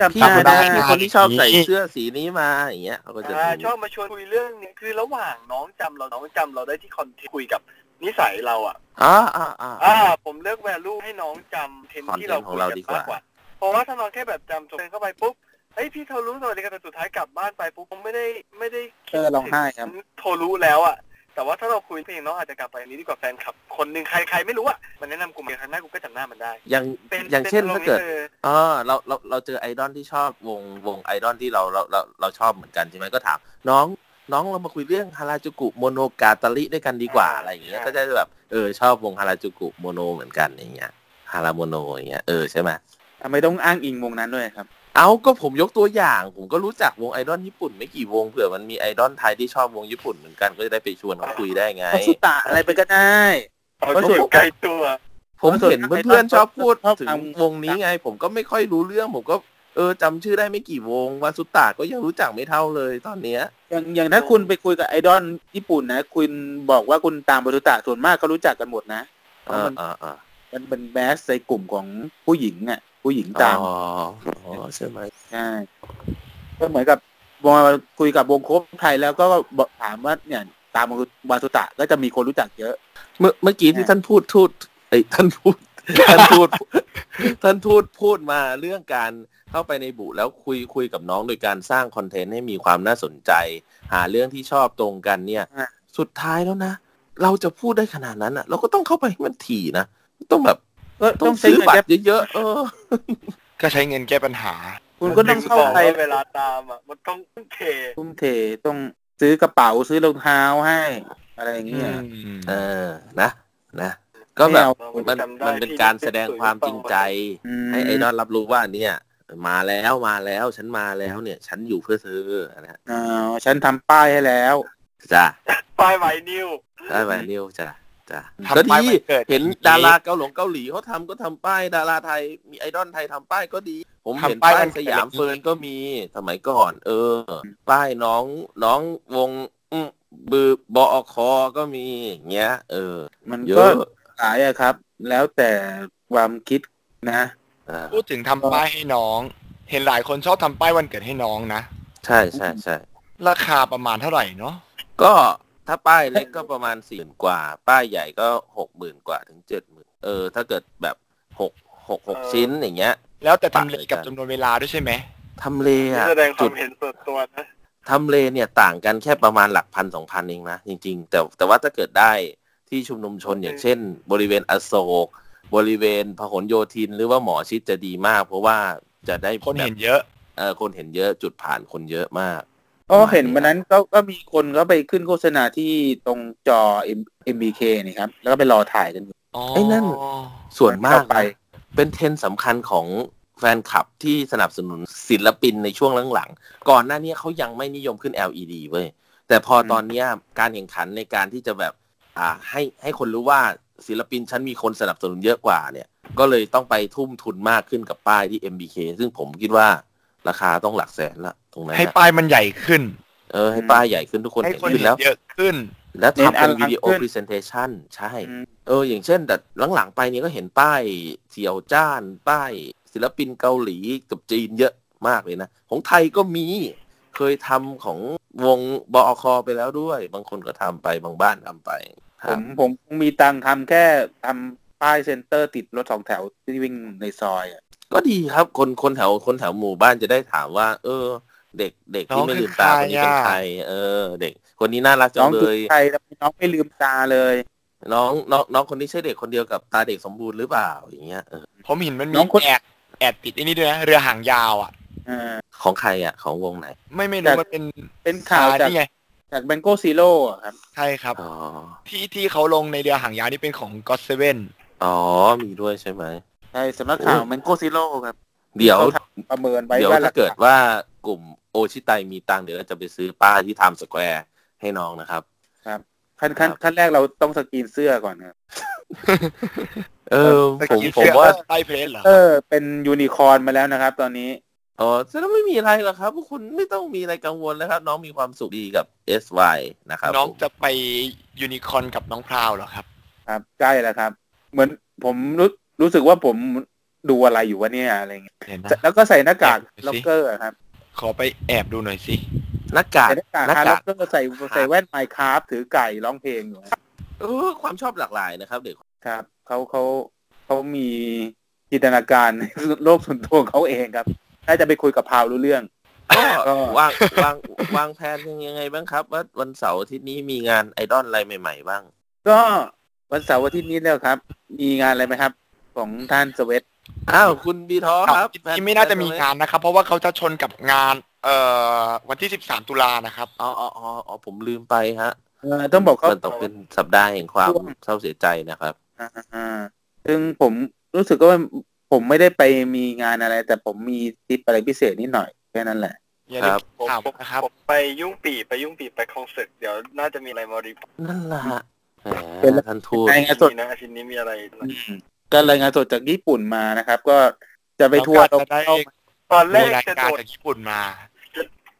[SPEAKER 2] จำ
[SPEAKER 3] พี่
[SPEAKER 2] หน้าได้
[SPEAKER 3] ได้มีคนที่ชอบใส่เสื้อสีนี้มาอย่างเงี้ยเขาก็จะ
[SPEAKER 6] อ่า
[SPEAKER 3] รู้
[SPEAKER 6] ชอบมาชวนคุยเรื่องเนี้ยคือระหว่างน้องจำเรา น้องจำเราได้ที่คอนเทนต์คุยกับนิสัยเราอะ
[SPEAKER 3] อ่าอ่าอ่า
[SPEAKER 6] อ่าผมเลือกแวลูให้น้องจำเทนที่เราคุยกันมากกว่า เพราะว่าถ้าน้องแค่แบบจำจบเดินเข้าไปปุ๊บเฮ้ยพี่โทรู้สวัสดีกันแต่สุดท้ายกลับบ้านไปปุ๊บผมไม่ได้ไม่ได้คิด
[SPEAKER 2] เออร้องไห้ครับ
[SPEAKER 6] ถึงโทรู้แล้วอ่ะ แต่ว่าถ้าเราคุยเพลงน้องอาจจะกลับไปนี้ดีกว่าแฟนคลับ คนหนึ่งใครใครไม่รู้อ่ะมันแนะนำกูมาครั้งหน้ากูก็จำหน้ามันได้
[SPEAKER 3] อย่างอย่างเช่น
[SPEAKER 6] ป็
[SPEAKER 3] ถ้าเกิด
[SPEAKER 6] อรมณ์นี้ลย
[SPEAKER 3] อ๋อเราเราเราเจอไอดอลที่ชอบวงวงไอดอลที่เราเราเราเราชอบเหมือนกันใช่ไหมก็ถาม น้องน้องเรามาคุยเรื่องฮาราจูกุโมโนกาตาริด้วยกันดีกว่า
[SPEAKER 6] อ่า
[SPEAKER 3] อะไรอย่างเงี้ย
[SPEAKER 6] ใช่
[SPEAKER 3] ก็จะแบบเออชอบวงฮาราจูกุโมโนเหมือนกันอย่างเงี้ยฮาราโมโนอย่างเงี้ยเออใช่ไหม
[SPEAKER 2] ทำไมต้องอ้างอิงวงนั้นด้วยครับ
[SPEAKER 3] เอาก็ผมยกตัวอย่าง ผมก็รู้จักวงไอดอลญี่ปุ่นไม่กี่วงเผื่อมันมีไอดอลไทยที่ชอบวงญี่ปุ่นเหมือนกันก็จะได้ไปชวนเขาคุยได้ไง
[SPEAKER 2] เขาสุตะอะไรไปก็ได้
[SPEAKER 6] เอาที่อยู่ใกล้ตัว
[SPEAKER 3] ผมเห็น
[SPEAKER 2] ส่วนมาก
[SPEAKER 3] เพื่อนๆชอบพูด
[SPEAKER 2] ชอบ
[SPEAKER 3] ถึง
[SPEAKER 2] ทำ
[SPEAKER 3] วงนี้ไง ผมก็ไม่ค่อยรู้เรื่อง ผมก็เออจำชื่อได้ไม่กี่วงวาสุตาก็ยังรู้จักไม่เท่าเลยตอนเนี้ย
[SPEAKER 2] อย่างอย่างถ้าคุณไปคุยกับไอดอลญี่ปุ่นนะ คุณบอกว่าคุณตามบรุตะส่วนมากก็รู้จักกันหมดนะเพ
[SPEAKER 3] เอ
[SPEAKER 2] ราะ
[SPEAKER 3] อ
[SPEAKER 2] มัน
[SPEAKER 3] เออเออ
[SPEAKER 2] มันเป็นแมสในกลุ่มของผู้หญิงอ่ะ ผู้หญิง
[SPEAKER 3] อ๋
[SPEAKER 2] ตาม
[SPEAKER 3] ออ๋อใช่ไหม
[SPEAKER 2] ใช่ก็เหมือนกับมาคุยกับวงโคบไทยแล้วก็บอกถามว่าเนี่ยตามบาสุตะก็จะมีคนรู้จักเยอะ
[SPEAKER 3] เมื่อเมื่อกี้ที่ท่านพูดทูดไอ้ยท่าน พูด ท่านพูด ท่านทูดพูดมาเรื่องการเข้าไปในบุแล้วคุยคุยกับน้องโดยการสร้างคอนเทนต์ให้มีความน่าสนใจ หาเรื่องที่ชอบตรงกันเนี่ย
[SPEAKER 2] อ่ะ
[SPEAKER 3] สุดท้ายแล้วนะ เราจะพูดได้ขนาดนั้นอ่ะ เราก็ต้องเข้าไปให้มันถี่นะต้องแบบ
[SPEAKER 2] ก็
[SPEAKER 3] ต้
[SPEAKER 2] ต้
[SPEAKER 3] อ
[SPEAKER 2] อง ง
[SPEAKER 3] ซื้
[SPEAKER 2] ซื้
[SPEAKER 3] อ
[SPEAKER 2] อบั
[SPEAKER 3] บัต
[SPEAKER 2] ต
[SPEAKER 3] ร
[SPEAKER 2] ร
[SPEAKER 3] เยอะๆ เออ
[SPEAKER 8] ก็ใช้เงินแก้ปัญหา
[SPEAKER 2] คุณก็ต้องเข้า
[SPEAKER 6] บอก
[SPEAKER 2] ไป
[SPEAKER 6] ว่าเวลาตามอ่ะมันต้องเท
[SPEAKER 2] ทุ่มเทต้องซื้อกระเป๋าซื้อรองเท้าให้ อะไรอย่างเงี้ย
[SPEAKER 3] เออ นะ นะ ก็แบบ
[SPEAKER 2] ไม่เอา
[SPEAKER 3] มัน
[SPEAKER 6] จำได้
[SPEAKER 3] มันเป็นการแสดงความจริงใจ
[SPEAKER 2] ม
[SPEAKER 3] ให้ไอดอลรับรู้ว่าเนี่ย มาแล้วมาแล้วฉันมาแล้วเนี่ย ฉันอยู่เพื่อเธอนะฮะ
[SPEAKER 2] อ่าฉันทำป้ายให้แล้ว
[SPEAKER 3] จ้ะ
[SPEAKER 6] ป้ายไวนิว
[SPEAKER 3] ได้ไหมนิวจ้ะจ้ะ
[SPEAKER 8] ทำ
[SPEAKER 3] ก็
[SPEAKER 8] ป้าย
[SPEAKER 3] ดี
[SPEAKER 8] วันเกิด
[SPEAKER 3] เห็นดาราเกาหลงเกาหลีเขาทำก็ทำป้ายดาราไทยมีไอดอลไทยทำป้ายก็ดี ผมเห็น
[SPEAKER 8] ทำป้าย
[SPEAKER 3] ป้าย
[SPEAKER 8] วันเกิ
[SPEAKER 3] ส
[SPEAKER 8] ด
[SPEAKER 3] ยามเฟิร์นก็มีสมัยก่อน เออ ป้ายน้องน้องวงอื้อบือบอคอก็มีอย่างเงี้ย เออ
[SPEAKER 2] มัน
[SPEAKER 3] เย
[SPEAKER 2] ก็
[SPEAKER 3] อะ
[SPEAKER 2] ขายอะครับ แล้วแต่ความคิดนะ
[SPEAKER 3] อ่า
[SPEAKER 8] พูดถึงทำป้ายให้น้อง เห็นหลายคนชอบทำป้ายวันเกิดให้น้องนะ
[SPEAKER 3] ใช่ใช่ใช่
[SPEAKER 8] ราคาประมาณเท่าไหร่เนาะ
[SPEAKER 3] ก็ถ้าป้ายเล็กก็ประมาณสี่กว่า ป้ายใหญ่ก็หกหมื่นกว่าถึงเจ็ดหมื่นเออ ถ้าเกิดแบบหกหกหก
[SPEAKER 6] เออ
[SPEAKER 3] ชิ้นอย่างเงี้ย
[SPEAKER 8] แล้วแต่ทำเลกับจำนวนเวลาด้วยใช่ไหม
[SPEAKER 3] ทำเลอะ
[SPEAKER 6] แสดงค
[SPEAKER 3] จุ
[SPEAKER 6] วา
[SPEAKER 3] ด
[SPEAKER 6] มเห็นส่วนตัวนะ
[SPEAKER 3] ทำเลเนี่ยต่างกันแค่ประมาณหลักพันสองพันเองนะ จริง ๆ แต่แต่ว่าถ้าเกิดได้ที่ชุมนุมชนอย่างเช่น บริเวณอโศก บริเวณพหลโยธินหรือว่าหมอชิดจะดีมาก เพราะว่าจะได้
[SPEAKER 8] คน
[SPEAKER 3] แบบ
[SPEAKER 8] เห็นเยอะ
[SPEAKER 3] เ เออคนเห็นเยอะจุดผ่านคนเยอะมาก
[SPEAKER 2] ก็เห็นวันนั้นก็ก็มีคนก็ไปขึ้นโฆษณาที่ตรงจอ M MBK นี่ครับ แล้วก็ไปรอถ่ายกันอยู่
[SPEAKER 3] ไอ้นั่น ส่วนมาก
[SPEAKER 2] เข้าไป
[SPEAKER 3] เป็นเทรนด์สำคัญของแฟนคลับที่สนับสนุนศิลปินในช่วงหลังๆ ก่อนหน้านี้เขายังไม่นิยมขึ้น LED เว้ย แต่พอตอนเนี้ยการแข่งขันในการที่จะแบบ อ่าให้ให้คนรู้ว่าศิลปินฉันมีคนสนับสนุนเยอะกว่าเนี่ย ก็เลยต้องไปทุ่มทุนมากขึ้นกับป้ายที่ MBK ซึ่งผมคิดว่าราคาต้องหลักแสนละตรงนั้น
[SPEAKER 8] ให้
[SPEAKER 3] น่ะ
[SPEAKER 8] ป้ายมันใหญ่ขึ้น
[SPEAKER 3] เออให้ป้ายใหญ่ขึ้นทุกคน
[SPEAKER 8] ให้
[SPEAKER 3] เห็น
[SPEAKER 8] คน
[SPEAKER 3] ขึ้นแล้ว
[SPEAKER 8] เยอะขึ้น
[SPEAKER 3] แล้วทำเป็น
[SPEAKER 2] เน้นอลัง
[SPEAKER 3] วิดีโอ
[SPEAKER 2] ขึ้น
[SPEAKER 3] พรีเซนเทชันใช่
[SPEAKER 2] อืม
[SPEAKER 3] เอออย่างเช่น แต่หลังๆไปเนี่ยก็เห็นป้ายเสี่ยวจ้าน ป้ายศิลปินเกาหลีกับจีนเยอะมากเลยนะ ของไทยก็มีเคยทำของวงบอคอไปแล้วด้วย บางคนก็ทำไปบางบ้านทำไปค
[SPEAKER 2] ผ
[SPEAKER 3] รับ
[SPEAKER 2] มผมมีตังค์ทำแค่ทำป้ายเซ็นเตอร์ติดรถสองแถวที่วิ่งในซอยอะ
[SPEAKER 3] ก็ดีครับคนคนแถวคนแถวหมู่บ้านจะได้ถามว่า เออ เด็กเด็กที่ไม่ลืมตา
[SPEAKER 8] น้
[SPEAKER 3] ค
[SPEAKER 8] อง
[SPEAKER 3] น
[SPEAKER 8] คือ
[SPEAKER 3] นี้เป็น
[SPEAKER 8] ใครอะ
[SPEAKER 3] ใครเออ เด็ก คนนี้น่ารักจั
[SPEAKER 2] น้อง
[SPEAKER 3] ง
[SPEAKER 2] คื
[SPEAKER 3] เล
[SPEAKER 2] อย ใครแล้วน้องไม่ลืมตาเลย
[SPEAKER 3] น้องน้องน้องคนนี้ใช่เด็กคนเดียวกับตาเด็กสมบูรณ์หรือเปล่าอย่างเงี้ยเออ
[SPEAKER 8] ผมเห็นมันมี
[SPEAKER 2] น้องคน
[SPEAKER 8] แอดแอดติดไอ้นี่ด้วยนะเรือหางยาวอ่ะ
[SPEAKER 2] เออ
[SPEAKER 3] ของใครอ่ะของวงไหน
[SPEAKER 8] ไม่ไม่
[SPEAKER 2] แต่
[SPEAKER 8] รู้มันเป็น
[SPEAKER 2] เป็นข่าวจาก
[SPEAKER 8] นี่ไง
[SPEAKER 2] จากแบงโกซีโร่ครับ
[SPEAKER 8] ใช่ครับ
[SPEAKER 3] อ๋อ
[SPEAKER 8] ที่ที่เขาลงในเรือหางยาวนี่เป็นของก็อตเซเว่น
[SPEAKER 3] อ๋อมีด้วยใช่ไหม
[SPEAKER 2] ใช่สำนักข่าวแบงโกซีโร่ครับ
[SPEAKER 3] เดี๋ยว
[SPEAKER 2] เขาทำประเมินไว้
[SPEAKER 3] เดี๋ยว
[SPEAKER 2] ว่า
[SPEAKER 3] ถ้าเกิดว่ากลุ่มโอชิไตมีตังค์เดี๋ยวเราจะไปซื้อป้าที่ไทม์สแควร์ให้น้องนะครับ
[SPEAKER 2] ขั้นขั้น
[SPEAKER 3] ครับ
[SPEAKER 2] ขั้นแรกเราต้องสกรีนเสื้อก่อนครับ
[SPEAKER 3] เออ ผม
[SPEAKER 8] กิน
[SPEAKER 3] ผ
[SPEAKER 8] เสื้อ
[SPEAKER 3] มว่า
[SPEAKER 8] ไต้เพลสเหรอ
[SPEAKER 2] เออ เป็นยูนิคอร์นมาแล้วนะครับ ตอนนี้
[SPEAKER 3] อ๋อจะต้องไม่มีอะไรหรอกครับพวกคุณไม่ต้องมีอะไรกังวลแล้วครับ น้องมีความสุขดีกับ SY นะครับ
[SPEAKER 8] น้อง
[SPEAKER 3] ผม
[SPEAKER 8] จะไปยูนิคอร์นกับน้องพราวเหรอครับ
[SPEAKER 2] ครับใกล้แล้วครับ เหมือนผมรู้รู้สึกว่าผมดูอะไรอยู่วะเนี่ยอะไรเงี้ย
[SPEAKER 8] เห็นนะ
[SPEAKER 2] แล้วก็ใส่หน้ากาก
[SPEAKER 8] เดี๋ยวสิ
[SPEAKER 2] ล็อกเกอร์อะครับ
[SPEAKER 8] ขอไปแอบดูหน่อยสิ
[SPEAKER 3] หน้ากาก
[SPEAKER 2] ใส่หน้ากาก
[SPEAKER 3] หน้า
[SPEAKER 2] ฮาร์ด
[SPEAKER 3] กา
[SPEAKER 2] ล็อก กเกอร์ใส่ใส่แว่นไมค์คราฟถือไก่ร้องเพลงอยู่
[SPEAKER 3] เออความชอบหลากหลายนะครับเด็ก
[SPEAKER 2] ครับเขาเขาเขามีจินตนาการ โลกส่วนตัวของเขาเองครับน่าจะไปคุยกับพาวรู้เรื่อง
[SPEAKER 3] ก็
[SPEAKER 2] ก็
[SPEAKER 3] วางวางวางแผนยังไงบ้างครับ ว่าวันเสาร์อาทิตย์นี้มีงานไอดอลอะไรใหม่ ๆ บ้าง
[SPEAKER 2] ก็วันเสาร์อาทิตย์นี้แล้วครับ มีงานอะไรไหมครับ ของท่านสเวต
[SPEAKER 3] อ้าวคุณบีทอครับแฟ
[SPEAKER 8] ที่ไม่น่าจะมีงานนะครับ เพราะว่าเขาจะชนกับงานเอ่อวันที่ 13 ตุลานะครับ
[SPEAKER 3] อ๋ออ๋ออ๋ออ๋อผมลืมไปฮะ
[SPEAKER 2] เออต้องบอกเขา
[SPEAKER 3] มันต้องเป็นสัปดาห์แห่งความ
[SPEAKER 2] ช่วง
[SPEAKER 3] เศร้าเสียใจนะครับ
[SPEAKER 2] อ่าซึ่งผมรู้สึกว่าผมไม่ได้ไปมีงานอะไร แต่ผมมีทริปอะไรพิเศษนิดหน่อยแค่นั้นแหละ
[SPEAKER 8] อย่า
[SPEAKER 3] ค
[SPEAKER 8] ลื
[SPEAKER 3] รั
[SPEAKER 8] ม
[SPEAKER 3] บ
[SPEAKER 8] ถามนะครับ
[SPEAKER 6] ผมไปยุ่งปีไปยุ่งปีไปคอนเสิร์ตเดี๋ยวน่าจะมีอะไรมารีพอร์ต
[SPEAKER 3] นั่นล่ะแห
[SPEAKER 2] เป็น
[SPEAKER 3] ม
[SPEAKER 2] ละ
[SPEAKER 3] ท่านทูต
[SPEAKER 2] รายงานสด
[SPEAKER 6] นะอาทิตย์นี้มีอะไรนะ
[SPEAKER 2] ก็รายงานสดจากญี่ปุ่นมานะครับ ก็จะไปทัวร์
[SPEAKER 8] เราก็จะได้
[SPEAKER 2] เรา
[SPEAKER 6] ตอนแร
[SPEAKER 8] มี
[SPEAKER 6] ก
[SPEAKER 8] ราย
[SPEAKER 6] จะ
[SPEAKER 8] การ
[SPEAKER 6] โดด
[SPEAKER 8] จากญี่ปุ่นมา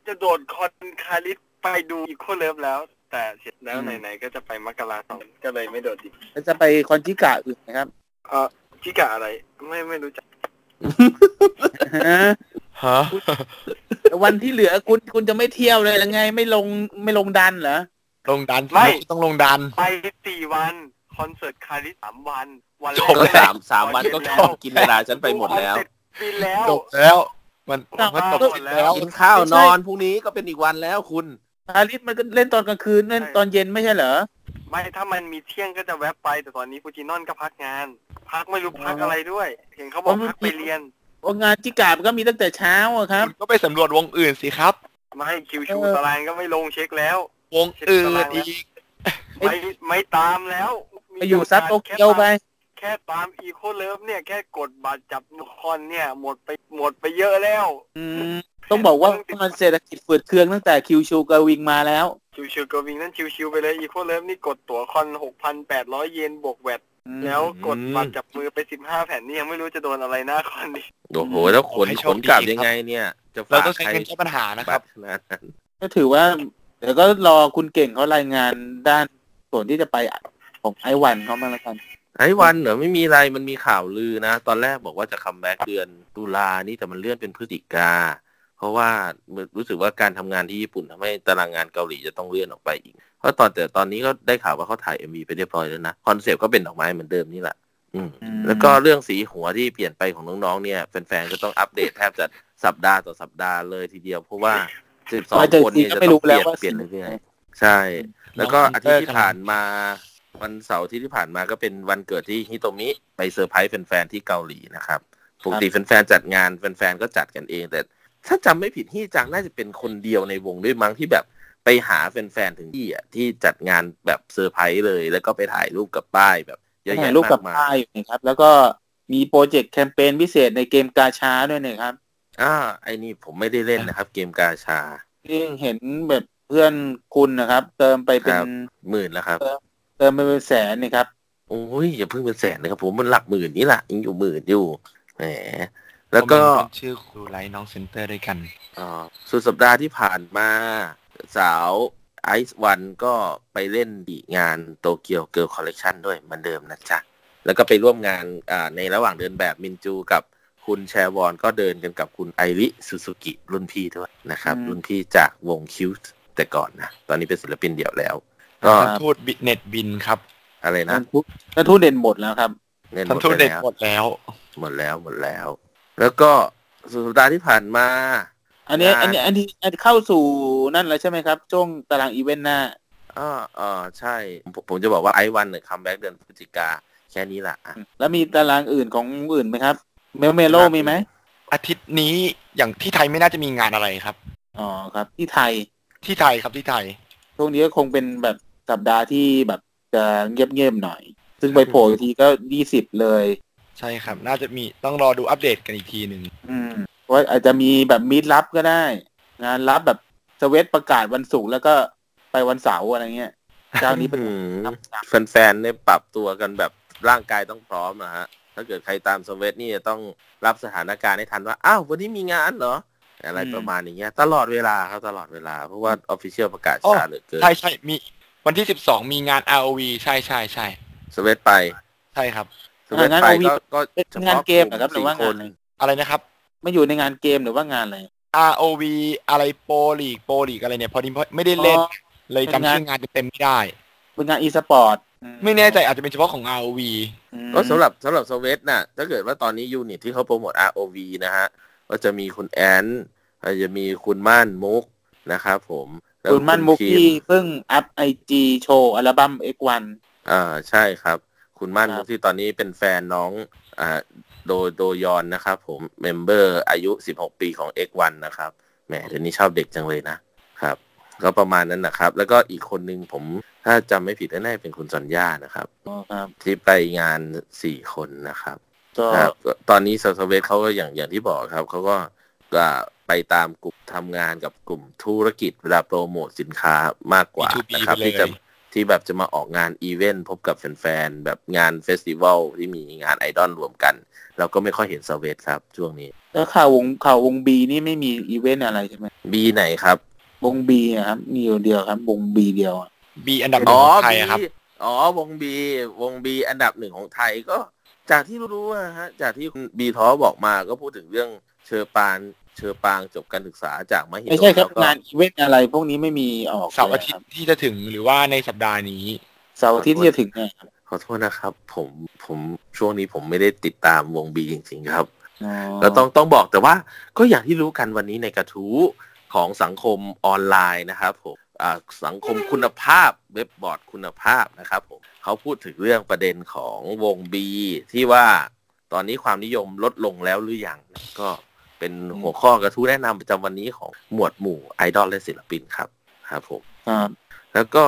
[SPEAKER 6] จะโดดคอนคาริสไปดูอีโคเลิฟแล้ว แต่เสร็จแล้วไหนๆก็จะไปมกราสองก็เลยไม่โดดดิ
[SPEAKER 2] เราจะไปคอนจิกะอื่นนะครับ
[SPEAKER 6] เออชิกะอะไรไม่ไม่รู้จัก
[SPEAKER 8] ฮะ
[SPEAKER 2] วันที่เหลือคุณคุณจะไม่เที่ยวเลยหรือไง ไม่ลงไม่ลงดันเหรอ
[SPEAKER 8] ลงดันต้องลงดัน
[SPEAKER 6] ไปสี่วันคอนเสิร์ตคาริสสามวัน วัน
[SPEAKER 8] จบ
[SPEAKER 3] ก็
[SPEAKER 6] แรก
[SPEAKER 3] สามสามวันก็
[SPEAKER 6] เย็
[SPEAKER 3] กินกินเวลาฉันไปหมดแล้ว
[SPEAKER 6] บินแล้ว
[SPEAKER 8] จบแล้ว มันมันจบ
[SPEAKER 6] หมดแล้ว
[SPEAKER 8] แล้ว
[SPEAKER 3] กินข้าวนอนพรุ่งนี้ก็เป็นอีกวันแล้วคุณ
[SPEAKER 2] พาริสมันก็เล่นตอนกลางคืนเล่นตอนเย็นไม่ใช่เหรอ
[SPEAKER 6] ไม่ถ้ามันมีเที่ยงก็จะแวะไป แต่ตอนนี้ฟูจินอนก็พักงาน พักไม่รู้พักอะไรด้วย เห็นเขาบอกพักไปเรียน
[SPEAKER 2] โองานจิกะมันก็มีตั้งแต่เช้าอะครับ
[SPEAKER 8] คุณก็ไปสำรวจวงอื่นสิครับ
[SPEAKER 6] ไม่ให้คิวชู
[SPEAKER 2] เออ
[SPEAKER 6] ตารางก็ไม่ลงเช็คแล้ว
[SPEAKER 8] วงอื่นอีก
[SPEAKER 6] ไม่ไม่ตามแล้ว
[SPEAKER 2] ไปอยู่ซับโตเกียวไป
[SPEAKER 6] แค่ตามอีโคเลิฟเนี่ย แค่กดบัตรจับมูคอนเนี่ย หมดไปหมดไปเยอะแล้ว
[SPEAKER 2] อืมต้องบอกว่ามันเศรษฐกิจเปิดเครื่องตั้งแต่คิวชูกบวิงมาแล้ว
[SPEAKER 6] ชิวชิวๆกวิงนั่นชิวชิวๆไปเลยอีโคเลิฟนี่กดตั๋วคอนหกพันแปดร้อยเยนบวกแวดแล้วกดบัตรจับมือไปสิบห้าแผ่นนี่ยังไม่รู้จะโดนอะไรหน้าคอนดิ
[SPEAKER 3] โอ้โห แล้วขน
[SPEAKER 8] ให้โช
[SPEAKER 3] ข
[SPEAKER 8] คนดี
[SPEAKER 3] กลั
[SPEAKER 8] ค
[SPEAKER 3] บ
[SPEAKER 8] รับ
[SPEAKER 3] ยังไงเนี่ย จะ
[SPEAKER 8] เรา
[SPEAKER 3] ฝาก
[SPEAKER 8] ต้องใช้
[SPEAKER 3] ใคร
[SPEAKER 8] เงินแก้ปัญหานะค
[SPEAKER 3] บั
[SPEAKER 8] รับ
[SPEAKER 3] ตรนะ
[SPEAKER 2] ก็ถือว่าเดี๋ยวก็รอคุณเก่งเขารายงานด้านส่วนที่จะไปของไอวันเขามาแล้วกัน
[SPEAKER 3] ไอ้วันเหรอไม่มีอะไรมันมีข่าวลือนะ ตอนแรกบอกว่าจะคัมแบ็กเดือนตุลานี่แต่มันเลื่อนเป็นพฤศจิกา เพราะว่ารู้สึกว่าการทำงานที่ญี่ปุ่นทำให้ตารางงานเกาหลีจะต้องเลื่อนออกไปอีก เพราะตอนแต่ตอนนี้ก็ได้ข่าวว่าเขาถ่ายเอ็มวีไปเรียบร้อยแล้วนะคอนเซปต์ก็เป็นดอกไม้เหมือนเดิมนี่แหละอืม แล้วก็เรื่องสีหัวที่เปลี่ยนไปของน้องๆ เนี่ยแฟนๆ ก็ต้องอัปเดตแทบจะสัปดาห์ต่อสัปดาห์เลยทีเดียว เพราะว่า
[SPEAKER 2] ว่าจะ
[SPEAKER 3] 12 คนเนี่ยจะ
[SPEAKER 2] ไม่
[SPEAKER 3] ต้อง
[SPEAKER 2] รู้
[SPEAKER 3] เป
[SPEAKER 2] แล้
[SPEAKER 3] ลี่
[SPEAKER 2] วย
[SPEAKER 3] น
[SPEAKER 2] ว่า
[SPEAKER 3] เปลี่ยน
[SPEAKER 2] สี
[SPEAKER 3] เรื่อย
[SPEAKER 2] ไหน
[SPEAKER 3] ๆใช่ แล้วก็
[SPEAKER 8] น้อง
[SPEAKER 3] อาทิตย์ที่
[SPEAKER 8] คอมพิวเตอร์
[SPEAKER 3] ผ่านมาวันเสาร์ที่ที่ผ่านมาก็เป็นวันเกิดที่ฮิโตมิ ไปเซอร์ไพรส์แฟนๆ ที่เกาหลีนะครับปกติแฟนๆ จัดงานแฟนๆ ก็จัดกันเอง แต่ ถ้าจำไม่ผิดฮี่จังน่าจะเป็นคนเดียวในวงด้วยมั้งที่แบบไปหาแฟนๆถึงที่อ่ะที่จัดงานแบบเซอร์ไพรส์เลย แล้วก็ไปถ่ายรูปกับป้ายแบบเยอะ
[SPEAKER 2] ถ่า
[SPEAKER 3] แยะ
[SPEAKER 2] ยรูป
[SPEAKER 3] มา
[SPEAKER 2] กับ
[SPEAKER 3] กมา
[SPEAKER 2] ป้าย ยอยู่นะครับ แล้วก็มีโปรเจกต์แคมเปญพิเศษในเกมกาชาด้วยนะครับ
[SPEAKER 3] อ่าไอ้นี่ผมไม่ได้เล่นนะครับ เกมกาชา
[SPEAKER 2] ที่เห็นแบบเพื่อนคุณนะครับ เติมไปเป็
[SPEAKER 3] คน รับ หมื่นแล้วครับ
[SPEAKER 2] เติมไปเป็นแสนนี่ครับ
[SPEAKER 3] โอ้ยอย่าเพิ่งเป็นแสนนะครับ ผมมันหลักหมื่นนี่แหละยังอยู่หมื่นอยู่แหมแล้วก็
[SPEAKER 5] ผมเห็นขึ้นชื่อครูไลท์น้องเซนเตอร์ด้วยกัน
[SPEAKER 3] อ่าสุดสัปดาห์ที่ผ่านมาสาวไอซ์วันก็ไปเล่นอีกงานโตเกียวเกิร์ลคอลเล t ชันด้วยเหมือนเดิมนะจ๊ะ แล้วก็ไปร่วมงานอ่าในระหว่างเดินแบบมินจูกับคุณแชวอนก็เดินกันกับคุณไอริสุสุกิรุ่นพี่ด้วยนะครับ
[SPEAKER 2] อืม
[SPEAKER 3] รุ่นพี่จากวงคิวแต่ก่อนนะ ตอนนี้เป็นศิลปินเดี่ยวแล้ว ก็
[SPEAKER 5] ท่านทูตบิเน็ตบินครับ
[SPEAKER 3] อะไรนะ
[SPEAKER 2] ท่านทูตท่านทูตเด่นหมดแล้วครับ
[SPEAKER 3] เงินหม
[SPEAKER 8] ท่าน
[SPEAKER 3] ด
[SPEAKER 8] ทูต
[SPEAKER 3] ไป
[SPEAKER 8] เด็ด
[SPEAKER 3] แล้ว
[SPEAKER 8] หมดแล้ว
[SPEAKER 3] หมดแล้วหมดแล้ว แล้วก็สุดสัปดาห์ที่ผ่านมา
[SPEAKER 2] อันนี้
[SPEAKER 3] อ่า
[SPEAKER 2] อันนี้อันนี้อันนี้เข้าสู่นั่นแล้วใช่ไหมครับช่วงตารางอีเวนต์หน้า
[SPEAKER 3] อ่าอ่าใช่ผมผมจะบอกว่าไอวันเนี่ยคัมแบ็กเดือนพฤศจิกาแค่นี้ละอ่ะ
[SPEAKER 2] แล้วมีตารางอื่นของอื่นไหมครับ เมลเมโล
[SPEAKER 3] ครับ
[SPEAKER 2] มีไหม
[SPEAKER 8] อาทิตย์นี้อย่างที่ไทยไม่น่าจะมีงานอะไรครับ
[SPEAKER 2] อ๋อครับ ที่ไทย
[SPEAKER 8] ที่ไทยครับที่ไทย
[SPEAKER 2] ช่วงนี้ก็คงเป็นแบบสัปดาห์ที่แบบจะเงียบๆหน่อย ซึ่งไปโผล่อีกทีก็ยี่สิบเลย
[SPEAKER 8] ใช่ครับ น่าจะมีต้องรอดูอัปเดตกันอีกทีหนึ่ง
[SPEAKER 2] อืมว่าอาจจะมีแบบมีดลับก็ได้ งานลับแบบสเวตประกาศวันศุกร์แล้วก็ไปวันเสาร์อะไรเงี้ยเจ้านี้เป็น
[SPEAKER 3] อืม
[SPEAKER 2] ครับครับ
[SPEAKER 3] แฟนๆเนี่ยปรับตัวกันแบบร่างกายต้องพร้อมนะฮะ ถ้าเกิดใครตามสเวตนี่จะต้องรับสถานการณ์ให้ทันว่า อ้าว วันนี้มีงานเหรอ อะไรประมาณอย่างเงี้ย ตลอดเวลาครับตลอดเวลา เพราะว่าออฟฟิเชียลประกาศช้าเหลือเกิน
[SPEAKER 8] ใช่ใช่มีวันที่สิบสองมีงาน ROV ใช่ใช่ใช่
[SPEAKER 3] สเวตไป
[SPEAKER 8] ใช่ ครับ
[SPEAKER 3] สเวตไป
[SPEAKER 2] อ่างาน OV
[SPEAKER 3] ก็ก็
[SPEAKER 2] เป็น
[SPEAKER 3] ฉพะ
[SPEAKER 2] งานเกมเหรอครับหรือว่างาน
[SPEAKER 3] สี่
[SPEAKER 2] อะไร
[SPEAKER 8] อะไรนะครับ
[SPEAKER 2] ไม่อยู่ในงานเกมหรือว่างานอะไร
[SPEAKER 8] ROV อะไรโปรลีกโปรลีกอะไรเนี่ย พอดีไม่ได้เล่น
[SPEAKER 2] อ๋อ
[SPEAKER 8] เลยจำชื่องานเต็มๆไม่ได้
[SPEAKER 2] เป็นงานอีสปอร์ต
[SPEAKER 8] ไม่แน่ใจอาจจะเป็นเฉพาะของ ROV
[SPEAKER 3] ก็สำหรับสำหรับสเวตน่ะ ถ้าเกิดว่าตอนนี้ยูนิตที่เขาโปรโมท ROV นะฮะ ก็จะมีคุณแอนอาจจะมีคุณม่านมุกนะครับผมแล้ว
[SPEAKER 2] คุณมั่นมุก
[SPEAKER 3] คิ
[SPEAKER 2] ที่เพิ่งอัพไอจีโชว์อัลบั้ม X1
[SPEAKER 3] อ่าใช่ครับ คุณม่าน
[SPEAKER 2] ครับ
[SPEAKER 3] มุกที่ตอนนี้เป็นแฟนน้องอ่าโดโดยอนนะครับผมเมมเบอร์อายุ 16 ปีของ X1 นะครับแหมเดี๋ยวนี้ชอบเด็กจังเลยนะครับ ก็ประมาณนั้นนะครับ แล้วก็อีกคนนึงผมถ้าจำไม่ผิดแน่ๆเป็นคุณจอนย่านะครับ
[SPEAKER 2] อ๋อครับ
[SPEAKER 3] ที่ไปงาน 4 คนนะครับ
[SPEAKER 2] ก็
[SPEAKER 3] ครับตอนนี้สสเวทเขาก็อย่างอย่างที่บอกครับเขาก็อ่าไปตามกลุ่มทำงานกับกลุ่มธุรกิจเวลาโปรโมทสินค้ามากกว่า
[SPEAKER 8] B2B
[SPEAKER 3] นะครับ
[SPEAKER 8] ไปเลย
[SPEAKER 3] ที่จะที่แบบจะมาออกงานอีเวนต์พบกับแฟนๆแบบงานเฟสติวัลที่มีงานไอดอลรวมกัน เราก็ไม่ค่อยเห็นสเวทครับช่วงนี้
[SPEAKER 2] แล้วข่าววงข่าววงบีนี่ไม่มีอีเวนต์อะไรใช่ไหม
[SPEAKER 3] บีไหนครับ
[SPEAKER 2] วงบีครับมีอยู่เดียวครับ วงบีเดียวอะ
[SPEAKER 8] B อันดับหนึ่
[SPEAKER 3] อ๋
[SPEAKER 8] ง
[SPEAKER 3] อ
[SPEAKER 8] ของไทย
[SPEAKER 3] บี
[SPEAKER 8] อะครับ
[SPEAKER 3] อ๋อวงบีวงบีอันดับหนึ่งของไทยก็จากที่รู้ๆอะฮะจากที่คุณบีท้อบอกมาก็พูดถึงเรื่องเชอปานเชอปางจบการศึกษาจากมหิดล
[SPEAKER 2] ไม่ใช่ครับ
[SPEAKER 3] แล้วก็
[SPEAKER 2] งานอีเวนต์อะไรพวกนี้ไม่มีออก
[SPEAKER 8] เสาร์อาทิต
[SPEAKER 2] ล
[SPEAKER 8] ย์ที่จะถึงหรือว่าในสัปดาห์นี้
[SPEAKER 2] ครับเสาร์อาทิตย์ที่จะถึงเนี่ยครับ
[SPEAKER 3] ขอโทษนะครับผมผมช่วงนี้ผมไม่ได้ติดตามวงบีจริงๆครับ
[SPEAKER 2] อ๋อ
[SPEAKER 3] แล้วต้องต้องบอกแต่ว่าก็อย่างที่รู้กันวันนี้ในกระทู้ของสังคมออนไลน์นะครับผมอ่าสังคมคุณภาพเว็บบอร์ดคุณภาพนะครับผมเขาพูดถึงเรื่องประเด็นของวงบีที่ว่าตอนนี้ความนิยมลดลงแล้วหรือยังก็เป็นหัวข้อกระทู้แนะนำประจำวันนี้ของหมวดหมู่ไอดอลและศิลปินครับครับผม
[SPEAKER 2] ครับ
[SPEAKER 3] แล้วก็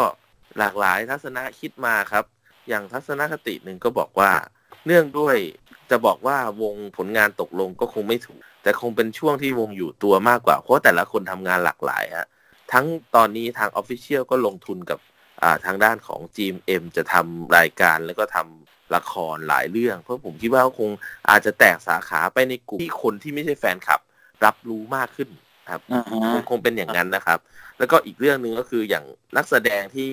[SPEAKER 3] หลากหลายทัศนะคิดมาครับ อย่างทัศนคติหนึ่งก็บอกว่า เนื่องด้วยจะบอกว่าวงผลงานตกลงก็คงไม่ถูก แต่คงเป็นช่วงที่วงอยู่ตัวมากกว่า เพราะแต่ละคนทำงานหลากหลายฮะทั้งตอนนี้ทางออฟฟิเชียลก็ลงทุนกับอ่าทางด้านของ GMM จะทำรายการแล้วก็ทำละครหลายเรื่อง เพราะผมคิดว่าคงอาจจะแตกสาขาไปในกลุ่มที่คนที่ไม่ใช่แฟนคลับ รับรู้มากขึ้นครับ
[SPEAKER 2] อ่าฮะ
[SPEAKER 3] คงคงเป็นอย่างนั้นนะครับ แล้วก็อีกเรื่องหนึ่งก็คืออย่างนักแสดงที่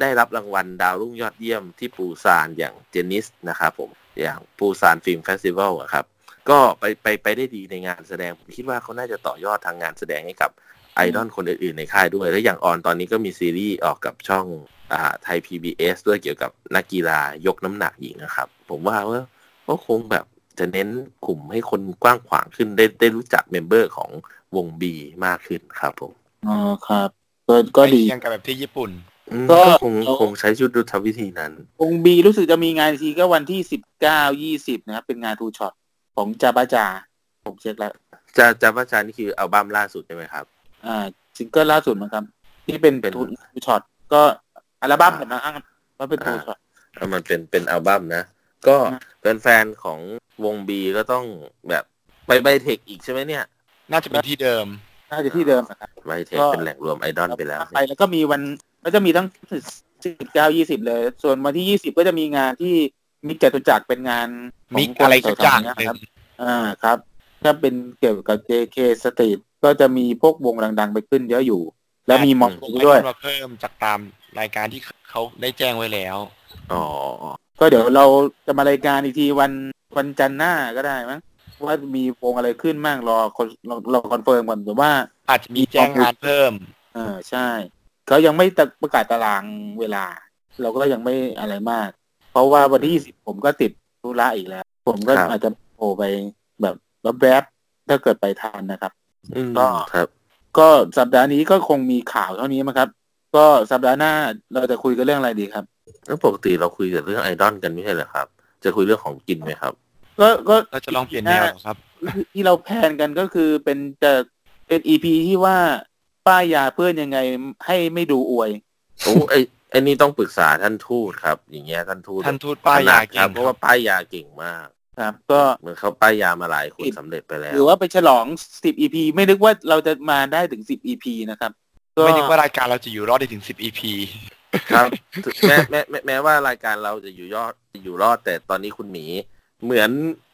[SPEAKER 3] ได้รับรางวัลดาวรุ่งยอดเยี่ยมที่ปูซานอย่างเจนนิสนะครับผมอย่างปูซานฟิล์มเฟสติวัลอะครับ ก็ไปไปไปได้ดีในงานแสดง ผมคิดว่าเขาน่าจะต่อยอดทางงานแสดงให้กับไอดอลคนอื่นๆในค่ายด้วย และอย่างออนตอนนี้ก็มีซีรีส์ออกกับช่องอ่าไทย PBS ด้วยเกี่ยวกับนักกีฬายกน้ำหนักหญิงนะครับ ผมว่าว่าก็คงแบบจะเน้นกลุ่มให้คนกว้างขวางขึ้นได้ได้รู้จักเมมเบอร์ของวงบีมากขึ้นครับผม
[SPEAKER 2] อ๋อครับก็ก็ดี
[SPEAKER 8] ใกล้เคียงกับแบบที่ญี่ปุ่น
[SPEAKER 3] อืม
[SPEAKER 2] ก็
[SPEAKER 3] ก็คง
[SPEAKER 2] เรา
[SPEAKER 3] คงใช้ชุดยุทธวิธีนั้น
[SPEAKER 2] วงบีรู้สึกจะมีงานอีกทีก็วันที่สิบเก้ายี่สิบนะครับ เป็นงานทูช็อตของจาบาจา ผมเช็คแล้ว
[SPEAKER 3] จะจะว่าจานี่คืออัลบั้มล่าสุดใช่ไหมครับ
[SPEAKER 2] อ่าซิงเกิลล่าสุดนะครับ ที่เป็น
[SPEAKER 3] เป็น
[SPEAKER 2] ทูช็อตก็อัลบั้ม
[SPEAKER 3] อ่า
[SPEAKER 2] นะอ้างว่าเป็นทูช็อต
[SPEAKER 3] เอามันเป็นเป็นอัลบั้มนะ ก็
[SPEAKER 2] อ่ะ
[SPEAKER 3] เป็นแฟนๆของวงบีก็ต้องแบบไปไบเทคอีกใช่ไหมเนี่ย
[SPEAKER 8] น่าจะเป็นที่เดิม
[SPEAKER 2] น่าจะที่เดิมนะครับ
[SPEAKER 3] ไบเทค
[SPEAKER 2] ก็
[SPEAKER 3] เป็นแหล่งรวมไอดอลไปแล้ว
[SPEAKER 2] ไปแล้วก็มีวันก็จะมีทั้งสิบเก้ายี่สิบเลย ส่วนวันที่ยี่สิบก็จะมีงานที่มิกจตุจักรเป็นงานขง
[SPEAKER 8] มีอะไรสักอย่าง
[SPEAKER 2] คนแถวๆ
[SPEAKER 8] หนึ่
[SPEAKER 2] เนะครับ
[SPEAKER 8] ง
[SPEAKER 2] อ่าครับก็เป็นเกี่ยวกับ JK Street ก็จะมีพวกวงดัง ๆ ไปขึ้นเยอะอยู่ แล้วมีมอบด้วย
[SPEAKER 8] ให้คนมาเพิ่มจากตามรายการที่เขาได้แจ้งไว้แล้ว
[SPEAKER 3] อ๋อ
[SPEAKER 2] ก็เดี๋ยวเราจะมารายการอีกทีวันวันจันทร์หน้าก็ได้มั้งว่ามีวงอะไรขึ้นมั่งรอคนรอรอคอนเฟิร์มก่อนแต่ว่า
[SPEAKER 8] อาจจะมีแจ้งงานเพิ่ม
[SPEAKER 2] เออใช่เขายังไม่ตะประกาศตารางเวลา เราก็ยังไม่อะไรมาก เพราะว่าวันที่ยี่สิบผมก็ติดธุระอีกแล้ว ผมก็อาจจะโผล่ไปแบบแวบๆถ้าเกิดไปทันนะครับ
[SPEAKER 3] อืม
[SPEAKER 2] ก็
[SPEAKER 3] ครับ
[SPEAKER 2] ก็สัปดาห์นี้ก็คงมีข่าวเท่านี้มั้งครับ ก็สัปดาห์หน้าเราจะคุยกันเรื่องอะไรดีครับ
[SPEAKER 3] แล้วปกติเราคุยกับเรื่องไอดอลกันไม่ใช่เหรอครับ จะคุยเรื่องของกินไหมครับ
[SPEAKER 2] ก็ก็
[SPEAKER 8] เราจะลองเปลี่ยนแนวเหรอครับ
[SPEAKER 2] ที่ที่เราแพลนกันก็คือเป็นจะเป็นอีพีที่ว่าป้ายยาเพื่อนยังไงให้ไม่ดูอวย
[SPEAKER 3] โอ้ไอไอนี่ต้องปรึกษาท่านทูตครับ อย่างเงี้ยท่านทูต
[SPEAKER 8] ท่านทูตป้ายยาเก่
[SPEAKER 3] ครั
[SPEAKER 8] ง
[SPEAKER 3] บเพราะว่าป้ายยาเก่งมาก
[SPEAKER 2] ครับ ก็
[SPEAKER 3] เหมือนเขาป้ายยามาหลายคน
[SPEAKER 2] ผิด
[SPEAKER 3] สำเร็จไปแล้ว
[SPEAKER 2] หรือว่าไปฉลองสิบอีพีไม่นึกว่าเราจะมาได้ถึงสิบอีพีนะครับก็
[SPEAKER 8] ไม่นึกว่ารายการเราจะอยู่รอดได้ถึง 10 EP
[SPEAKER 3] ครับ แม้แม้แม้แม้ว่ารายการเราจะอยู่ยอดอยู่รอดแต่ตอนนี้คุณหมีเหมือน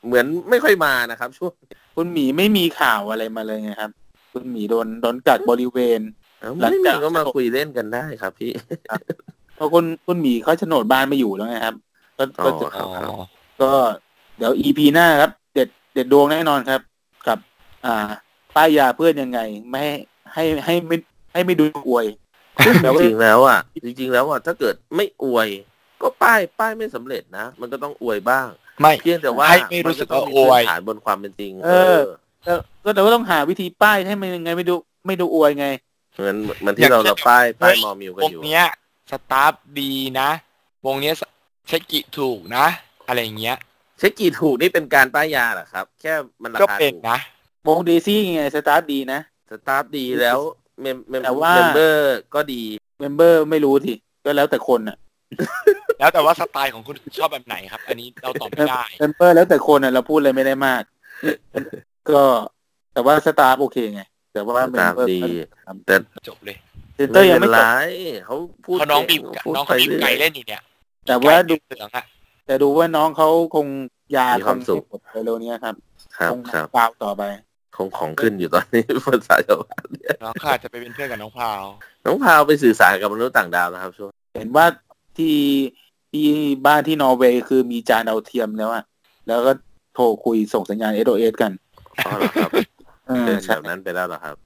[SPEAKER 3] เหมือนไม่ค่อยมานะครับ ช่วง
[SPEAKER 2] คุณหมีไม่มีข่าวอะไรมาเลยไงครับ คุณหมีโดนโดนกัดบริเวณ
[SPEAKER 3] เอ้า
[SPEAKER 2] หลัง
[SPEAKER 3] ไม่
[SPEAKER 2] จา
[SPEAKER 3] มี
[SPEAKER 2] ก
[SPEAKER 3] ก็มาคุยเล่นกันได้ครับพี่
[SPEAKER 2] เพราะคุณคุณหมีเขาโฉนดบ้านไม่อยู่แล้วไงครับ ก็ก็จะ
[SPEAKER 3] อ๋อ ครับครับ
[SPEAKER 2] ก็เดี๋ยว EP หน้าครับ เด็ดเด็ดดวงแน่นอนครับ กับ อ่า ป้ายยาเพื่อนยังไง ไม่ให้ให้ให้ไม่ให้ไม่ดูอวย แต่ว่า
[SPEAKER 3] จริงๆแล้วอ่ะจริง ๆ แล้วอ่ะถ้าเกิดไม่อวย ก็ป้ายป้ายไม่สำเร็จนะ มันก็ต้องอวยบ้าง
[SPEAKER 8] ไม่
[SPEAKER 3] เพียงแต่ว่า
[SPEAKER 8] ให้ไม่รู้สึกว่าอวย
[SPEAKER 3] มันก็ต้งมีพื้นฐานบนความเป็นจริง
[SPEAKER 2] เออ เออก็แต่ว่าต้องหาวิธีป้ายให้มันยังไงไม่ดูไม่ดูอวยไง
[SPEAKER 3] เหมือนเหมือนที่เราเราป้ายป้ายมอมิวกัน
[SPEAKER 8] วง
[SPEAKER 3] อยู่
[SPEAKER 8] เนี้ยสตาฟดีนะ วงเนี้ยเช็คกิถูกนะ อะไรอย่างเงี้ย
[SPEAKER 3] เช็คกี่ถูกนี่เป็นการป้ายยาเหรอครับ แค่มันรา
[SPEAKER 8] ก็
[SPEAKER 3] คา
[SPEAKER 8] เป็น
[SPEAKER 3] ถูก
[SPEAKER 8] นะ
[SPEAKER 2] วงดีซี่ไงสตาร์ทดีนะ
[SPEAKER 3] สตาฟดีแล้วเมมเมม
[SPEAKER 2] แต่ว่า
[SPEAKER 3] เมมเบอร์ก็ดี
[SPEAKER 2] เมมเบอร์ไม่รู้ทีก็แล้วแต่คนอ่ะ
[SPEAKER 8] แล้วแต่ว่าสไตล์ของคุณชอบแบบไหนครับ อันนี้เราตอบไม่ได้
[SPEAKER 2] เมมเบอร์แล้วแต่คนอ่ะเราพูดอะไรไม่ได้มาก ก็แต่ว่าสตาร์ทโอเคไง แต่ว่า
[SPEAKER 3] ส
[SPEAKER 2] เม
[SPEAKER 3] ตาม ฟ
[SPEAKER 2] เบอร์
[SPEAKER 3] ดี
[SPEAKER 8] จบเลย
[SPEAKER 2] เซนเตอ
[SPEAKER 3] ไม่
[SPEAKER 2] ร์ยัง
[SPEAKER 3] เป็
[SPEAKER 2] ไม่
[SPEAKER 3] น
[SPEAKER 2] จ
[SPEAKER 3] ไร
[SPEAKER 2] บ
[SPEAKER 3] เขาพูด
[SPEAKER 8] เขาะน้องบีบ
[SPEAKER 3] ก่ง
[SPEAKER 8] น้อง
[SPEAKER 3] พู
[SPEAKER 8] เขา
[SPEAKER 3] ด
[SPEAKER 8] บีบ
[SPEAKER 3] ไป
[SPEAKER 8] ไก่
[SPEAKER 3] เรื่อย
[SPEAKER 8] เล่นอยู่เนี่ย
[SPEAKER 2] แต่ว่าดู
[SPEAKER 8] ไก่เหลืองอะ
[SPEAKER 2] แต่ดูว่าน้องเขาคงยา
[SPEAKER 3] มีความสุข
[SPEAKER 2] งไม่หมดเร็วๆเนี้ยครับ
[SPEAKER 3] ครับ
[SPEAKER 2] คง
[SPEAKER 3] ครับ
[SPEAKER 2] ยาวต่อไป
[SPEAKER 3] คงของขึ้นอยู่ตอนนี้ ภาษาชาวบ้าน
[SPEAKER 8] น้องเขาอาจจะไปเป็นเพื่อนกับน้องพราว
[SPEAKER 3] น้องพาวไปสื่อสารกับมนุษย์ต่างดาวนะครับช่วง
[SPEAKER 2] เห็นว่าที่ที่บ้านที่นอร์เวย์คือมีจานดาวเทียมแล้วอะแล้วก็โทรคุยส่งสัญญาณ SOS กัน
[SPEAKER 3] อ๋อเหรอครับ
[SPEAKER 2] เออ
[SPEAKER 3] เป็น
[SPEAKER 2] ใช่
[SPEAKER 3] แบบนั้นไปแล้วเหรอครับ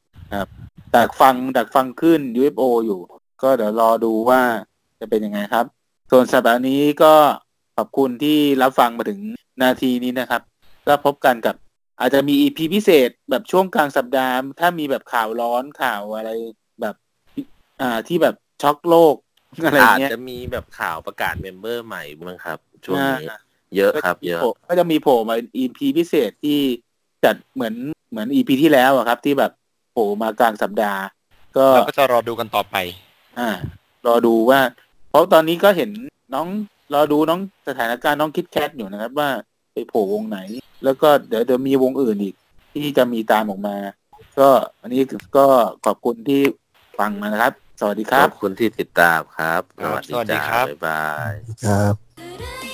[SPEAKER 2] ดักฟังดักฟังขึ้น UFO อยู่ ก็เดี๋ยวรอดูว่าจะเป็นยังไงครับ ส่วนสัปดาห์นี้ก็ขอบคุณที่รับฟังมาถึงนาทีนี้นะครับ ก็พบกันกับอาจจะมี EP พิเศษแบบช่วงกลางสัปดาห์ ถ้ามีแบบข่าวร้อนข่าวอะไรแบบอ่าที่แบบช็อกโลก อะไร
[SPEAKER 3] อาจ
[SPEAKER 2] เงี้ย
[SPEAKER 3] จะมีแบบข่าวประกาศเมมเบอร์ใหม่บ้างครับ ช่วงนี้เยอะครับ เยอะ
[SPEAKER 2] ก็จะมีโผล่มา EP พิเศษที่จัดเหมือนเหมือน EP ที่แล้วอะครับ ที่แบบโผล่มากลางสัปดาห์ ก็
[SPEAKER 8] เราก็จะรอดูกันต่อไป
[SPEAKER 2] อ่ารอดูว่า เพราะตอนนี้ก็เห็นน้องรอดูน้องสถานการณ์น้องคิดแคทอยู่นะครับ ว่าไปโผล่วงไหน แล้วก็เดี๋ยวจะมีวงอื่นอีก ที่จะมีตามออกมา ก็อันนี้ก็ขอบคุณที่ฟังมานะครับ สวัสดีค
[SPEAKER 3] ข
[SPEAKER 2] รั
[SPEAKER 3] อบ บคุณที่ติดตามครับ
[SPEAKER 8] ครับ
[SPEAKER 3] สวัส
[SPEAKER 8] สวัส
[SPEAKER 3] ดี
[SPEAKER 8] ดี
[SPEAKER 3] จ้า
[SPEAKER 8] ครับ
[SPEAKER 3] บ๊ายบาย
[SPEAKER 7] ครับ
[SPEAKER 1] 古い